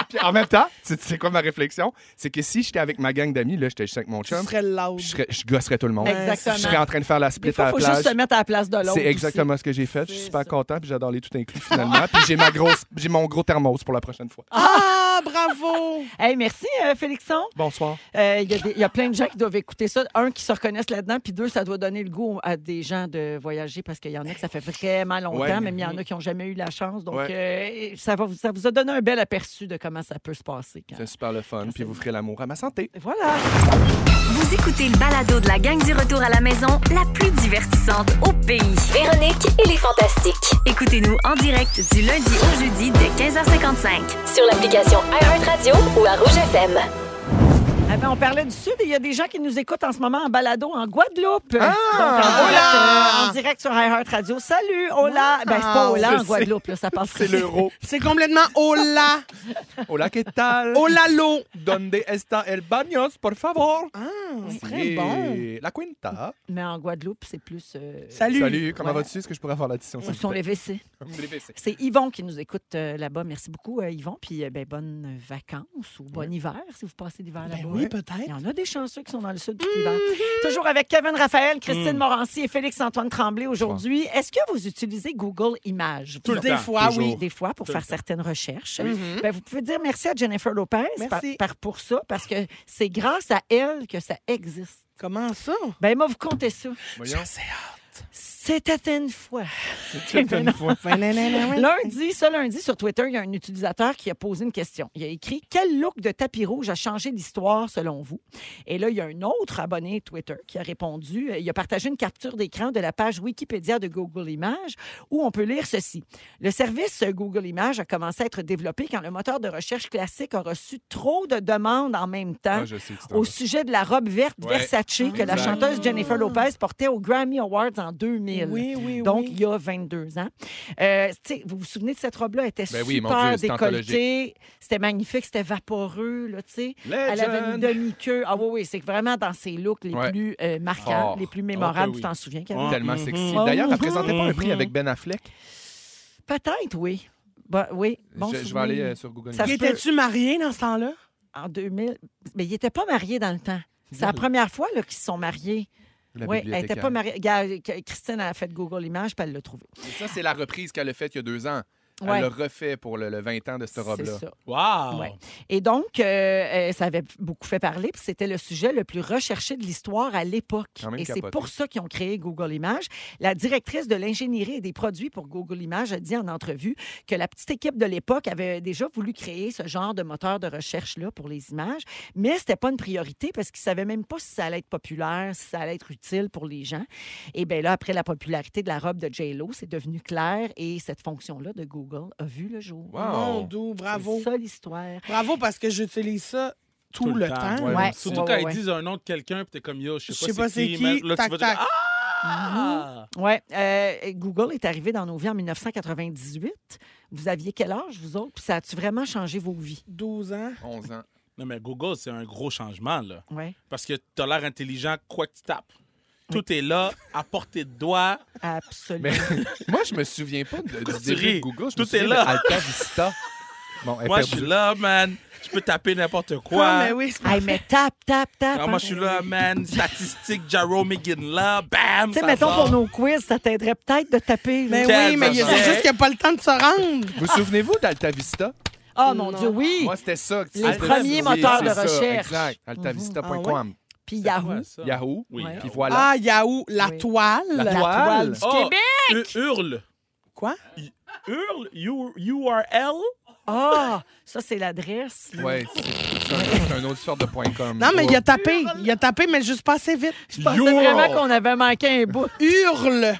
S3: Puis en même temps, tu tu sais quoi ma réflexion? C'est que si j'étais avec ma gang d'amis, là, j'étais juste avec mon
S4: Tu
S3: chum,
S4: serais loud.
S3: je, serais- je gosserais tout le monde.
S2: Exactement.
S3: Je serais en train de faire la
S2: Des
S3: split
S2: fois,
S3: à
S2: il
S3: la
S2: faut juste se
S3: plage.
S2: mettre à la place de l'autre.
S3: C'est
S2: aussi.
S3: exactement ce que j'ai fait. Je suis
S2: C'est
S3: super
S2: ça.
S3: content, puis j'adore les tout inclus finalement. puis j'ai ma grosse, j'ai mon gros thermos pour la prochaine fois.
S4: Ah, bravo!
S2: Hey, merci, euh, Félixon.
S3: Bonsoir.
S2: Euh, Il y, a des- il y a plein de gens qui doivent écouter ça. Un, qui se reconnaissent là-dedans, puis deux, ça doit donner le goût à des gens de voyager parce qu'il y en a que ça fait vraiment longtemps,
S3: Ouais. Mm-hmm.
S2: même il y en a qui n'ont jamais eu la chance. Donc,
S3: Ouais.
S2: euh, ça, va, vous- ça vous a donné un bel aperçu de comment ça peut se passer. quand-
S3: C'est super le fun, puis vous ferez l'amour à ma santé.
S2: Voilà.
S1: Vous écoutez le balado de la gang du retour à la maison, la plus divertissante au pays.
S6: Véronique et les Fantastiques.
S1: Écoutez-nous en direct du lundi au jeudi dès 15h55.
S6: Sur l'application iHeartRadio ou à Rouge FM.
S2: Ah ben, on parlait du Sud et il y a des gens qui nous écoutent en ce moment en balado en Guadeloupe. Donc, en,
S3: Ah! hola! Ah!
S2: direct, euh, en direct sur iHeartRadio. Salut, hola! Ben, c'est pas hola en Guadeloupe, là, ça passe.
S3: C'est l'euro.
S4: C'est complètement hola,
S3: Hola, ¿qué tal?
S4: hola l'eau.
S3: Donde está el baños, por favor?
S2: Ah,
S4: Très
S3: Et
S4: bon.
S3: La cuenta.
S2: Mais en Guadeloupe, c'est plus... euh,
S4: Salut.
S3: comment
S2: Ouais.
S3: vas-tu? Est-ce que je pourrais avoir l'addition?
S2: Ce sont les WC.
S3: VC.
S2: C'est Yvon qui nous écoute euh, là-bas. Merci beaucoup, euh, Yvon. Puis, euh, ben, bonnes vacances ou bon hiver si vous passez l'hiver là-bas.
S4: oui, Oui, peut-être.
S2: Il y en a des chanceux qui sont dans le sud
S5: Mhm.
S2: du l'hiver. Toujours avec Kevin Raphaël, Christine Morancy et Félix-Antoine Tremblay aujourd'hui. Est-ce que vous utilisez Google Images? vous
S5: Tout le
S2: autres?
S4: Des
S5: temps,
S4: fois,
S5: toujours.
S4: oui.
S2: Des fois, pour
S5: Tout
S2: faire
S5: le temps. Mhm.
S2: certaines recherches. Ben, vous pouvez dire merci à Jennifer Lopez par-
S4: Merci.
S2: par- pour ça, parce que c'est grâce à elle que ça existe.
S4: Comment ça?
S2: Ben, moi, vous comptez ça.
S3: Voyons.
S2: C'était une fois.
S3: C'est une fois.
S4: Ben, nan, nan, nan, nan.
S2: Lundi, ce lundi, sur Twitter, il y a un utilisateur qui a posé une question. Il a écrit Quel look de tapis rouge a changé l'histoire selon vous Et là, il y a un autre abonné Twitter qui a répondu euh, Il a partagé une capture d'écran de la page Wikipédia de Google Images où on peut lire ceci Le service Google Images a commencé à être développé quand le moteur de recherche classique a reçu trop de demandes en même temps.
S3: Ah, je sais où tu t'en
S2: au
S3: vas.
S2: sujet de la robe verte
S3: Ouais,
S2: Versace que la
S3: exact.
S2: chanteuse Jennifer Lopez portait aux Grammy Awards en 2000.
S4: Oui, oui,
S2: Donc,
S4: oui.
S2: il y a 22 ans. Euh, tu sais, vous vous souvenez de cette robe-là? Elle était
S3: Ben oui, mon
S2: super
S3: Dieu, c'était
S2: décolletée. C'était magnifique, c'était vaporeux, là, tu sais. Elle
S5: Legend.
S2: avait une demi-queue. Ah oui, oui, c'est vraiment dans ses looks les
S3: Ouais.
S2: plus euh, marquants,
S3: Fort.
S2: les plus mémorables.
S5: oui.
S2: Tu t'en souviens, Kevin?
S5: Ouais.
S3: Tellement
S5: Mhm.
S3: sexy.
S2: Oh,
S3: mm-hmm. D'ailleurs,
S2: mhm.
S3: elle présentait pas un prix avec Ben Affleck.
S2: Peut-être, oui. Bah, oui, bon
S3: je, je vais
S2: souvenir.
S3: aller euh, sur Google.
S2: Ça
S3: Images.
S2: se peut.
S4: Étais-tu marié dans ce temps-là?
S2: En 2000. Mais ils n'étaient pas mariés dans le temps. C'est la première fois là, qu'ils se sont mariés.
S3: La
S2: oui, elle n'était
S3: bibliothécaire.
S2: pas mariée. Regarde, Christine a fait Google Images, puis elle l'a trouvé.
S3: Et ça, c'est la reprise qu'elle a faite il y a deux ans. Elle
S2: Ouais.
S3: l'a refait pour le, le 20 ans de cette
S2: C'est
S3: robe-là.
S2: ça.
S5: Wow!
S2: Ouais. Et donc, euh, euh, ça avait beaucoup fait parler, puis c'était le sujet le plus recherché de l'histoire à l'époque.
S3: Quand même
S2: Et c'est
S3: capoté.
S2: pour ça qu'ils ont créé Google Images. La directrice de l'ingénierie et des produits pour Google Images a dit en entrevue que la petite équipe de l'époque avait déjà voulu créer ce genre de moteur de recherche-là pour les images, mais c'était pas une priorité parce qu'ils savaient même pas si ça allait être populaire, si ça allait être utile pour les gens. Et bien là, après la popularité de la robe de J-Lo, c'est devenu clair et cette fonction-là de Google a vu le jour.
S3: Wow.
S4: Mon doux, bravo.
S2: Oh. C'est ça l'histoire.
S4: Bravo parce que j'utilise ça tout, le temps.
S3: Ouais,
S2: Ouais.
S5: Surtout
S2: Ouais,
S5: quand
S2: ouais,
S5: ils
S2: ouais.
S5: disent un nom de quelqu'un, puis t'es comme yo, je
S4: Je sais pas c'est qui.
S5: mais là,
S4: tac,
S5: tu vas
S4: tac.
S5: dire ah!
S2: Oui. euh, Google est arrivé dans nos vies en 1998. Vous aviez quel âge, vous autres? Puis ça a-tu vraiment changé vos vies?
S4: 12 ans.
S3: 11 ans.
S5: Non, mais Google, c'est un gros changement, là.
S2: Oui.
S5: Parce que t'as l'air intelligent, quoi que tu tapes. Tout est là, à portée de doigt.
S2: Absolument.
S3: Mais moi, je me souviens pas de,
S5: Pourquoi
S3: du
S5: tu
S3: début de
S5: ris?
S3: Google. Je me
S5: Tout est
S3: souviens de
S5: là.
S3: Alta Vista. Bon, elle
S5: Moi,
S3: perd
S5: je suis
S3: du-
S5: là, man. Je peux taper n'importe
S4: Ah,
S5: quoi.
S4: mais oui, c'est
S2: Hey, mais tape, tape, tape.
S5: Alors,
S2: hein.
S5: Ah, moi, je suis là, man. Statistiques, Jarome McGinn là. Bam!
S2: Tu sais,
S5: ça
S2: mettons
S5: sort.
S2: pour nos quiz, ça t'aiderait peut-être de taper.
S4: Mais
S2: là.
S4: oui, mais il y a-
S5: Quel
S4: c'est juste
S5: sujet.
S4: qu'il n'y a pas le temps de se rendre.
S3: Vous souvenez-vous d'Alta Vista?
S2: Ah, mon Dieu, oui.
S3: Moi, c'était ça. que tu
S2: Les
S3: faisais. Oui,
S2: premiers moteurs
S3: c'est
S2: de
S3: ça,
S2: recherche.
S3: Exact.
S4: Mhm.
S3: AltaVista.com,
S2: Puis
S5: C'est
S2: Yahoo.
S5: quoi, ça?
S3: Yahoo.
S5: Oui.
S3: Puis voilà.
S4: Ah, Yahoo, la
S2: Oui.
S4: toile.
S3: la
S2: la
S3: toile.
S2: toile.
S3: Oh,
S5: Oh, hu- Hurle.
S4: Quoi?
S5: Hurle? U- URL?
S2: Ah, ça, c'est l'adresse. là.
S3: Ouais, c'est c'est un, c'est un autre sorte de point .com.
S4: Non, mais il a
S3: Ouais.
S4: tapé. Il a tapé, mais juste pas assez vite.
S2: Je pensais vraiment qu'on avait manqué un bout.
S4: Hurle.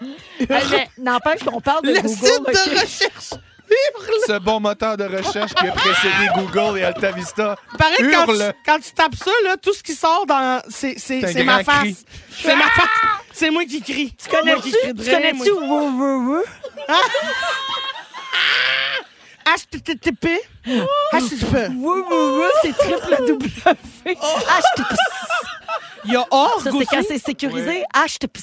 S2: Hey, mais N'empêche qu'on parle de
S4: Le site
S2: Google. OK?
S4: de recherche. Hurle.
S3: Ce bon moteur de recherche qui a précédé Google et Alta Vista.
S4: Pareil, quand tu,
S3: Hurle.
S4: quand tu tapes ça, là, tout ce qui sort, dans, c'est, c'est,
S3: C'est un
S4: c'est ma
S3: grand cri.
S4: face. C'est ma face. C'est moi qui crie.
S2: Ah! Tu connais-tu tu connais-tu Wou, Wou, Wou?
S4: HTTP.
S2: Ah!
S4: HTTP.
S2: Wou, Wou, Wou, c'est triple W. HTTP.
S4: Il y a org
S2: Ça, c'est
S4: aussi.
S2: quand c'est sécurisé. HTTP.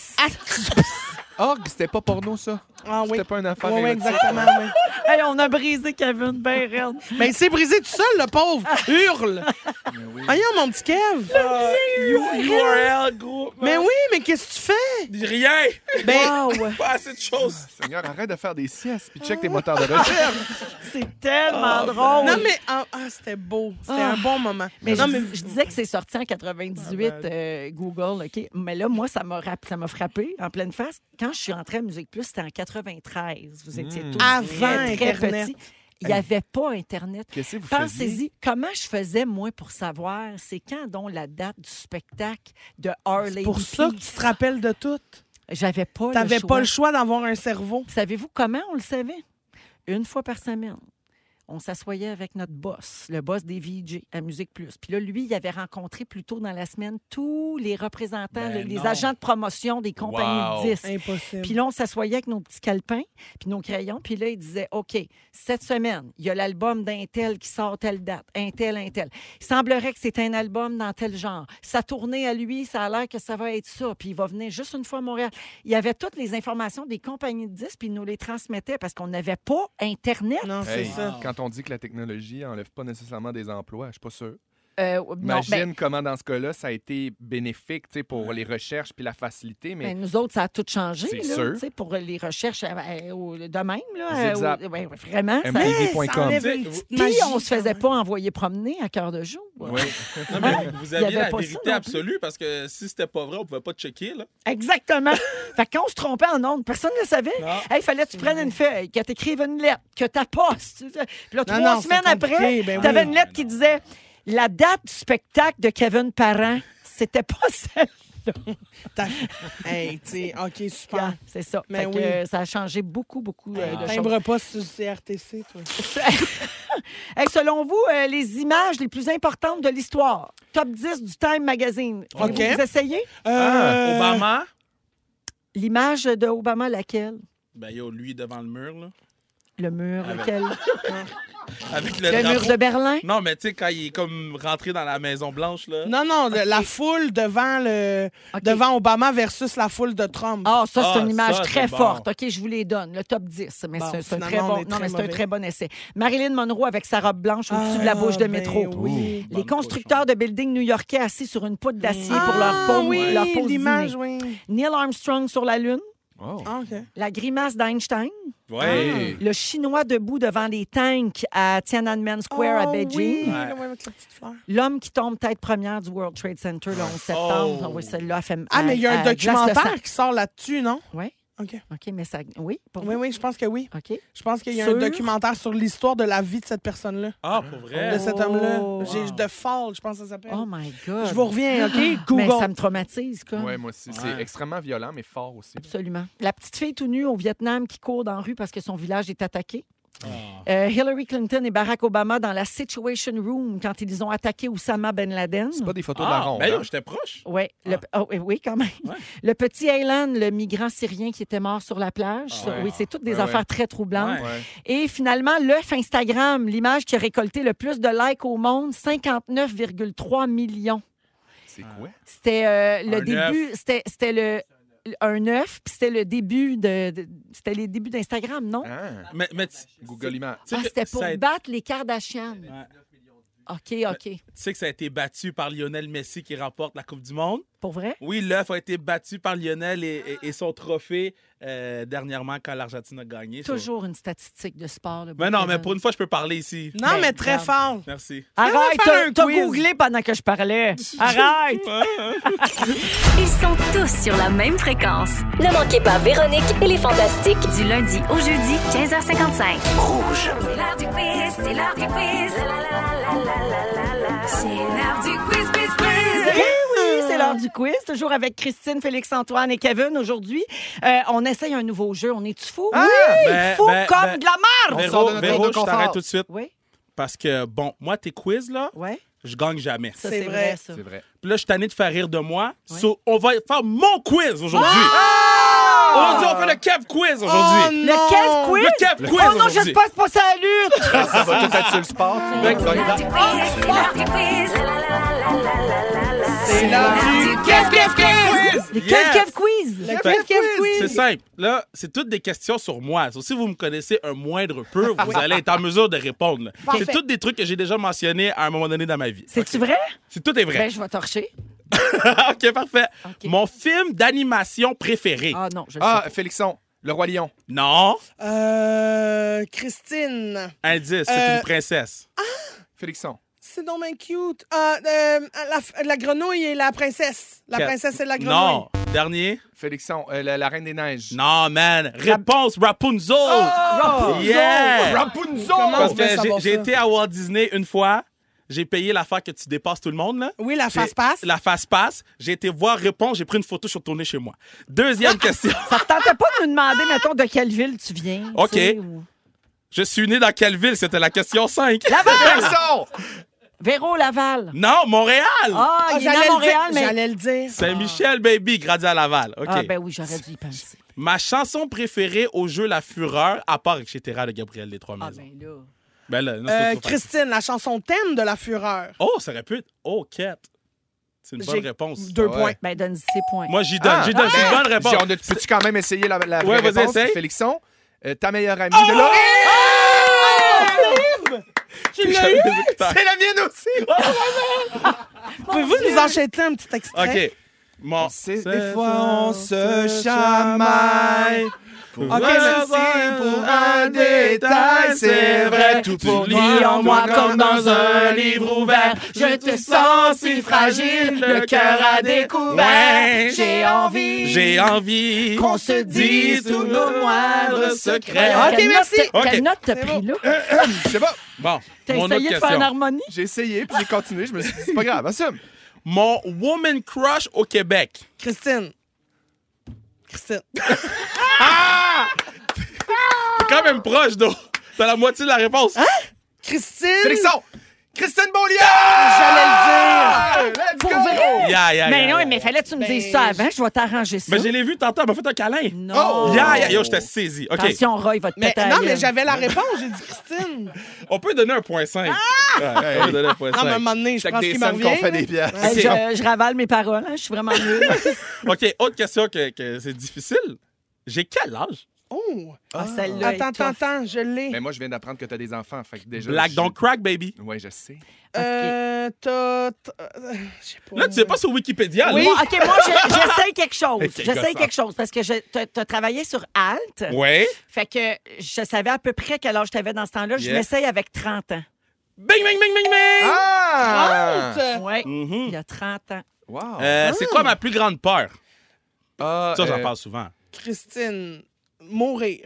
S3: Org, c'était pas porno, ça.
S4: Ah oui.
S3: C'était pas une affaire.
S4: Oui, oui,
S3: érotique.
S4: exactement. oui.
S2: Hey, on a brisé Kevin ben raide.
S4: Mais il s'est brisé tout seul, le pauvre. Hurle. Voyons, mon petit
S5: Euh,
S4: Kev.
S5: URL, gros.
S4: Mais oui, mais qu'est-ce que tu fais?
S5: Dis Rien!
S4: Ben,
S2: Wow!
S5: Pas assez de choses.
S3: Seigneur, arrête de faire des siestes puis check tes moteurs de recherche.
S2: C'est tellement drôle!
S4: non, mais ah, ah, c'était beau. C'était
S2: Ah.
S4: un bon moment.
S2: Mais
S4: non,
S2: je,
S4: mais
S2: je disais que c'est sorti en 98, euh, Google, OK? Mais là, moi, ça m'a rapp- ça m'a frappé en pleine face. Quand je suis entrée à Musique Plus, c'était en 93. Vous étiez tous
S4: Avant
S2: très, très
S4: Internet.
S2: petits. Il n'y avait pas Internet.
S3: Qu'est-ce que vous faisiez?
S2: Pensez-y, comment je faisais, moi, pour savoir, c'est quand, donc, la date du spectacle de Harley
S4: pour ça que tu te rappelles de tout.
S2: J'avais pas le
S4: T'avais
S2: choix.
S4: pas le choix d'avoir un cerveau.
S2: Savez-vous comment on le savait? Une fois par semaine. On s'assoyait avec notre boss, le boss des VJ à Musique Plus. Puis là, lui, il avait rencontré plus tôt dans la semaine tous les représentants,
S5: Ben
S2: les- les
S5: non.
S2: agents de promotion des compagnies
S3: Wow.
S2: de disques.
S4: Impossible.
S2: Puis là, on s'assoyait avec nos petits calepins, puis nos crayons. Puis là, il disait, OK, cette semaine, il y a l'album d'un tel qui sort telle date, un tel, un tel. Il semblerait que c'est un album dans tel genre. Sa tournée à lui, ça a l'air que ça va être ça. Puis il va venir juste une fois à Montréal. Il y avait toutes les informations des compagnies de disques, puis il nous les transmettait parce qu'on n'avait pas Internet.
S4: non, c'est
S3: Hey,
S4: ça.
S3: Quand on dit que la technologie enlève pas nécessairement des emplois, je suis pas sûr.
S2: Euh, non, ben,
S3: Imagine comment, dans ce cas-là, ça a été bénéfique tu sais, pour les recherches puis la facilité, mais
S2: ben, nous autres, ça a tout changé.
S3: C'est
S2: là,
S3: sûr.
S2: tu sais, Pour les recherches euh, au- de même. Là,
S3: Zigzag.
S2: euh, au- ouais, ouais, vraiment. ça-
S4: Ça
S3: MTV.com.
S4: enlève une petite
S2: Puis,
S4: magie,
S2: on se faisait
S4: quand
S2: pas envoyer promener à cœur de jour.
S3: Oui.
S5: Non, mais vous- vous
S2: Il y
S5: aviez
S2: avait
S5: la
S2: pas ça non
S5: vérité
S2: plus.
S5: absolue parce que si c'était pas vrai, on pouvait pas checker. Là.
S2: Exactement. fait qu'on se trompait en ondes. Personne ne le savait.
S5: Non.
S2: Il fallait que tu prennes une feuille, que tu écrives une lettre, que tu postes. Puis
S4: Non,
S2: là, trois
S4: non, c'est
S2: semaines après,
S4: compliqué, ben
S2: tu avais
S4: oui.
S2: une lettre qui disait La date du spectacle de Kevin Parent, c'était pas celle.
S4: T'as- Hey, tu sais, OK, super.
S2: là C'est ça.
S4: Mais
S2: Fait que,
S4: Ben oui. Ah,
S2: euh, ça a changé beaucoup, beaucoup euh, de choses.
S4: Timbre pas sur le CRTC, toi.
S2: Hey, selon vous, euh, les images les plus importantes de l'histoire, top 10 du Time Magazine.
S4: OK.
S2: Vous essayez
S4: Euh,
S5: Ah, Obama,
S2: l'image de Obama, laquelle
S5: ben yo, lui devant le mur, là.
S2: Le mur,
S5: Ah ben.
S2: lequel
S5: Avec le,
S2: Le
S5: drapeau.
S2: mur de Berlin
S5: Non, mais tu sais, quand il est comme rentré dans la Maison Blanche, là.
S4: Non, non, le- la foule devant, le,
S2: OK.
S4: devant Obama versus la foule de Trump.
S2: Ah, ça, c'est
S5: Ah,
S2: une image
S5: ça,
S2: très
S5: c'est bon.
S2: forte. OK, je vous les donne. Le top 10. Mais
S4: Bon,
S2: c'est- c'est un, très
S4: finalement, on
S2: bon,
S4: est
S2: non,
S4: très
S2: mais c'est un
S4: mauvais.
S2: très bon essai. Marilyn Monroe avec sa robe blanche au-dessus de la bouche de
S4: Ah,
S2: métro.
S4: ben oui. hein.
S2: Les constructeurs de buildings new-yorkais assis sur une poutre d'acier pour
S4: Ah,
S2: leur pause,
S4: oui,
S2: leur pause
S4: l'image,
S2: dîner.
S4: oui.
S2: Neil Armstrong sur la Lune,
S3: Oh.
S4: Ah, OK.
S2: la grimace d'Einstein,
S5: Ouais.
S2: le Chinois debout devant les tanks à Tiananmen Square
S4: Oh,
S2: à Beijing,
S4: Oui,
S5: Ouais.
S4: le- ouais, avec la petite fleur.
S2: l'homme qui tombe tête première du World Trade Center le 11 septembre.
S5: Oh.
S2: Ah oui, celle-là a fait
S4: Ah, mais il y a un
S2: elle glace le sang.
S4: documentaire qui sort là-dessus, non?
S2: Ouais.
S4: OK.
S2: OK, mais ça... Oui, pour
S4: Oui, oui, je pense que oui.
S2: OK.
S4: Je pense qu'il y a
S2: Sur-
S4: un documentaire sur l'histoire de la vie de cette personne-là,
S5: Ah, pour vrai.
S4: de cet homme-là.
S2: Oh.
S4: J'ai de Fall, je pense que ça s'appelle.
S2: Oh my God.
S4: je vous reviens, OK?
S2: Mais
S4: Google.
S2: ça me traumatise, comme.
S3: Ouais, moi aussi. C'est
S5: Ouais.
S3: extrêmement violent, mais fort aussi.
S2: Absolument. La petite fille tout nue au Vietnam qui court dans la rue parce que son village est attaqué.
S5: Ah.
S2: Euh, Hillary Clinton et Barack Obama dans la Situation Room quand ils ont attaqué Oussama Ben Laden.
S3: C'est pas des photos de la
S5: Ah,
S3: ronde.
S5: ben
S3: hein?
S5: yo, j'étais proche.
S2: Ouais, le- oh, oui, oui, quand même.
S5: Ah. Ouais.
S2: Le petit Aylan, le migrant syrien qui était mort sur la plage.
S5: Ah ouais.
S2: Oui, c'est toutes des
S3: Ouais,
S2: affaires
S3: ouais.
S2: très troublantes.
S5: Ouais.
S3: Ouais.
S2: Et finalement, l'œuf Instagram, l'image qui a récolté le plus de likes au monde, 59,3 millions.
S3: C'est
S5: Ah.
S3: quoi?
S2: C'était euh, le
S5: Un
S2: début, c'était c'était le un œuf, puis c'était le début de, de- c'était les débuts d'Instagram, non
S3: Ah,
S5: Mais, mais tu
S3: Google Images.
S5: tu sais
S2: Ah,
S5: que
S2: c'était
S5: ça
S2: pour
S5: a-
S2: battre les Kardashian.
S5: Ouais.
S2: OK, OK.
S5: Tu sais que ça a été battu par Lionel Messi qui remporte la Coupe du Monde.
S2: Pour vrai
S5: Oui, l'œuf a été battu par Lionel et, et- et son trophée euh, dernièrement quand l'Argentine a gagné. So-
S2: Toujours Euh. une statistique de sport. le
S5: Mais non,
S2: Brooklyn.
S5: mais pour une fois, je peux parler ici.
S4: Non,
S2: Ben,
S4: mais très
S2: regarde.
S4: fort.
S5: Merci.
S2: Arrête,
S4: faire
S2: t'as
S4: un
S2: t'as
S4: quiz.
S2: googlé pendant que je parlais. Arrête.
S1: Ils sont tous sur la même fréquence.
S6: Ne manquez pas Véronique et les Fantastiques.
S1: Du lundi au jeudi, 15h55. Rouge. C'est l'heure du quiz, c'est l'heure du quiz. La, la, la, la, la, la, la. C'est l'heure du quiz, quiz,
S5: Ben
S1: quiz.
S2: Eh oui, c'est l'heure du quiz. Toujours avec Christine, Félix-Antoine et Kevin aujourd'hui. Euh, on essaye un nouveau jeu. On est-tu fou? oui,
S5: ben,
S2: fou
S5: ben,
S2: comme
S5: ben.
S2: de la merde.
S3: On sort
S5: Véro,
S3: de notre
S5: Véro,
S3: zone de
S5: je t'arrête
S3: confort.
S5: tout de suite.
S2: Oui,
S5: Parce que, bon, moi, tes quiz, là,
S2: oui.
S5: je gagne jamais.
S2: Ça,
S4: C'est
S2: c'est
S4: vrai.
S2: vrai, ça.
S3: C'est vrai.
S5: Puis là, je suis tanné de faire rire de moi.
S2: Ouais.
S5: So, on va faire mon quiz aujourd'hui.
S2: Ah!
S5: Aujourd'hui, on fait le Kev quiz
S4: Oh,
S5: aujourd'hui.
S4: non.
S2: Lequel quiz?
S5: le Kev quiz
S2: Oh non, je ne
S5: aujourd'hui.
S2: passe pas ça à la lutte!
S3: Ça va tout être sur le sport. tu sais.
S1: C'est l'heure du quiz, c'est l'heure du quiz. La, la, la, la, la, la, la, la.
S4: C'est l'heure du
S5: Kev, Kev, Kev!
S2: Les
S5: Yes.
S2: Kev Kev Quiz!
S4: Le
S5: Fait-
S4: Kev Kev
S5: C'est
S4: Quiz.
S5: simple. Là, c'est toutes des questions sur moi. So, si vous me connaissez un moindre peu, vous allez être en mesure de répondre. là.
S2: Parfait.
S5: C'est toutes des trucs que j'ai déjà mentionnés à un moment donné dans ma vie.
S2: C'est-tu vrai?
S5: C'est tout est
S2: Ben,
S5: vrai.
S2: je vais torcher.
S5: OK, parfait.
S2: OK.
S5: Mon film d'animation préféré.
S2: Ah non, je le
S3: Ah,
S2: sais.
S3: Félixon, le roi lion.
S5: Non.
S4: Euh, Christine.
S5: Indice, c'est
S4: Euh,
S5: une princesse.
S2: ah,
S3: Félixon.
S4: C'est donc bien cute. Ah, euh, la, la grenouille et la princesse. La
S5: Quatre.
S4: princesse et la grenouille.
S5: Non. Dernier.
S3: Félixon, euh, la, la reine des neiges.
S5: Non, man. Réponse Rapunzel.
S2: Oh! Rapunzel.
S5: Yeah.
S4: Comment
S5: Parce
S4: je
S5: que
S4: vais
S5: j'ai-
S4: savoir
S5: j'ai
S4: ça?
S5: été à Walt Disney une fois. J'ai payé l'affaire que tu dépasses tout le monde, là.
S4: Oui, la
S5: J'ai-
S4: face passe.
S5: La face passe. J'ai été voir réponse. J'ai pris une photo, je suis retourné chez moi. Deuxième question.
S2: Ça te tentait pas de nous demander, mettons, de quelle ville tu viens?
S5: OK.
S2: tu sais, ou-
S5: Je suis né dans quelle ville? C'était la question 5.
S2: Laval!
S3: Félixon!
S2: Véro Laval.
S5: Non, Montréal.
S2: Ah,
S4: Ah,
S2: il est né
S4: j'allais
S2: à
S4: le
S2: Montréal,
S4: dire,
S2: mais...
S4: J'allais le dire.
S5: Saint-Michel, baby, grandi à Laval. OK.
S2: Ah ben oui, j'aurais dû y penser.
S5: Ma chanson préférée au jeu La Fureur, à part etc. de Gabriel Les Trois
S2: Ah
S5: Maisons.
S2: ben là...
S5: Ben là, non, c'est
S4: Euh,
S5: trop facile.
S4: Christine, la chanson thème de la fureur.
S5: Oh, ça aurait pu être. Oh, Cat. C'est une bonne
S4: J'ai
S5: réponse. Ah,
S4: Deux
S3: Ouais.
S4: points. ben.
S2: Ben donne ses points.
S5: Moi, j'y donne.
S3: Ah,
S5: j'y donne. c'est une
S3: ah,
S5: bonne réponse.
S3: J'ai- On a, peux-tu quand même essayer la, la vraie
S5: Ouais, vas-y, Oh!
S3: réponse?
S5: essaye. Ah!
S3: Félixon, euh, ta meilleure amie de là.
S4: Job! Ah, Tu l'as eu?
S3: C'est la mienne aussi!
S4: Pouvez-vous nous enchaîner un petit extrait?
S5: OK. Bon.
S3: C'est-
S5: Oh, C'est-
S3: des fois on se chamaille. Pour
S4: Ok, merci.
S3: pour un détail, c'est vrai tout pour
S5: Tu
S3: moi.
S5: lis en moi
S2: comme dans un livre ouvert. Je te sens si fragile, le cœur à découvert.
S5: Ouais.
S2: J'ai envie
S5: J'ai envie
S2: qu'on se dise tous nos moindres secrets.
S4: Ok,
S2: Quelle
S4: merci.
S2: note-
S5: Ah, Ok.
S2: Quelle note t'as pris là?
S3: Je sais pas,
S5: Bon,
S2: T'as
S5: mon autre
S2: essayé de faire
S5: question.
S2: une harmonie?
S3: j'ai essayé, puis j'ai continué. Je me suis dit, c'est pas grave, assume.
S5: Mon woman crush au Québec.
S4: Christine. Christine.
S5: C'est quand même proche, d'eau. T'as la moitié de la réponse.
S2: Hein?
S4: Christine!
S3: Félixon! Christine Beaulieu! J'allais le dire! Let's
S2: Pour
S3: go!
S2: vrai?
S5: Yeah, yeah,
S2: Mais
S5: yeah,
S2: Ben non,
S5: yeah.
S2: mais fallait que tu me dises ça avant, je vais t'arranger ça.
S5: Mais je l'ai vu tantôt, elle m'a fait un câlin.
S2: Non.
S3: Oh!
S5: Ben, Yeah, yeah, yo, je t'ai saisi. OK.
S2: Attention, Roy, il va te
S4: Mais,
S2: péter à la
S4: non, mais
S2: gueule.
S4: j'avais la réponse, j'ai dit Christine.
S5: On peut donner un point 5. on peut donner un point
S4: Ah, mais à un
S5: 5.
S4: moment donné, je
S3: Check
S4: pense
S3: des
S4: qu'il m'a
S3: scènes qu'on fait
S4: revient.
S3: des pièces.
S2: Hey, je, je ravale mes paroles, hein, je suis vraiment nulle.
S5: OK, autre question que, que c'est difficile. J'ai quel âge?
S4: Oh!
S2: Ah, celle-là
S4: Attends,
S2: est tough.
S4: attends, attends, je l'ai.
S3: Mais moi, je viens d'apprendre que t'as des enfants, fait que déjà...
S5: Black
S3: je-
S5: don't crack, baby.
S3: Ouais, je sais.
S4: Euh, t'as. t'as- euh, Je sais pas.
S5: Là, tu sais pas sur Wikipédia,
S2: Moi,
S5: là.
S2: OK, moi, je- j'essaye quelque chose.
S5: Ok,
S2: j'essaye
S5: gossant.
S2: quelque chose parce que tu as travaillé sur Alt.
S5: Ouais.
S2: Fait que je savais à peu près quel âge t'avais dans ce temps-là. Je
S5: Yeah.
S2: l'essaye avec 30 ans.
S5: Bing, bing, bing, bing, bing!
S3: Ah!
S4: Trente.
S2: Oui,
S5: Mhm.
S2: il y a 30 ans.
S3: Wow!
S5: Euh, C'est quoi ma plus grande peur?
S3: Ah,
S5: Ça, j'en
S3: euh,
S5: parle souvent.
S4: Christine. Mourir.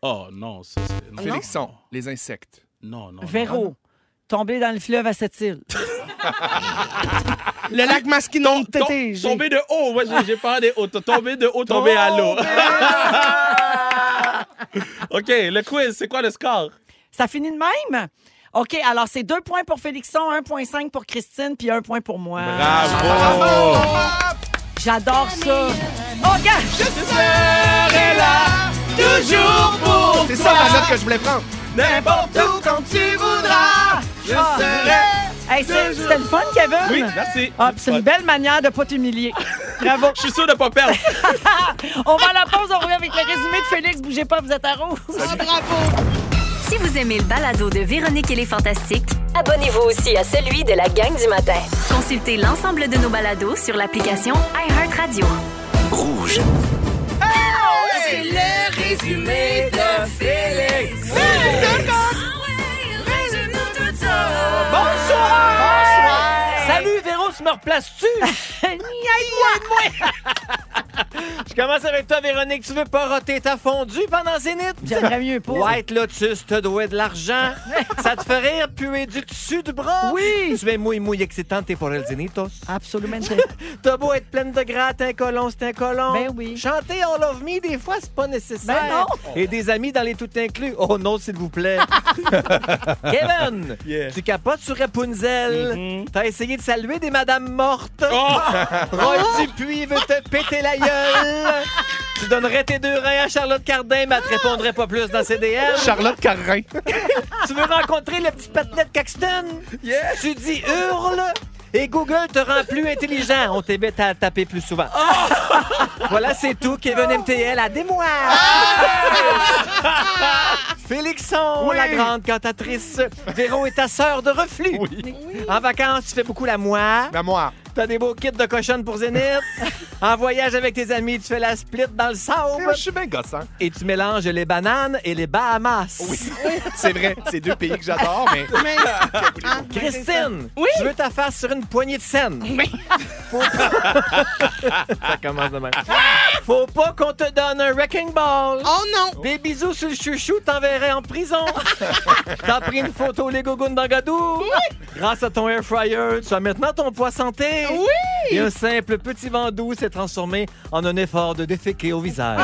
S5: Oh non, ça, c'est. non.
S3: Félixon, les insectes.
S5: Non, non. non.
S2: Véro, tombé dans le fleuve à cette île.
S4: Le lac Masquinon de
S5: Tom-
S4: Tété. j'ai-
S5: Tomber de haut, ouais, j'ai- j'ai pas des hauts. Tomber de haut, tomber à l'eau. OK, le quiz, c'est quoi le score?
S2: Ça finit de même? OK, alors c'est deux points pour Félixon, 1,5 pour Christine, puis un point pour moi.
S5: Ah, Bravo!
S2: J'adore ça. Oh, regarde!
S5: Toujours pour
S3: C'est ça la note que je voulais prendre!
S5: n'importe où.
S3: quand tu voudras, je serai...
S2: Hey, c'est- C'était le fun, Kevin?
S5: Oui, merci.
S2: Ah, puis c'est une belle manière de pas t'humilier. Bravo.
S5: Je suis sûr de pas perdre.
S2: On va à la pause, on revient avec le résumé de Félix. Bougez pas, vous êtes à rouge.
S6: Si vous aimez le balado de Véronique et les Fantastiques, abonnez-vous aussi à celui de la gang du matin. Consultez l'ensemble de nos balados sur l'application iHeartRadio.
S1: C'est le résumé de Félix.
S9: Salut Véro, tu me replaces-tu? Je commence avec toi, Véronique. Tu veux pas roter ta fondue pendant Zénith?
S2: J'aimerais mieux pas.
S9: White Lotus te doit de l'argent. Ça te fait rire puer du dessus du bras?
S2: Oui.
S9: Tu es muy, muy excitante pour el Zenitos.
S2: Absolument.
S9: T'as beau être pleine de gratte, un colon, c'est un colon.
S2: Ben oui.
S9: Chanter On Love Me, des fois, c'est pas nécessaire.
S2: Ben non.
S9: Et des amis dans les tout inclus. Oh non, s'il vous plaît. Kevin,
S5: Yeah.
S9: tu capotes sur Rapunzel.
S2: Mm-hmm.
S9: T'as essayé de saluer des madames mortes.
S5: Oh!
S9: Roy Dupuis veut te péter la gueule. tu donnerais tes deux reins à Charlotte Cardin, mais elle te répondrait pas plus dans CDM.
S3: Charlotte Carrin.
S9: tu veux rencontrer le petit patinet de Caxton.
S5: Yeah.
S9: Tu dis hurle. Et Google te rend plus intelligent. On t'évite à taper plus souvent. voilà, c'est tout. Kevin MTL, à des mois. Félixon, la grande cantatrice. Véro est ta sœur de reflux. En vacances, tu fais beaucoup la moire.
S3: Mémoire.
S9: T'as des beaux kits de cochonne pour Zénith. en voyage avec tes amis, tu fais la split dans le sable.
S3: Je suis bien gossant.
S9: Et tu mélanges les bananes et les Bahamas.
S3: C'est vrai, c'est deux pays que j'adore, mais
S4: Mais- Ah,
S9: Christine, tu veux ta face sur une poignée de scène. Faut pas- Ça commence de même. Faut pas qu'on te donne un wrecking ball.
S4: Oh non!
S9: Des bisous sur le chouchou, t'enverrais en prison. T'as pris une photo les gougounes dans Gadou. Grâce à ton air fryer, tu as maintenant ton poids santé.
S4: Oui!
S9: Et un simple petit vent doux s'est transformé en un effort de déféquer au visage.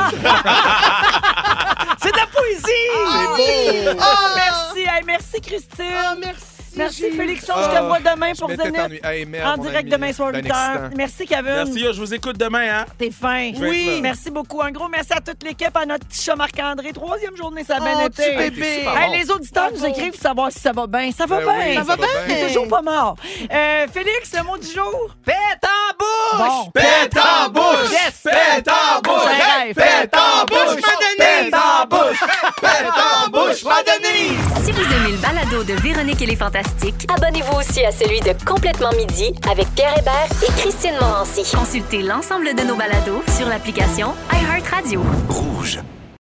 S9: C'est de la poésie!
S4: Oh, merci!
S2: Ah Merci, hey, merci Christine.
S4: Oh, merci!
S2: merci
S4: Gilles.
S2: Félixon, je te vois demain
S3: Ah, je
S2: pour
S3: m'étais
S2: Zenith.
S3: ennuyé. Hey, merde,
S2: En
S3: mon
S2: direct
S3: ami,
S2: demain soir
S3: ben
S2: 8 h.
S3: excitant.
S2: Merci Kevin.
S5: Merci, yo, je vous écoute demain, hein?
S2: T'es fin.
S5: vais être là.
S2: Merci beaucoup. Un gros merci à toute l'équipe, à notre petit chat Marc-André. Troisième journée, ça a bien
S4: Oh,
S2: été.
S4: petit bébé!
S3: super
S2: Hey, les auditeurs nous écrivent pour savoir si ça va bien. Ça va
S3: Ben oui,
S2: bien.
S3: ça va bien.
S2: Il est toujours pas mort. Euh, Félix, le mot du jour.
S9: Pète en bouche!
S2: Bon.
S5: Pète en bouche!
S9: Yes!
S5: Pète en
S2: bouche! Hey, pète
S5: en
S4: bouche, ma Denise!
S5: bouche! Pète en bouche, ma Denise!
S6: Si vous aimez le balado
S1: balado de Véronique et les Fantastiques, abonnez-vous aussi à celui de Complètement Midi avec Pierre Hébert et Christine Morancy. Consultez l'ensemble de nos balados sur l'application iHeartRadio.
S10: Rouge.